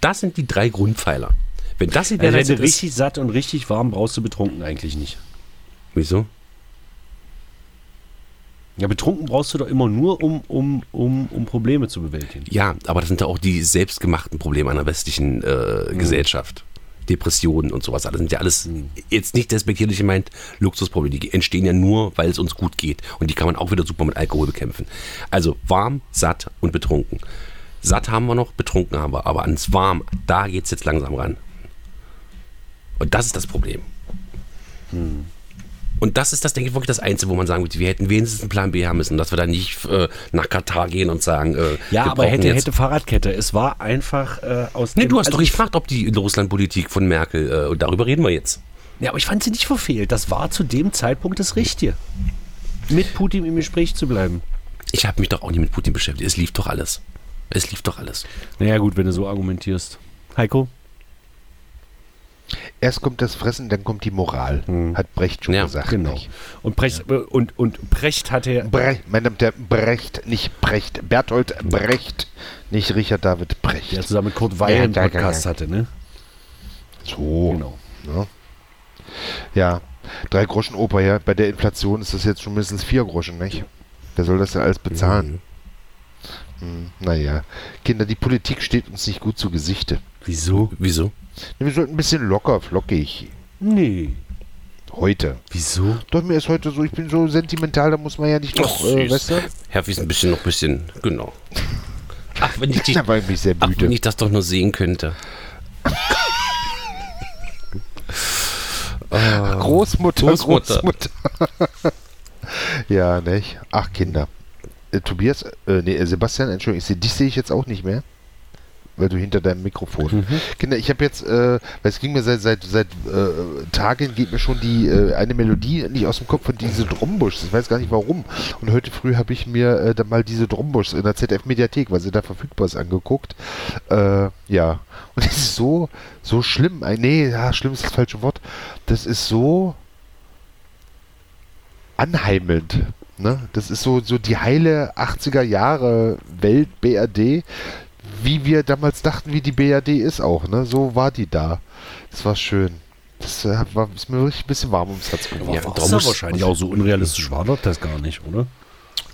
Das sind die drei Grundpfeiler. Wenn das nicht Also wenn also du ist, richtig satt und richtig warm brauchst du betrunken eigentlich nicht. wieso? Ja, betrunken brauchst du doch immer nur, um, um, um, um Probleme zu bewältigen. Ja, aber das sind ja auch die selbstgemachten Probleme einer westlichen äh, Gesellschaft. Depressionen und sowas. Also Das sind ja alles jetzt nicht despektierlich gemeint Luxusprobleme. Die entstehen ja nur, weil es uns gut geht. Und die kann man auch wieder super mit Alkohol bekämpfen. Also warm, satt und betrunken. Satt haben wir noch, betrunken haben wir. Aber ans Warm, da geht es jetzt langsam ran. Und das ist das Problem. Hm. Und das ist das, denke ich, wirklich das Einzige, wo man sagen würde, wir hätten wenigstens einen Plan B haben müssen, dass wir da nicht äh, nach Katar gehen und sagen, äh, wir Ja, aber brauchen hätte, jetzt hätte Fahrradkette. Es war einfach äh, aus Nee, dem- du hast also doch ich- gefragt, ob die Russlandpolitik von Merkel, äh, und darüber reden wir jetzt. Ja, aber ich fand sie nicht verfehlt. Das war zu dem Zeitpunkt das Richtige. Mit Putin im Gespräch zu bleiben. Ich habe mich doch auch nicht mit Putin beschäftigt. Es lief doch alles. Es lief doch alles. Naja, gut, wenn du so argumentierst. Heiko? Erst kommt das Fressen, dann kommt die Moral, hat Brecht schon Ja, gesagt. Mhm. Genau. nicht? Und Brecht, und, und Brecht hatte ja. Brecht, mein Name der Brecht, nicht Brecht, Berthold Brecht, nicht Richard David Brecht. Der zusammen mit Kurt Weil einen Ja, Oh. ja, ja, Podcast hatte, ne? so, Genau. ne? ja. drei Groschen Oper, ja. Bei der Inflation ist das jetzt schon mindestens vier Groschen, nicht? Wer soll das denn alles bezahlen? Hm, naja, Kinder, die Politik steht uns nicht gut zu Gesichte. Wieso? Wieso? Wir sollten ein bisschen locker, flockig. Nee. Heute. Wieso? Doch, mir ist heute so, ich bin so sentimental, da muss man ja nicht noch, Ach, äh, süß. weißt du? Herr Wies, ein bisschen noch ein bisschen, genau. Ach, wenn ich, dich, Da war ich mich sehr ach, wenn müde. ich das doch nur sehen könnte. Großmutter, Großmutter. Großmutter. ja, nicht? Ach, Kinder. Äh, Tobias, äh, nee, äh, Sebastian, Entschuldigung, ich seh, dich sehe ich jetzt auch nicht mehr. Weil du hinter deinem Mikrofon. Kinder, ich habe jetzt, äh, weil es ging mir seit seit, seit äh, Tagen geht mir schon die äh, eine Melodie nicht aus dem Kopf von diese Drombusch. Ich weiß gar nicht warum. Und heute früh habe ich mir äh, dann mal diese Drombusch in der ZF-Mediathek, weil sie da verfügbar ist, angeguckt. Äh, ja. Und es ist so, so schlimm. Äh, nee, ja, schlimm ist das falsche Wort. Das ist so anheimelnd. Ne? Das ist so, so die heile 80er Jahre Welt BRD, wie wir damals dachten, wie die BRD ist auch. Ne? So war die da. Das war schön. Das äh, war, ist mir wirklich ein bisschen warm ums Herz geworden. Ja, Ja, Warum da ist muss- er wahrscheinlich auch so unrealistisch war doch das gar nicht, oder?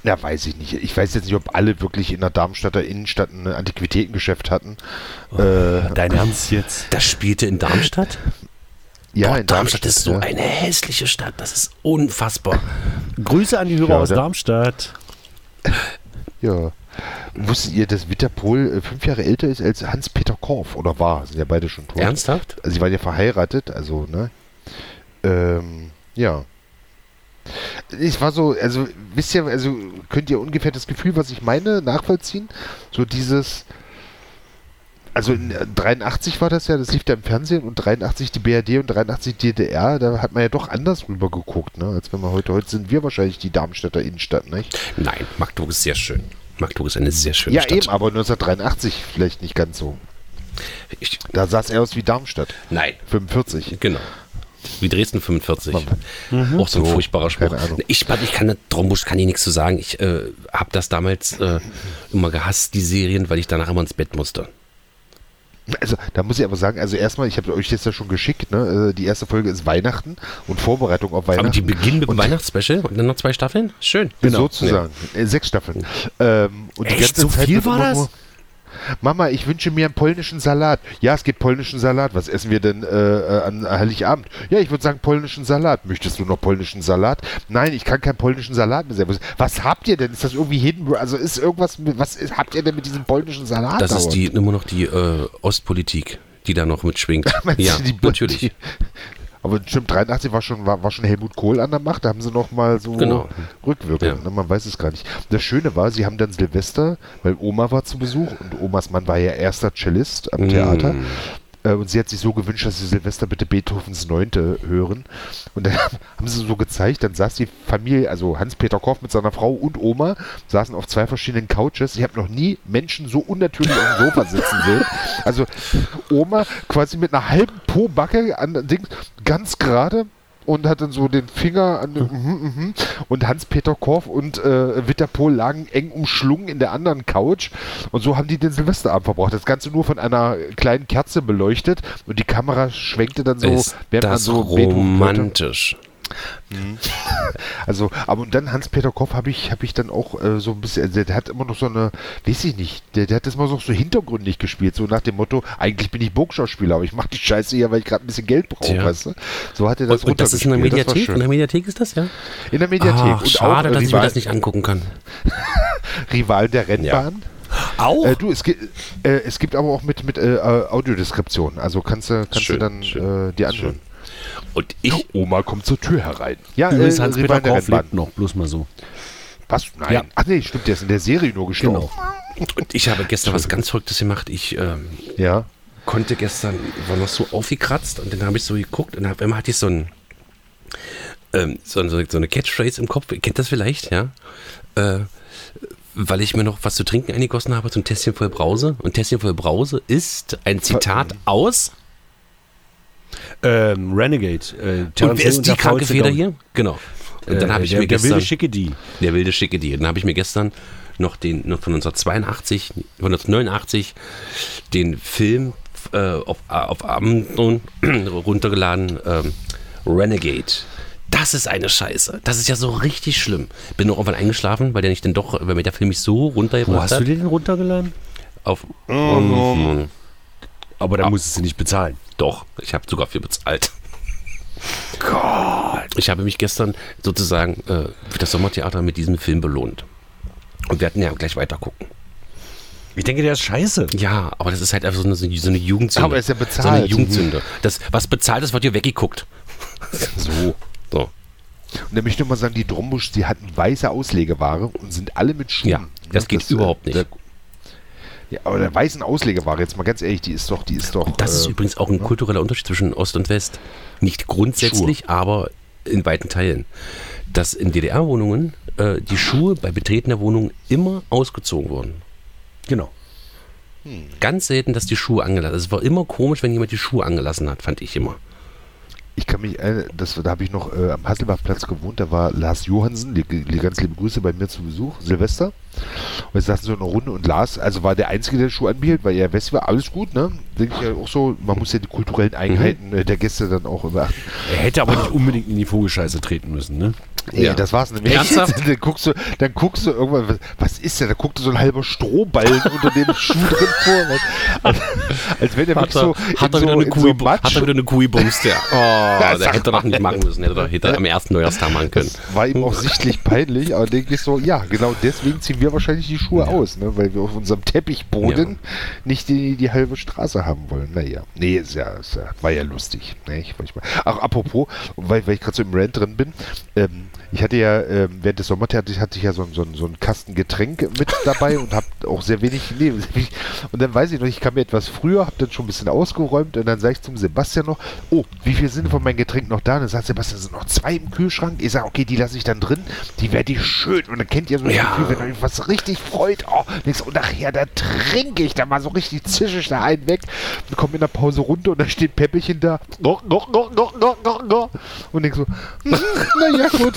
weiß ich nicht. Ich weiß jetzt nicht, ob alle wirklich in der Darmstädter Innenstadt ein Antiquitätengeschäft hatten. Oh. äh, Dein Ernst jetzt? Das spielte in Darmstadt? ja, Boah, in Darmstadt ist so ja. eine hässliche Stadt. Das ist unfassbar. Grüße an die Hörer Ja, aus da- Darmstadt. Ja. Wusstet ihr, dass Winterpol äh, fünf Jahre älter ist als Hans-Peter Korf? Oder war? Sind ja beide schon tot. Ernsthaft? Also sie waren ja verheiratet, also, ne? Ähm, ja. Ich war so, also, wisst ihr, also könnt ihr ungefähr das Gefühl, was ich meine, nachvollziehen? So dieses, also in äh, 83 war das ja, das lief ja im Fernsehen und 83 die BRD und 83 DDR, da hat man ja doch anders rüber geguckt, ne? Als wenn man heute, heute sind wir wahrscheinlich die Darmstädter Innenstadt, nicht? Nein, Magdeburg ist sehr schön. Magdeburg ist eine sehr schöne Ja, Stadt. eben, aber 1983 vielleicht nicht ganz so. Ich, Da sah es eher aus wie Darmstadt. nein, 45. genau. Wie Dresden 45. Auch so ein So, furchtbarer Spruch. keine Ahnung. Ich, ich kann Trombusch kann ich nichts zu sagen. Ich äh, habe das damals äh, immer gehasst, die Serien, weil ich danach immer ins Bett musste. Also, da muss ich aber sagen, also erstmal, ich habe euch jetzt ja schon geschickt, ne? äh, Die erste Folge ist Weihnachten und Vorbereitung auf Weihnachten. Aber die beginnen mit Genau. dem Und- Weihnachtsspecial und dann noch zwei Staffeln? Schön. Sozusagen. Äh, Sechs Staffeln. Oh. Ähm, und die Echt? ganze So Zeit viel wird war immer das? nur, Mama, ich wünsche mir einen polnischen Salat. Ja, es gibt polnischen Salat. Was essen wir denn äh, äh, an Heiligabend? Ja, ich würde sagen polnischen Salat. Möchtest du noch polnischen Salat? Nein, ich kann keinen polnischen Salat mehr servieren. Was habt ihr denn? Ist das irgendwie hidden? Also ist irgendwas, mit, was ist, habt ihr denn mit diesem polnischen Salat? Das ist dauernd? die, immer noch die äh, Ostpolitik, die da noch mitschwingt. Meinst ja, du die- natürlich. die- aber stimmt, 83 war schon, war, war schon Helmut Kohl an der Macht, da haben sie nochmal so Genau. rückwirkend, Ja. ne? man weiß es gar nicht. Das Schöne war, sie haben dann Silvester, weil Oma war zu Besuch und Omas Mann war ja erster Cellist am Theater. Äh, Und sie hat sich so gewünscht, dass sie Silvester bitte Beethovens Neunte hören. Und dann haben sie so gezeigt, dann saß die Familie, also Hans-Peter Korff mit seiner Frau und Oma, saßen auf zwei verschiedenen Couches. Ich habe noch nie Menschen so unnatürlich auf dem Sofa sitzen sehen. Also Oma quasi mit einer halben Po-Backe an Dings, ganz gerade und hat dann so den Finger an dem, mhm, mhm. und Hans-Peter Korff und äh, Witterpohl lagen eng umschlungen in der anderen Couch und so haben die den Silvesterabend verbracht. Das Ganze nur von einer kleinen Kerze beleuchtet und die Kamera schwenkte dann so, ist das Beethoven hörte. romantisch. Also, aber und dann Hans-Peter Koff habe ich, hab ich dann auch äh, so ein bisschen, also der hat immer noch so eine, weiß ich nicht, der, der hat das mal so, so hintergründig gespielt, so nach dem Motto, eigentlich bin ich Burgschauspieler, aber ich mache die Scheiße hier, weil ich gerade ein bisschen Geld brauche, Tja. weißt du? So hat er das Und, und das ist in der runtergespielt, das Mediathek? ne? In der war schön. Mediathek ist das, ja? In der Mediathek. Ach, Ah, und schade, auch, äh, dass ich mir Rival, das nicht angucken kann. Rival der Rennbahn. Auch? Äh, du, es, gi- äh, es gibt aber auch mit, mit äh, äh, Audiodeskription. Also kannst du kannst Schön, du dann schön, äh, die anhören. Und ich, Oma kommt zur Tür herein. Ja, äh, Übrigens, Hans-Peter Rival der Korf Rennbahn. lebt noch, bloß mal so. Was? Nein. Ja. Ach nee, stimmt, der ist in der Serie nur Genau. gestorben. und ich habe gestern was ganz Verrücktes gemacht. Ich ähm, Ja. konnte gestern, war noch so aufgekratzt und dann habe ich so geguckt und auf einmal hatte ich so ein ähm, so, so, so eine Catchphrase im Kopf, ihr kennt das vielleicht, ja? Äh, weil ich mir noch was zu trinken eingegossen habe, so ein Tässchen voll Brause. Und Tässchen voll Brause ist ein Zitat aus. Ähm, Renegade. Äh, Und Terence wer Hill ist die der kranke faulste Feder Gau- hier? Genau. Und dann Äh, habe ich der, mir der gestern. wilde Schicke Der wilde schicke die. Dann habe ich mir gestern noch den noch von 1982, von 1989 den Film äh, auf, auf Amazon runtergeladen, ähm, Renegade. Das ist eine Scheiße. Das ist ja so richtig schlimm. Bin noch irgendwann eingeschlafen, weil der nicht denn doch, weil mir der Film mich so Wo runtergebracht hast du hat. den denn runtergeladen? Auf, Aber da Ah. musstest du nicht bezahlen. Doch, ich habe sogar viel bezahlt. Gott. Ich habe mich gestern sozusagen äh, für das Sommertheater mit diesem Film belohnt. Und wir hatten ja gleich weitergucken. Ich denke, der ist scheiße. Ja, aber das ist halt einfach so eine, so eine Jugendsünde. Aber er ist ja So eine bezahlt. Jugendsünde. Das, was bezahlt ist, wird dir weggeguckt. So. So. Und da möchte ich nur mal sagen, die Drombusch, die hatten weiße Auslegeware und sind alle mit Schuhen. Ja, das geht äh, überhaupt nicht. da- ja, aber der weißen Auslegeware, jetzt mal ganz ehrlich, die ist doch, die ist doch. Das ist äh, übrigens auch ein kultureller Unterschied zwischen Ost und West. Nicht grundsätzlich, aber in weiten Teilen. Dass in DDR-Wohnungen äh, die Schuhe bei Betreten der Wohnung immer ausgezogen wurden. Genau. Ganz selten, dass die Schuhe angelassen also Es war immer komisch, wenn jemand die Schuhe angelassen hat, fand ich immer. Ich kann mich, äh, das, da habe ich noch äh, am Hasselbachplatz gewohnt, da war Lars Johansen, die, die ganz liebe Grüße bei mir zu Besuch, Silvester. Und wir saßen so eine Runde und Lars, also war der Einzige, der den Schuh anbehielt, weil er West war, alles gut, ne? Denke ich ja auch so, man muss ja die kulturellen Eigenheiten Mhm. äh, der Gäste dann auch beachten. Er hätte aber nicht unbedingt in die Vogelscheiße treten müssen, ne? Nee, Ja. das war's nämlich. Ernsthaft? dann, guckst du, dann guckst du irgendwann, was, was ist denn? Da guckte so ein halber Strohballen unter dem Schuh drin vor. Was, als, als wenn der wirklich so, hat, in er so, wieder eine in Kuh, so bu- hat er Matsch- wieder eine Kuh bumst, ja. Oh, der Sag hätte doch nicht machen müssen. Hätte doch hätte er am ersten Neujahrstag machen können. Das war ihm auch sichtlich peinlich, aber denke ich so, ja, genau deswegen ziehen wir wahrscheinlich die Schuhe aus, ne? weil wir auf unserem Teppichboden nicht die, die halbe Straße haben wollen. Naja, nee, ist ja, ist ja, war ja lustig. Ne? Ich, ich mal. Ach, apropos, weil, weil ich gerade so im Rant drin bin, ähm, ich hatte ja ähm, während des Sommertheaters hatte ich ja so, ein- so, ein- so ein Kasten Getränk mit dabei und habe auch sehr wenig, nee, sehr wenig. Und dann weiß ich noch, ich kam mir etwas früher, habe dann schon ein bisschen ausgeräumt und dann sage ich zum Sebastian noch, oh, wie viel sind von meinem Getränk noch da? Und dann sagt Sebastian, sind noch zwei im Kühlschrank. Ich sage, okay, die lasse ich dann drin, die werde ich schön. Und dann kennt ihr so Ja. ein Gefühl, wenn euch was richtig freut, oh, nix. und nachher, da trinke ich da mal so richtig zische ich da einen weg. Dann komme in der Pause runter und dann steht Peppelchen da, noch, noch, noch, noch, noch, noch, noch. Und denk so, hm, naja, gut.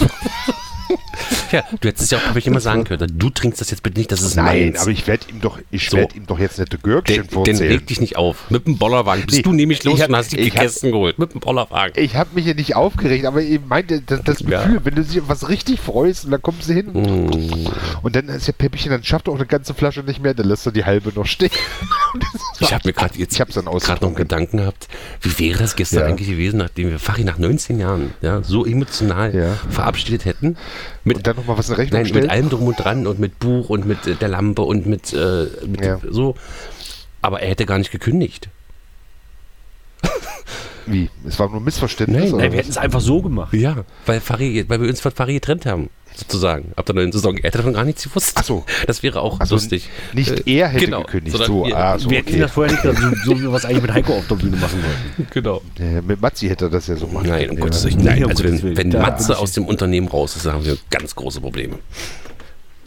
Ja, du hättest es ja auch wirklich immer sagen können. Du trinkst das jetzt bitte nicht, das ist Nein, meins. aber ich werde ihm doch, ich So. werde ihm doch jetzt nette Gürkchen Den, den vorzählen. reg dich nicht auf. Mit dem Bollerwagen bist Nee, du nämlich los ich hab- und hast die ich hab- gegessen geholt. Mit dem Bollerwagen. Ich habe mich ja nicht aufgeregt, aber ich meinte das, das Ja. Gefühl, wenn du dich auf was richtig freust und dann kommst du hin Mm. und dann ist ja Päppchen, dann schafft er auch eine ganze Flasche nicht mehr, dann lässt er die halbe noch stehen. Und das ist- Ich habe mir gerade jetzt Ich hab's dann gerade noch einen ausgetrunken. Gedanken gehabt, wie wäre das gestern Ja. eigentlich gewesen, nachdem wir Fachi nach 19 Jahren ja, so emotional Ja. verabschiedet hätten. Mit, Und dann noch mal was in Rechnung nein, mit stellen? allem drum und dran und mit Buch und mit äh, der Lampe und mit, äh, mit Ja. so. Aber er hätte gar nicht gekündigt. Wie? Es war nur ein Missverständnis. Nein, Nein, oder wir was? hätten es einfach so gemacht. Ja, weil, Fachi, weil wir uns von Fachi getrennt haben, sozusagen, ab der neuen Saison. Er hätte davon gar nichts gewusst. Ach so. Das wäre auch Also lustig. Äh, genau, Nicht er hätte gekündigt. sondern So, wir. ah, so wir hätten okay. das vorher nicht gedacht, so, so wie wir es eigentlich mit Heiko auf der Bühne machen wollten. Genau. Äh, Mit Matzi hätte er das ja so machen Nein, um können, Gottes ja. Willen. Nein, um also Gottes wenn, Willen. wenn Da bin Matze ich- aus dem Unternehmen raus ist, dann haben wir ganz große Probleme.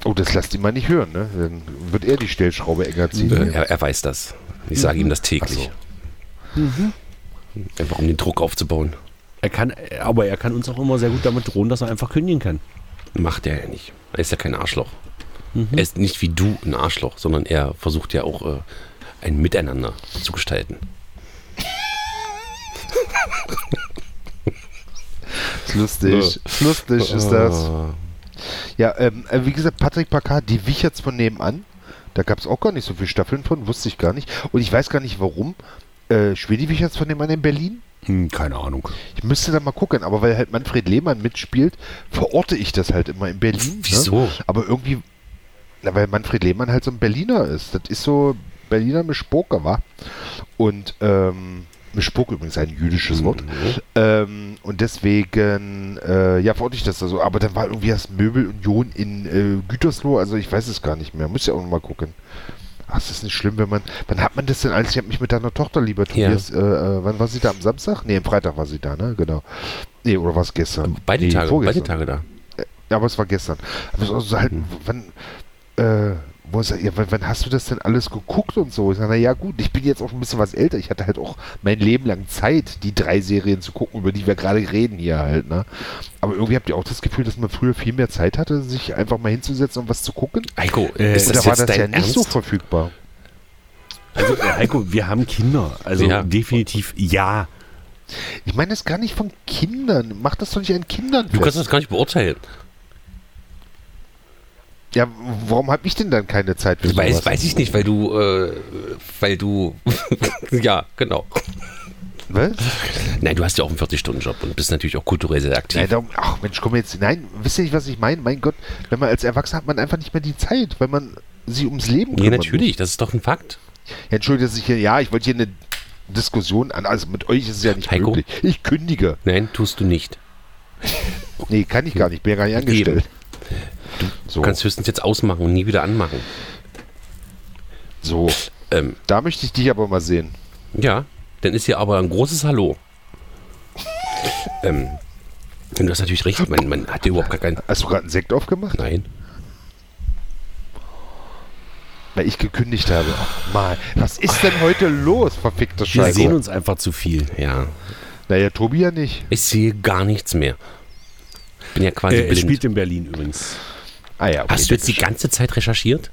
Oh, das lasst ihn mal nicht hören, ne? Dann wird er die Stellschraube enger ziehen. Äh, Er, er weiß das. Ich sage Mhm. ihm das täglich. Einfach um den Druck aufzubauen. Er kann, aber er kann uns auch immer sehr gut damit drohen, dass er einfach kündigen kann. Macht er ja nicht. Er ist ja kein Arschloch. Mhm. Er ist nicht wie du ein Arschloch, sondern er versucht ja auch äh, ein Miteinander zu gestalten. Ist lustig. Ist lustig ist das. Ja, ähm, äh, wie gesagt, Patrick Packard, die wich jetzt von nebenan. Da gab es auch gar nicht so viele Staffeln von, wusste ich gar nicht. Und ich weiß gar nicht warum. Äh, spielt die wich jetzt von nebenan in Berlin? Hm, keine Ahnung. Ich müsste da mal gucken, aber weil halt Manfred Lehmann mitspielt, verorte ich das halt immer in Berlin. Wieso? Ne? Aber irgendwie, na, weil Manfred Lehmann halt so ein Berliner ist. Das ist so Berliner Mischpoker, wa? Und, ähm, Mischpok übrigens ein jüdisches Wort. Ähm, und deswegen, äh, ja, verorte ich das da so. Aber dann war irgendwie das Möbelunion in äh, Gütersloh, also ich weiß es gar nicht mehr. Muss ja auch noch mal gucken. Ach, es ist nicht schlimm, wenn man. Wann hat man das denn alles? Ich habe mich mit deiner Tochter, lieber Ja. Tobias, äh, äh, wann war sie da? Am Samstag? Nee, am Freitag war sie da, ne? Genau. Nee, oder war es gestern? Beide nee, Tage, beide vorgestern. Tage da. Ja, aber es war gestern. Aber so, so halt, wann, äh, wo ist er, ja, wann, wann hast du das denn alles geguckt und so? Ich sage, naja, gut, ich bin jetzt auch ein bisschen was älter. Ich hatte halt auch mein Leben lang Zeit, die drei Serien zu gucken, über die wir gerade reden hier halt, ne? Aber irgendwie habt ihr auch das Gefühl, dass man früher viel mehr Zeit hatte, sich einfach mal hinzusetzen und was zu gucken? Heiko, Äh, ist das da jetzt war das dein ja Ernst? nicht so verfügbar. Also, äh, Heiko, wir haben Kinder. Also Ja. definitiv ja. Ich meine das gar nicht von Kindern. Mach das doch nicht an Kindern Du kannst fest. das gar nicht beurteilen. Ja, warum habe ich denn dann keine Zeit für Weiß, sowas? weiß ich nicht, weil du, äh, weil du, ja, genau. Was? Nein, du hast ja auch einen 40-Stunden-Job und bist natürlich auch kulturell sehr aktiv. Nein, darum, ach Mensch, komm jetzt. Nein, wisst ihr nicht, was ich meine? Mein Gott, wenn man als Erwachsener hat man einfach nicht mehr die Zeit, weil man sich ums Leben ja, kümmern natürlich, das ist doch ein Fakt. muss. Ja, Entschuldige, dass ich hier, ja, ich wollte hier eine Diskussion an, also mit euch ist es ja nicht Heiko? möglich. Ich kündige. Nein, tust du nicht. Nee, kann ich gar nicht, bin ja gar nicht angestellt. Du So, kannst höchstens jetzt ausmachen und nie wieder anmachen. so, Ähm, da möchte ich dich aber mal sehen. ja, dann ist hier aber ein großes Hallo. ähm, und du hast natürlich recht, man, man hat ja überhaupt gar keinen. Hast du gerade einen Sekt aufgemacht? Nein. Weil ich gekündigt habe. Ach, mal, was ist denn heute los, verfickte Wir Scheiße? sehen uns einfach zu viel. Ja, Naja, Tobi ja nicht. ich sehe gar nichts mehr. Bin ja quasi Äh, er spielt Also blind. in Berlin übrigens. Ah ja, okay. Hast du jetzt die ganze Zeit recherchiert?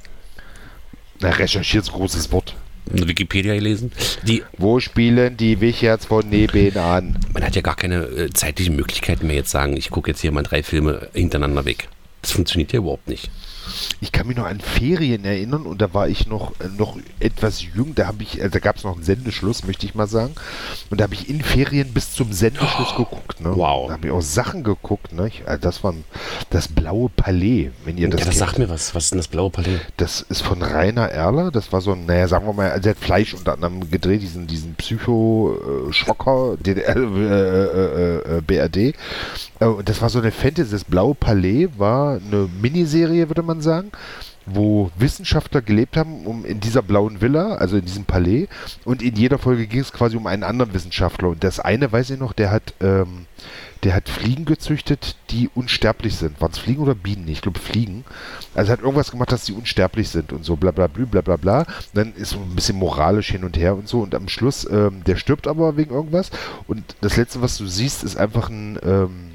Na, recherchiert's großes Wort. Wikipedia gelesen? Die, Wo spielen die Wicherts von nebenan? man hat ja gar keine äh, zeitlichen Möglichkeiten mehr jetzt sagen, ich gucke jetzt hier mal drei Filme hintereinander weg. Das funktioniert ja überhaupt nicht. Ich kann mich noch an Ferien erinnern und da war ich noch, äh, noch etwas jünger. Da, hab ich, äh, da gab es noch einen Sendeschluss, möchte ich mal sagen. Und da habe ich in Ferien bis zum Sendeschluss geguckt. Ne? Oh, wow. Da habe ich auch Sachen geguckt. Ne? Ich, äh, das war das Blaue Palais, wenn ihr das, ja, das kennt. sagt mir was. Was ist denn das blaue Palais? Das ist von Rainer Erler. Das war so ein, naja, sagen wir mal, also der hat Fleisch unter anderem gedreht, diesen, diesen äh, Psycho-Schocker, DDR, äh, äh, äh, BRD. Äh, Und das war so eine Fantasy. Das Blaue Palais war eine Miniserie, würde man sagen, wo Wissenschaftler gelebt haben, um in dieser blauen Villa, also in diesem Palais. Und in jeder Folge ging es quasi um einen anderen Wissenschaftler. Und das eine, weiß ich noch, der hat, ähm, der hat Fliegen gezüchtet, die unsterblich sind. Waren es Fliegen oder Bienen? Ich glaube Fliegen. Also hat irgendwas gemacht, dass die unsterblich sind und so bla bla blü, bla bla bla. Und dann ist so ein bisschen moralisch hin und her und so. Und am Schluss, ähm, der stirbt aber wegen irgendwas. Und das letzte, was du siehst, ist einfach ein, ähm,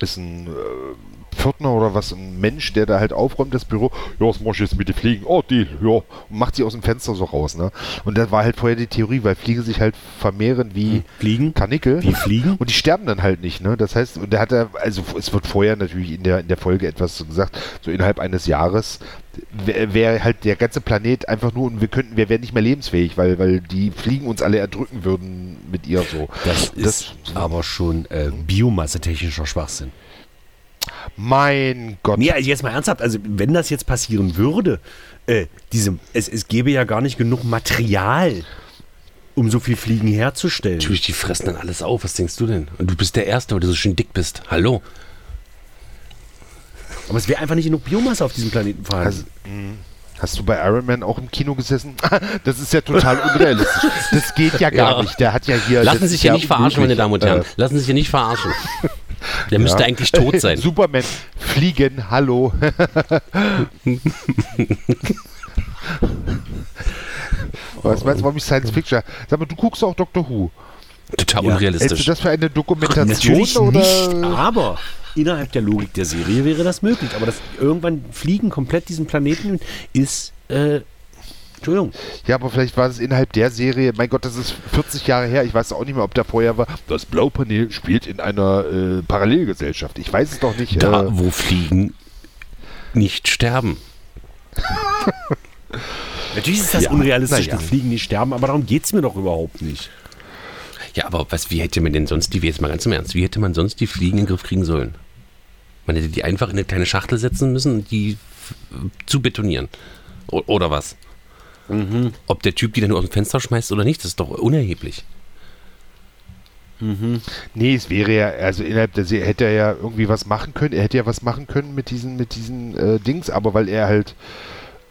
ist ein äh, Pförtner oder was, ein Mensch, der da halt aufräumt das Büro. Ja, was mach ich jetzt mit den Fliegen? Oh, die, ja. Und macht sie aus dem Fenster so raus, ne? Und das war halt vorher die Theorie, weil Fliegen sich halt vermehren wie Fliegen? Karnickel. Wie fliegen? Und die sterben dann halt nicht, ne? Das heißt, und da hat er, also es wird vorher natürlich in der, in der Folge etwas so gesagt, so innerhalb eines Jahres wäre wär halt der ganze Planet einfach nur und wir könnten, wir wären nicht mehr lebensfähig, weil, weil die Fliegen uns alle erdrücken würden mit ihr so. Das Das- ist aber schon äh, biomassetechnischer Schwachsinn. Mein Gott. Nee, also jetzt mal ernsthaft, also wenn das jetzt passieren würde, äh, diese, es, es gäbe ja gar nicht genug Material, um so viel Fliegen herzustellen. Natürlich, die fressen dann alles auf. Was denkst du denn? Und du bist der Erste, weil du so schön dick bist. Hallo? Aber es wäre einfach nicht genug Biomasse auf diesem Planeten vorhanden. Also, Hast du bei Iron Man auch im Kino gesessen? Das ist ja total unrealistisch. Das geht ja gar Ja. nicht. Der hat ja hier. Lassen Sie Äh, das sich ist hier nicht verarschen, meine unmöglich. Damen und Herren. Äh, Lassen Sie sich hier nicht verarschen. Der müsste ja. eigentlich tot sein. Superman, fliegen, hallo. Was meinst du, warum ich Science Fiction? Sag mal, du guckst auch Doctor Who. Total Ja. Hältst du unrealistisch. das für eine Dokumentation Natürlich oder? nicht, aber innerhalb der Logik der Serie wäre das möglich. Aber das irgendwann fliegen komplett diesen Planeten ist. Äh, Entschuldigung. Ja, aber vielleicht war es innerhalb der Serie. Mein Gott, das ist 40 Jahre her. Ich weiß auch nicht mehr, ob da vorher war. Das Blaupanel spielt in einer äh, Parallelgesellschaft. Ich weiß es doch nicht. äh, Da, wo Fliegen nicht sterben. Natürlich ist das Ja, unrealistisch, na ja. dass Fliegen nicht sterben, aber darum geht es mir doch überhaupt nicht. Ja, aber was, wie hätte man denn sonst die, jetzt mal ganz im Ernst, wie hätte man sonst die Fliegen in den Griff kriegen sollen? Man hätte die einfach in eine kleine Schachtel setzen müssen und die f- zu betonieren. O oder was? Mhm. Ob der Typ die dann nur aus dem Fenster schmeißt oder nicht, das ist doch unerheblich. Nee, es wäre ja, also innerhalb der Serie hätte er ja irgendwie was machen können. Er hätte ja was machen können mit diesen, mit diesen äh, Dings, aber weil er halt,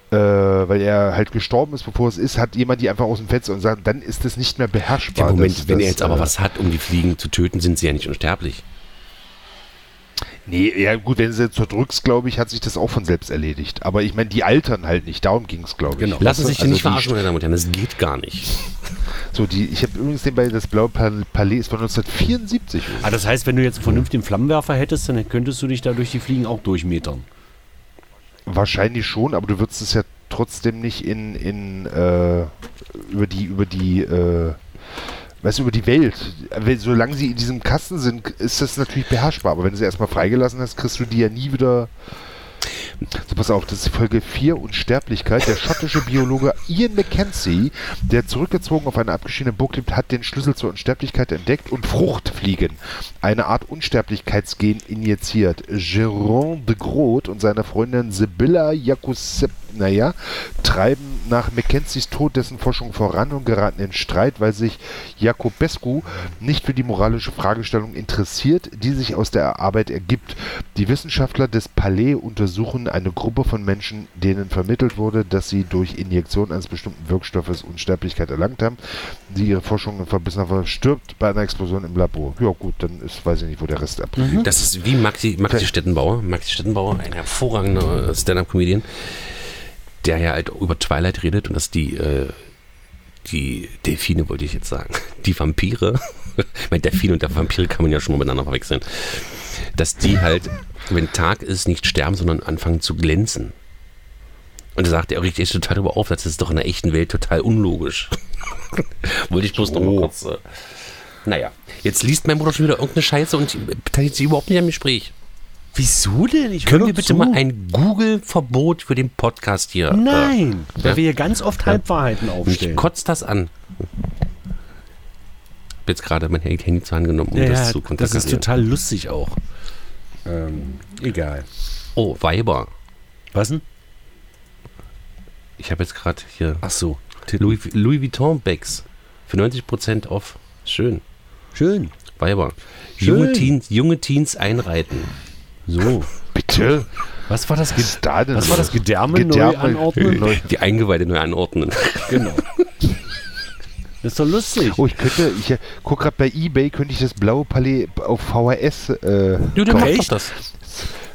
äh, weil er halt gestorben ist, bevor es ist, hat jemand die einfach aus dem Fenster und sagt, dann ist das nicht mehr beherrschbar. Ja, Moment, das, wenn das, er jetzt aber äh, was hat, um die Fliegen zu töten, sind sie ja nicht unsterblich. Nee, ja gut, wenn du sie zerdrückst, glaube ich, hat sich das auch von selbst erledigt. Aber ich meine, die altern halt nicht, darum ging es, glaube ich. Lassen Sie sich Also nicht die- verarschen, meine Damen und Herren, das geht gar nicht. So, die, ich habe übrigens den bei das Blaue Pal- Palais ist von 1974. Ah, das heißt, wenn du jetzt einen vernünftigen Flammenwerfer hättest, dann könntest du dich da durch die Fliegen auch durchmetern. Wahrscheinlich schon, aber du würdest es ja trotzdem nicht in, in äh, über die, über die äh, was über die Welt. Wenn- Solange sie in diesem Kasten sind, ist das natürlich beherrschbar. Aber wenn du sie erstmal freigelassen hast, kriegst du die ja nie wieder. So, pass auf, das ist Folge 4 Unsterblichkeit. Der schottische Biologe Ian Mackenzie, der zurückgezogen auf einer abgeschiedenen Burg lebt, hat den Schlüssel zur Unsterblichkeit entdeckt und Fruchtfliegen, eine Art Unsterblichkeitsgen, injiziert. Jérôme de Groot und seine Freundin Sibylla Jakosep, naja, treiben nach Mackenzies Tod dessen Forschung voran und geraten in Streit, weil sich Jakobescu nicht für die moralische Fragestellung interessiert, die sich aus der Arbeit ergibt. Die Wissenschaftler des Palais untersuchen eine Gruppe von Menschen, denen vermittelt wurde, dass sie durch Injektion eines bestimmten Wirkstoffes Unsterblichkeit erlangt haben, die ihre Forschung in verbissener Weise stirbt bei einer Explosion im Labor. Ja gut, dann ist, weiß ich nicht, wo der Mhm. Rest abgeht. Das ist wie Maxi, Äh. Maxi Stettenbauer. Maxi Stettenbauer, ein hervorragender äh, Stand-Up-Comedian, der ja halt über Twilight redet und dass die, äh, die Delfine, wollte ich jetzt sagen, die Vampire, ich meine, Delfine und der Vampire kann man ja schon mal miteinander verwechseln, dass die halt, wenn Tag ist, nicht sterben, sondern anfangen zu glänzen. Und da sagt er, richtig, ist total über auf, das ist doch in der echten Welt total unlogisch. Wollte ich bloß noch Oh. mal kurz. Äh, naja, jetzt liest mein Bruder schon wieder irgendeine Scheiße und beteiligt sich überhaupt nicht am Gespräch. Wieso denn? Ich Können hör wir doch bitte zu. mal ein Google-Verbot für den Podcast hier? Nein, Äh, weil ja? wir hier ganz oft Halbwahrheiten Mich aufstellen. kotzt das an. Ich hab jetzt gerade mein Handy zur Hand genommen, um ja, das das, zu das ist kontaktieren. total lustig auch. Ähm, egal. oh, Weiber. Was denn? Ich habe jetzt gerade hier Ach so. Louis, Louis Vuitton Bags für 90% auf. Schön. Schön. Weiber. Junge Schön. Teens, junge Teens einreiten. So. Bitte? Was war das? Ge Was ist da denn? was war das los? Gedärme, neu Gedärme- anordnen? Neu- Die Eingeweide neu anordnen. genau. Das ist doch lustig. Oh, ich könnte, ich guck gerade bei Ebay, könnte ich das blaue Palais auf VHS äh, Du, der Komm. macht doch Echt? das.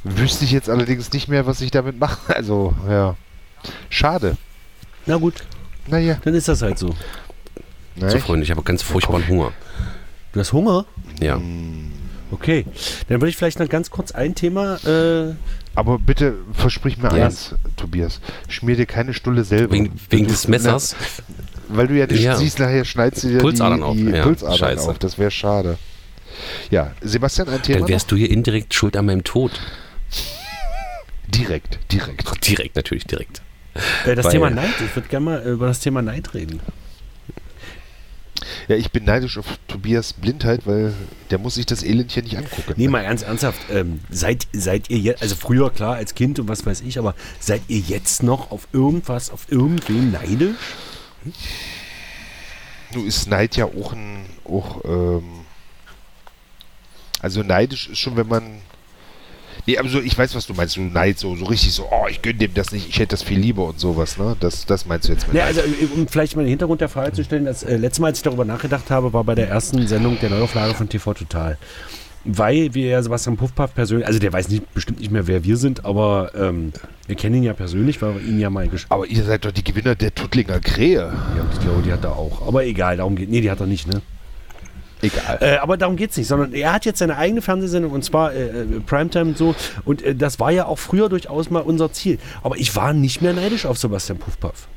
Wüsste ich jetzt allerdings nicht mehr, was ich damit mache. Also, ja. Schade. Na gut, Naja. dann ist das halt so. Na, So, ich, Freunde, ich habe ganz furchtbaren Hunger. Du hast Hunger? Ja. Okay. Dann würde ich vielleicht noch ganz kurz ein Thema. Äh, aber bitte versprich mir Ja. eins, Tobias. Schmier dir keine Stulle selber. Wegen, wegen des Messers. Na, weil du ja nicht Ja. siehst, nachher schneidest du dir Pulsadern die, auf. die Ja, Pulsadern scheiße. auf. Das wäre schade. Ja, Sebastian, ein Thema Dann wärst du hier indirekt schuld an meinem Tod. noch? Direkt, direkt. Direkt, natürlich direkt. äh, das Weil- Thema Neid. Ich würde gerne mal äh, über das Thema Neid reden. Ja, ich bin neidisch auf Tobias Blindheit, weil der muss sich das Elend hier nicht angucken. Nee, mal ganz ernsthaft. Ähm, seid, seid ihr jetzt, also früher klar als Kind und was weiß ich, aber seid ihr jetzt noch auf irgendwas, auf irgendwen neidisch? Du ist Neid ja auch ein. Auch, ähm, also neidisch ist schon, wenn man. Nee, aber so, ich weiß, was du meinst. Du Neid so, so richtig so, oh, ich gönn dem das nicht, ich hätte das viel lieber und sowas, ne? Das, das meinst du jetzt mit Ne, Neid. also äh, um vielleicht mal den Hintergrund der Frage zu stellen, das äh, letzte Mal, als ich darüber nachgedacht habe, war bei der ersten Sendung der Neuauflage von TV Total. Weil wir ja Sebastian Puffpaff persönlich, also der weiß nicht, bestimmt nicht mehr, wer wir sind, aber ähm, wir kennen ihn ja persönlich, weil wir ihn ja mal gesch Aber ihr seid doch die Gewinner der Tuttlinger Krähe. Ja, ich glaube, die hat er auch. Aber egal, darum geht. Nee, die hat er nicht, ne? Egal. Äh, aber darum geht's nicht, sondern er hat jetzt seine eigene Fernsehsendung und zwar äh, äh, Primetime und so. Und äh, das war ja auch früher durchaus mal unser Ziel. Aber ich war nicht mehr neidisch auf Sebastian Puffpaff.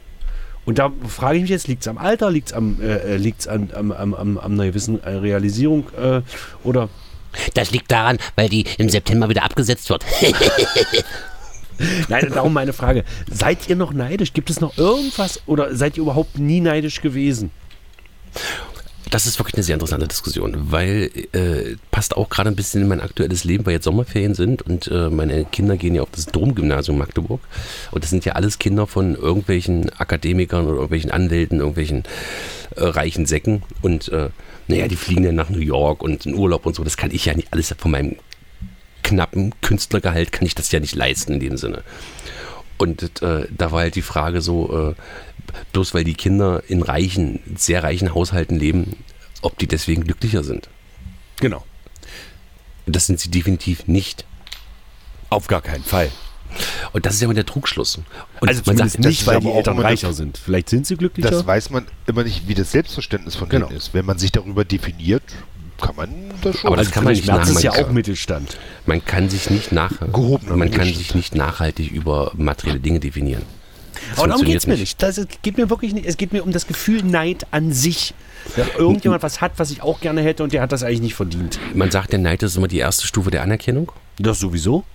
Und da frage ich mich jetzt, liegt's am Alter, liegt's am, äh, äh, liegt's an, am, am, am, am einer gewissen äh, Realisierung äh, oder Das liegt daran, weil die im September wieder abgesetzt wird. Nein, darum meine Frage. Seid ihr noch neidisch? Gibt es noch irgendwas oder seid ihr überhaupt nie neidisch gewesen? Das ist wirklich eine sehr interessante Diskussion, weil äh, passt auch gerade ein bisschen in mein aktuelles Leben, weil jetzt Sommerferien sind und äh, meine Kinder gehen ja auf das Domgymnasium Magdeburg und das sind ja alles Kinder von irgendwelchen Akademikern oder irgendwelchen Anwälten, irgendwelchen äh, reichen Säcken und äh, naja, die fliegen dann nach New York und in Urlaub und so, das kann ich ja nicht alles von meinem knappen Künstlergehalt kann ich das ja nicht leisten in dem Sinne. Und äh, da war halt die Frage so, äh, bloß weil die Kinder in reichen, sehr reichen Haushalten leben, ob die deswegen glücklicher sind. Genau. Das sind sie definitiv nicht. Auf gar keinen Fall. Und das ist ja immer der Trugschluss. Und also zumindest das nicht, ist weil aber die auch Eltern immer eine- reicher sind. Vielleicht sind sie glücklicher. Das weiß man immer nicht, wie das Selbstverständnis von Genau. denen ist. Wenn man sich darüber definiert, kann man das schon. Aber das Also kann man nicht Friedrich Merz nachmachen. ist ja auch Mittelstand. man kann sich nicht nach, Gehobener man kann Mittelstand. sich nicht nachhaltig über materielle Dinge definieren. Aber darum funktioniert geht es mir nicht. nicht. Das ist- geht mir wirklich nicht. Es geht mir um das Gefühl Neid an sich. Dass irgendjemand was hat, was ich auch gerne hätte und der hat das eigentlich nicht verdient. Man sagt, der Neid ist immer die erste Stufe der Anerkennung. Das sowieso.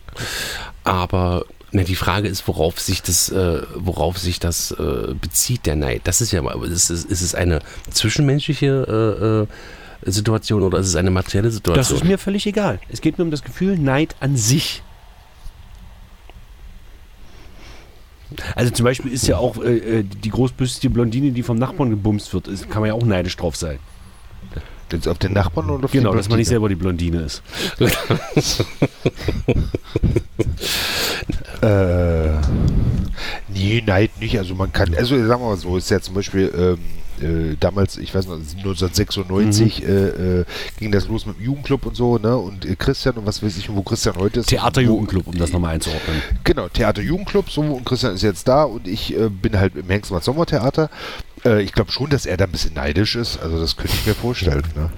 Aber na, die Frage ist, worauf sich das, äh, worauf sich das äh, bezieht, der Neid. Das ist ja mal, ist, es- ist es eine zwischenmenschliche äh, äh, Situation oder ist es eine materielle Das Situation? ist mir völlig egal. Es geht mir um das Gefühl Neid an sich. Also zum Beispiel ist ja auch äh, äh, die großbüstige Blondine, die vom Nachbarn gebumst wird, ist, kann man ja auch neidisch drauf sein. Jetzt auf den Nachbarn oder auf Genau, die dass man nicht Blondine? selber die Blondine ist. Äh, nee, Neid nicht. Also man kann, also sagen wir mal so, ist ja zum Beispiel ähm, äh, damals, ich weiß noch, 1996 Mhm. äh, äh, ging das los mit dem Jugendclub und so, ne? Und äh, Christian und was weiß ich, wo Christian heute ist. Theaterjugendclub, um das nochmal. nochmal einzuordnen. Genau, Theaterjugendclub, so und Christian ist jetzt da und ich äh, bin halt im Hengstmann Sommertheater. Äh, ich glaube schon, dass er da ein bisschen neidisch ist, also das könnte ich mir vorstellen. Ne?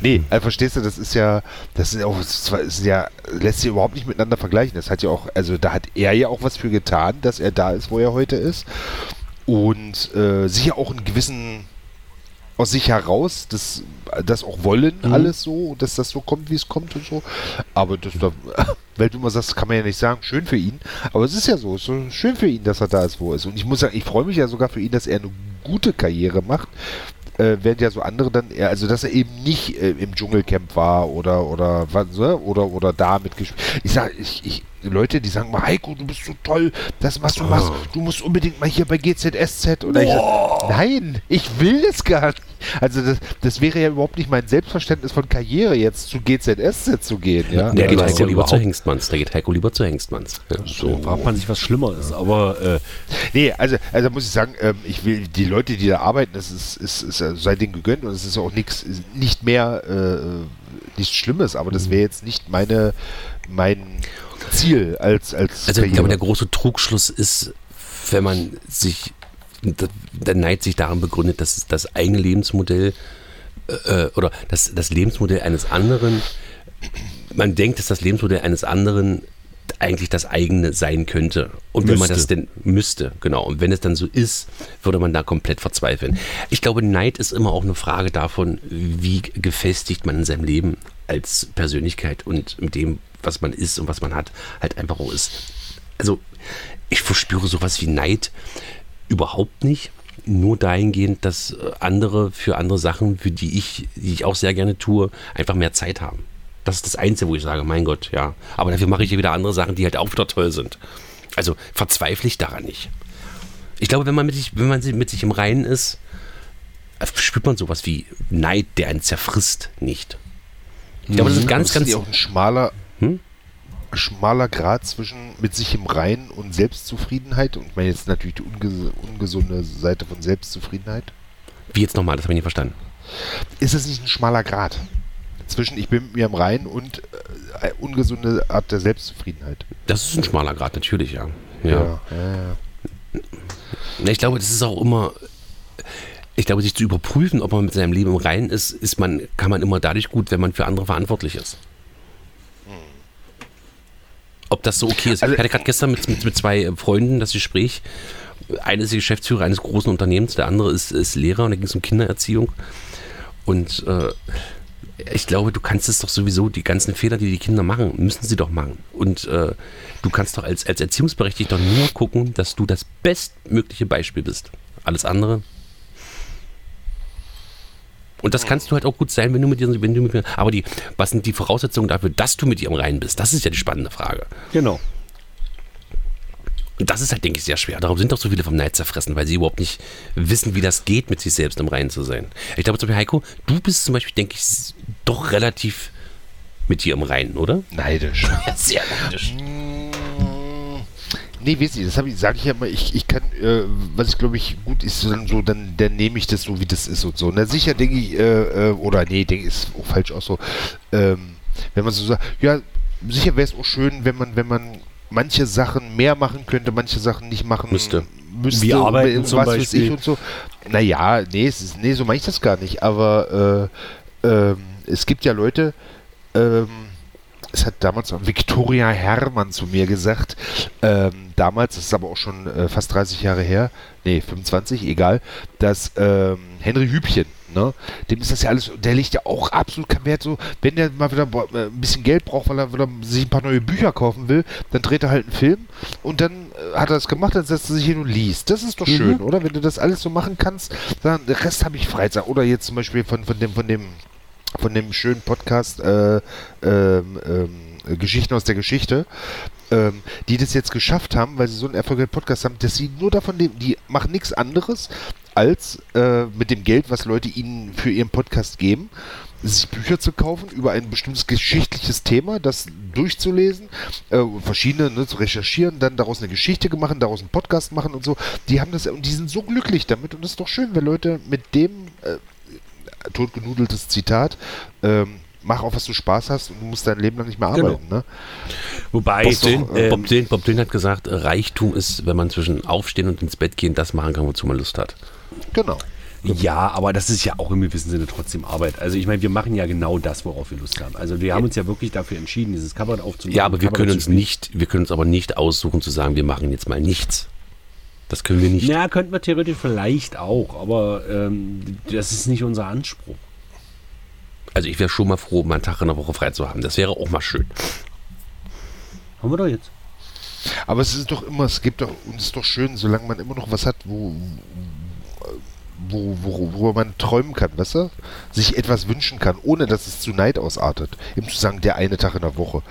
Nee, äh, verstehst du, das ist ja, das ist ja auch, das ist ja, lässt sich überhaupt nicht miteinander vergleichen. Das hat ja auch, also da hat er ja auch was für getan, dass er da ist, wo er heute ist. Und äh, sicher auch einen gewissen, aus sich heraus das, das auch wollen, alles so, dass das so kommt, wie es kommt und so. Aber das, da, weil du immer sagst, kann man ja nicht sagen, schön für ihn. Aber es ist ja so, es ist schön für ihn, dass er da ist, wo er ist. Und ich muss sagen, ich freue mich ja sogar für ihn, dass er eine gute Karriere macht. Äh, während ja so andere dann eher, also dass er eben nicht äh, im Dschungelcamp war oder oder was, ne? oder oder da mitgespielt. Ich sag, ich, ich, Leute, die sagen mal, Heiko, du bist so toll, das was du machst, du musst unbedingt mal hier bei GZSZ oder ich sag, nein, ich will das gar nicht. Also das, das wäre ja überhaupt nicht mein Selbstverständnis von Karriere, jetzt zu GZSZ zu gehen. Ja, Der geht Also- Heiko lieber zu überhaupt- Hengstmanns. Der geht Heiko lieber zu Hengstmanns. Ja. So fragt man sich, was schlimmer ist. Aber äh, Nee, also, also muss ich sagen, ähm, ich will die Leute, die da arbeiten, das ist, ist, ist also sei denen gegönnt und es ist auch nichts, nicht mehr äh, nichts Schlimmes, aber das wäre jetzt nicht meine mein Ziel als als Also ich Karriere. glaube, der große Trugschluss ist, wenn man sich, der Neid sich daran begründet, dass das eigene Lebensmodell äh, oder das, das Lebensmodell eines anderen, man denkt, dass das Lebensmodell eines anderen eigentlich das eigene sein könnte. Und wenn man Müsste. das denn müsste, genau. Und wenn es dann so ist, würde man da komplett verzweifeln. Ich glaube, Neid ist immer auch eine Frage davon, wie gefestigt man in seinem Leben als Persönlichkeit und mit dem, was man ist und was man hat, halt einfach auch ist. Also, ich verspüre sowas wie Neid überhaupt nicht. Nur dahingehend, dass äh, andere für andere Sachen, für die ich, die ich auch sehr gerne tue, einfach mehr Zeit haben. Das ist das Einzige, wo ich sage, mein Gott, ja. Aber dafür mache ich ja wieder andere Sachen, die halt auch wieder toll sind. Also verzweifle ich daran nicht. Ich glaube, wenn man mit sich, wenn man si- mit sich im Reinen ist, spürt man sowas wie Neid, der einen zerfrisst, nicht. Ich glaube, das ist ganz, Mhm. das ganz. ist ja auch ein schmaler Hm? schmaler Grad zwischen mit sich im Reinen und Selbstzufriedenheit und ich meine jetzt natürlich die unges ungesunde Seite von Selbstzufriedenheit. Wie jetzt nochmal, das habe ich nicht verstanden. Ist das nicht ein schmaler Grad? Zwischen ich bin mit mir im Reinen und äh, ungesunde Art der Selbstzufriedenheit. Das ist ein schmaler Grad, natürlich, ja. ja, ja. Na, Ich glaube, das ist auch immer. Ich glaube, sich zu überprüfen, ob man mit seinem Leben im Reinen ist, ist man, kann man immer dadurch gut, wenn man für andere verantwortlich ist. Ob das so okay ist. Also- ich hatte gerade gestern mit, mit, mit zwei äh, Freunden das Gespräch. Einer ist der Geschäftsführer eines großen Unternehmens, der andere ist, ist Lehrer und da ging es um Kindererziehung. Und äh, ich glaube, du kannst es doch sowieso, die ganzen Fehler, die die Kinder machen, müssen sie doch machen. Und äh, du kannst doch als, als Erziehungsberechtigter nur gucken, dass du das bestmögliche Beispiel bist. Alles andere. Und das kannst du halt auch gut sein, wenn du mit dir, wenn du mit mir, aber die, was sind die Voraussetzungen dafür, dass du mit dir im Reinen bist? Das ist ja die spannende Frage. genau. Und das ist halt, denke ich, sehr schwer. Darum sind doch so viele vom Neid zerfressen, weil sie überhaupt nicht wissen, wie das geht, mit sich selbst im Reinen zu sein. Ich glaube zum Beispiel, Heiko, du bist zum Beispiel, denke ich, s- doch relativ mit dir im Reinen, oder? Neidisch. Sehr neidisch. Nee, weiß nicht, das habe ich, sage ich ja mal, ich, ich kann, äh, was ich glaube ich gut ist, dann so, dann, dann nehme ich das so, wie das ist und so. Na sicher denke ich, äh, äh, oder nee, denke ich, ist auch falsch auch so. Ähm, wenn man so sagt, ja, sicher wäre es auch schön, wenn man, wenn man manche Sachen mehr machen könnte, manche Sachen nicht machen Müsste. müsste Wir und arbeiten zum was weiß Beispiel. ich und so. Naja, nee, es ist, nee, so meine ich das gar nicht, aber äh, ähm, es gibt ja Leute, ähm, es hat damals auch Victoria Herrmann zu mir gesagt, ähm, damals, das ist aber auch schon äh, fast 30 Jahre her, nee, 25, egal, dass ähm, Henry Hübchen, ne, dem ist das ja alles, der legt ja auch absolut keinen Wert so, wenn der mal wieder bo- äh, ein bisschen Geld braucht, weil er wieder sich ein paar neue Bücher kaufen will, dann dreht er halt einen Film und dann äh, hat er das gemacht, dann setzt er sich hin und liest. Das ist doch schön, oder? Wenn du das alles so machen kannst, dann den Rest habe ich Freizeit. Oder jetzt zum Beispiel von, von dem, von dem von dem schönen Podcast äh, ähm, ähm, Geschichten aus der Geschichte, ähm, die das jetzt geschafft haben, weil sie so einen erfolgreichen Podcast haben, dass sie nur davon leben, die machen nichts anderes, als äh, mit dem Geld, was Leute ihnen für ihren Podcast geben, sich Bücher zu kaufen über ein bestimmtes geschichtliches Thema, das durchzulesen, äh, verschiedene ne, zu recherchieren, dann daraus eine Geschichte gemacht, daraus einen Podcast machen und so. Die haben das und die sind so glücklich damit und das ist doch schön, wenn Leute mit dem äh, totgenudeltes Zitat. Ähm, mach auf, was du Spaß hast und du musst dein Leben lang nicht mehr Genau. arbeiten. Ne? Wobei, Bob Bob Dylan, äh, äh, Dylan, ähm, Bob, Dylan, Bob Dylan hat gesagt, äh, Reichtum ist, wenn man zwischen Aufstehen und ins Bett gehen das machen kann, wozu man Lust hat. Genau. Ja, aber das ist ja auch im gewissen Sinne trotzdem Arbeit. Also ich meine, wir machen ja genau das, worauf wir Lust haben. Also wir haben uns ja wirklich dafür entschieden, dieses Cover aufzunehmen. Ja, aber wir Cupboard können zu uns spielen. nicht, wir können uns aber nicht aussuchen zu sagen, wir machen jetzt mal nichts. Das können wir nicht. Ja, könnten wir theoretisch vielleicht auch, aber ähm, das ist nicht unser Anspruch. Also ich wäre schon mal froh, mal einen Tag in der Woche frei zu haben. Das wäre auch mal schön. Haben wir doch jetzt. Aber es ist doch immer, es gibt doch, und es ist doch schön, solange man immer noch was hat, wo, wo, wo, worüber man träumen kann, weißt du? Sich etwas wünschen kann, ohne dass es zu Neid ausartet. Im Zusammenhang der eine Tag in der Woche.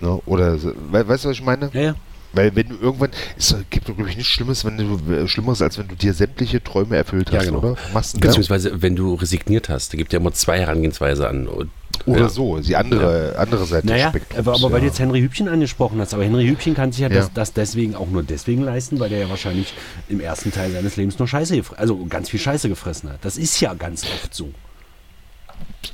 Ne? Oder, so. we weißt du, was ich meine? Ja, ja. Weil wenn du irgendwann, es gibt doch, glaube ich, nichts Schlimmes, wenn du, äh, Schlimmeres, als wenn du dir sämtliche Träume erfüllt hast, genau. oder? Machst du ne? das? Beziehungsweise, wenn du resigniert hast, da gibt ja immer zwei Herangehensweise an. Und- Oder ja. so, die andere, andere Seite Naja, des Spektrums. aber, aber weil ja. du jetzt Henry Hübchen angesprochen hast, aber Henry Hübchen kann sich ja, Ja. Das, das deswegen auch nur deswegen leisten, weil der ja wahrscheinlich im ersten Teil seines Lebens nur Scheiße, gefre- also ganz viel Scheiße gefressen hat. Das ist ja ganz oft so.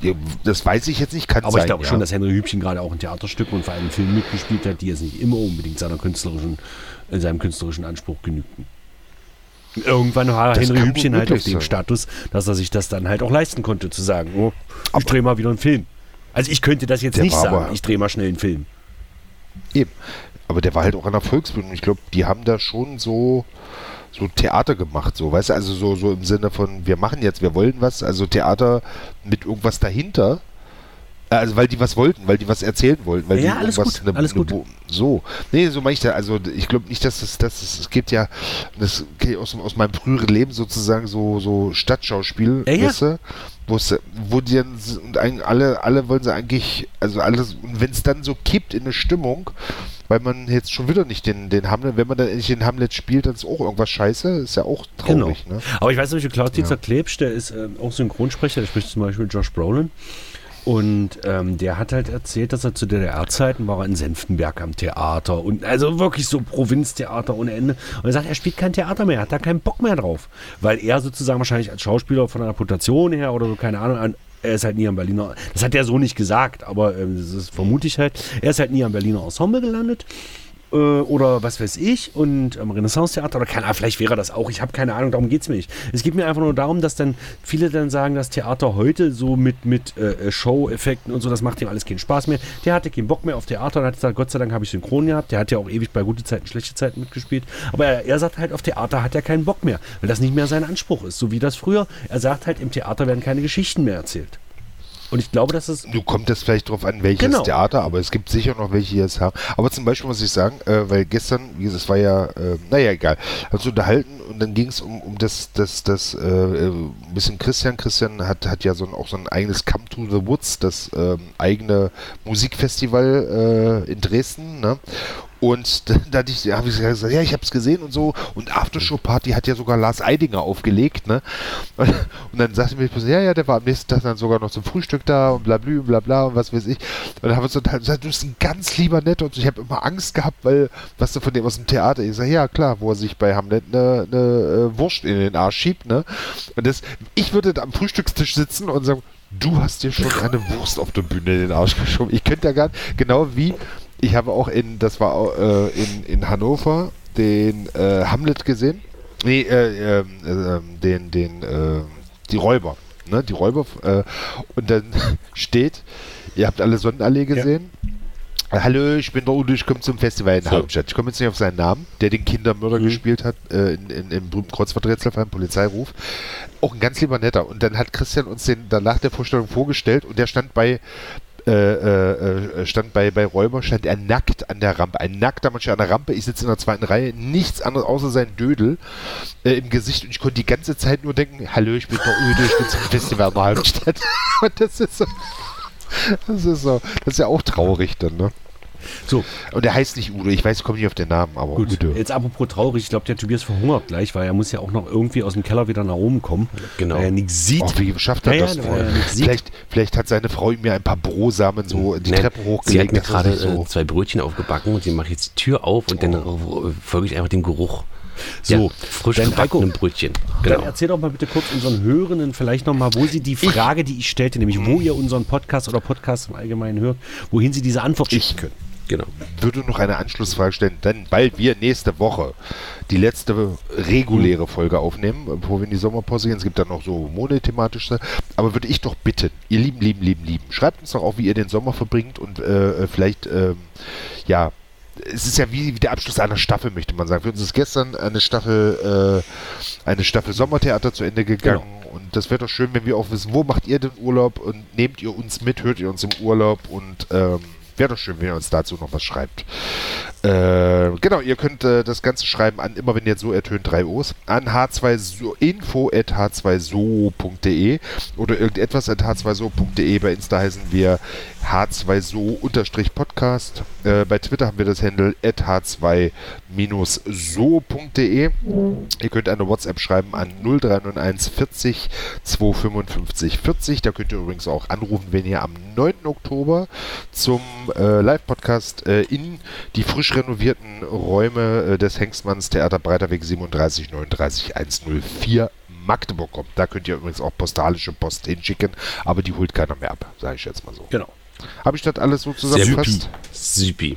Ja, Das weiß ich jetzt nicht, kann Aber sein. ich glaube ja. schon, dass Henry Hübchen gerade auch in Theaterstücken und vor allem in Filmen mitgespielt hat, die jetzt nicht immer unbedingt seiner künstlerischen, äh, seinem künstlerischen Anspruch genügten. Irgendwann war Das Henry kann Hübchen halt auf möglich dem sein. Status, dass er sich das dann halt auch leisten konnte, zu sagen, oh, ich drehe mal wieder einen Film. Also ich könnte das jetzt Der nicht war sagen, aber- ich drehe mal schnell einen Film. Eben. Aber der war halt auch an der Volksbühne. und Ich glaube, die haben da schon so, so Theater gemacht, so, weißt du, also so, so im Sinne von, wir machen jetzt, wir wollen was, also Theater mit irgendwas dahinter. Äh, Also weil die was wollten, weil die was erzählen wollten, weil Ja, die alles irgendwas gut, alles gut. Bo- so. Nee, so meine ich das. Also ich glaube nicht, dass das, das ist, es gibt ja, das kenne ich aus, aus meinem früheren Leben sozusagen so, so Stadtschauspiel, Ja, ja. weißt du, wo es, wo die dann, s- und ein, alle, alle wollen sie eigentlich, also alles, und wenn es dann so kippt in eine Stimmung, weil man jetzt schon wieder nicht den, den Hamlet, wenn man dann endlich den Hamlet spielt, dann ist auch irgendwas scheiße, ist ja auch traurig, ne? Genau. Aber ich weiß nicht, Klaus-Dieter Klebsch, der ist ähm, auch Synchronsprecher, der spricht zum Beispiel Josh Brolin. Und ähm, der hat halt erzählt, dass er zu DDR-Zeiten war er in Senftenberg am Theater und also wirklich so Provinztheater ohne Ende. Und er sagt, er spielt kein Theater mehr, hat da keinen Bock mehr drauf. Weil er sozusagen wahrscheinlich als Schauspieler von der Reputation her oder so, keine Ahnung, an, er ist halt nie am Berliner, das hat er so nicht gesagt, aber ähm, das ist, vermute ich halt, er ist halt nie am Berliner Ensemble gelandet äh, oder was weiß ich und am Renaissance-Theater oder keine Ahnung, vielleicht wäre das auch, ich habe keine Ahnung, darum geht es mir nicht. Es geht mir einfach nur darum, dass dann viele dann sagen, das Theater heute so mit, mit äh, Show-Effekten und so, das macht ihm alles keinen Spaß mehr. Der hatte keinen Bock mehr auf Theater und hat gesagt, Gott sei Dank habe ich Synchron gehabt, der hat ja auch ewig bei gute Zeiten, schlechte Zeiten mitgespielt, aber er, er sagt halt, auf Theater hat er keinen Bock mehr, weil das nicht mehr sein Anspruch ist, so wie das früher. Er sagt halt, im Theater werden keine Geschichten mehr erzählt. Und ich glaube, das ist Du kommt das vielleicht drauf an, welches Genau. Theater, aber es gibt sicher noch welche, die es haben. Aber zum Beispiel muss ich sagen, äh, weil gestern, wie gesagt, es war ja, äh, naja, egal, also unterhalten und dann ging es um, um das, das, das, äh, äh, ein bisschen Christian. Christian hat, hat ja so ein, auch so ein eigenes Come to the Woods, das ähm, eigene Musikfestival äh, in Dresden, ne? Und da, da hatte ich, habe ich gesagt, ja, ich habe es gesehen und so. Und Aftershow-Party hat ja sogar Lars Eidinger aufgelegt, ne? Und, dann sagte mir die Person, ja, ja, der war am nächsten Tag dann sogar noch zum Frühstück da und bla blü, bla bla und was weiß ich. Und dann haben wir uns unterhalten und gesagt, du bist ein ganz lieber Netter und so. ich habe immer Angst gehabt, weil, was du von dem aus dem Theater, ich sage, ja, klar, wo er sich bei Hamlet eine ne, äh, Wurst in den Arsch schiebt, ne? Und das, ich würde da am Frühstückstisch sitzen und sagen, du hast dir schon eine Wurst auf der Bühne in den Arsch geschoben. Ich könnte ja gar nicht, genau wie ich habe auch in, das war auch, äh, in, in Hannover, den äh, Hamlet gesehen. Nee, äh, ähm, ähm, den, den, äh, die Räuber. Ne, die Räuber. Äh, und dann steht, ihr habt alle Sonnenallee gesehen. Hallo, ich bin der Udo, ich komme zum Festival in So. Hauptstadt. Ich komme jetzt nicht auf seinen Namen, der den Kindermörder gespielt hat äh, in, in, im berühmten Kreuzworträtselfall, im Polizeiruf. Auch ein ganz lieber Netter. Und dann hat Christian uns den danach der Vorstellung vorgestellt und der stand bei äh, äh, äh, stand bei, bei Räuber, stand er nackt an der Rampe. Ein nackter Mensch an der Rampe. Ich sitze in der zweiten Reihe, nichts anderes außer sein Dödel äh, im Gesicht und ich konnte die ganze Zeit nur denken, hallo, ich bin der Udo, ich bin zum Festival in Halbstadt. Und das ist so... Das ist so, das ist ja auch traurig dann, ne? So, Und er heißt nicht Udo. Ich weiß, ich komme nicht auf den Namen, aber gut. Udo. Jetzt apropos traurig, ich glaube, der Tobias verhungert gleich, weil er muss ja auch noch irgendwie aus dem Keller wieder nach oben kommen. Genau. Weil er nichts sieht. Oh, wie schafft er Ja, das ja, wohl? ja, sieht- vielleicht, vielleicht hat seine Frau ihm ja ein paar Brosamen so die Nein, Treppe ne, Sie hat hochgelegt. mir dass er gerade sich äh, zwei Brötchen aufgebacken und sie macht jetzt die Tür auf und dann äh, folge ich einfach dem Geruch. So, der frisch dann gebackenen Heiko. Brötchen. Dann Genau. erzähl doch mal bitte kurz unseren Hörenden vielleicht nochmal, wo sie die Frage, die ich stellte, nämlich wo ihr unseren Podcast oder Podcast im Allgemeinen hört, wohin sie diese Antwort schicken können. genau. würde noch eine Anschlussfrage stellen, denn weil wir nächste Woche die letzte reguläre Folge aufnehmen, bevor wir in die Sommerpause gehen, es gibt dann noch so monothematische, aber würde ich doch bitten, ihr lieben, lieben, lieben, lieben, schreibt uns doch auch, wie ihr den Sommer verbringt und äh, äh, vielleicht, ähm, ja, es ist ja wie, wie der Abschluss einer Staffel, möchte man sagen. Für uns ist gestern eine Staffel, äh, eine Staffel Sommertheater zu Ende gegangen. Und das wäre doch schön, wenn wir auch wissen, wo macht ihr den Urlaub und nehmt ihr uns mit, hört ihr uns im Urlaub und ähm, wäre doch schön, wenn ihr uns dazu noch was schreibt. Äh, genau, ihr könnt äh, das Ganze schreiben an, immer wenn ihr so ertönt, 3 O's, an h2so, info at h2so.de oder irgendetwas at h2so.de. Bei Insta heißen wir h2so-podcast. Äh, bei Twitter haben wir das Handle at h2-so.de. Ihr könnt eine WhatsApp schreiben an 0391 40 255 40. Da könnt ihr übrigens auch anrufen, wenn ihr am 9. Oktober zum äh, Live-Podcast äh, in die frisch renovierten Räume äh, des Hengstmanns Theater Breiterweg 37 39 104 Magdeburg kommt. Da könnt ihr übrigens auch postalische Post hinschicken, aber die holt keiner mehr ab, sage ich jetzt mal so. Genau. Habe ich das alles so Süpi. zusammengefasst? Süpi.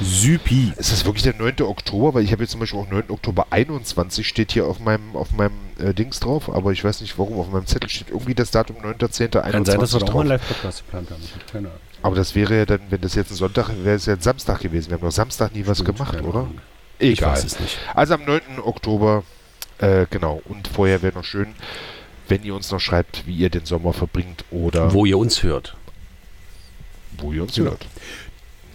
Süpi. Ist das wirklich der 9. Oktober? Weil ich habe jetzt zum Beispiel auch 9. Oktober 21 steht hier auf meinem, auf meinem äh, Dings drauf, aber ich weiß nicht warum. Auf meinem Zettel steht irgendwie das Datum 9.10.21 Kann sein, dass wir da auch mal einen drauf. Live-Podcast geplant haben. Ich hab Keine Ahnung. Aber das wäre ja dann, wenn das jetzt ein Sonntag wäre, wäre es ja ein Samstag gewesen. Wir haben doch Samstag nie was gemacht, keine oder? Ahnung. Ich Egal. weiß es nicht. Also am 9. Oktober, äh, genau. Und vorher wäre noch schön, wenn ihr uns noch schreibt, wie ihr den Sommer verbringt oder Wo ihr uns hört. wo ihr uns Genau. hört.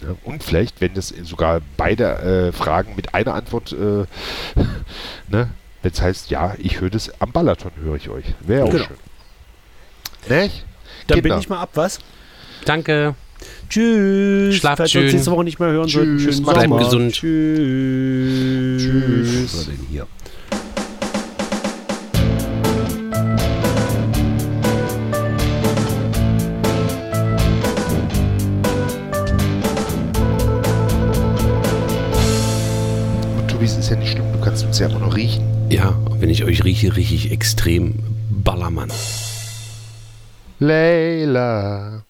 Ja, und vielleicht, wenn das sogar beide äh, Fragen mit einer Antwort, äh, ne, wenn es heißt, ja, ich höre das am Ballaton, höre ich euch. Wäre auch Genau. schön. Nicht? Dann Kinder. bin ich mal ab, was? Danke. Tschüss. Schlaft Falls wir schön. uns nächste Woche nicht mehr hören sollten. Tschüss, Schönen macht's Sommer. gut. Bleibt gesund. Tschüss. Tschüss. Was war denn hier? Und Tobias ist ja nicht schlimm, du kannst uns ja immer noch riechen. Ja, und wenn ich euch rieche, rieche ich extrem Ballermann. Leila.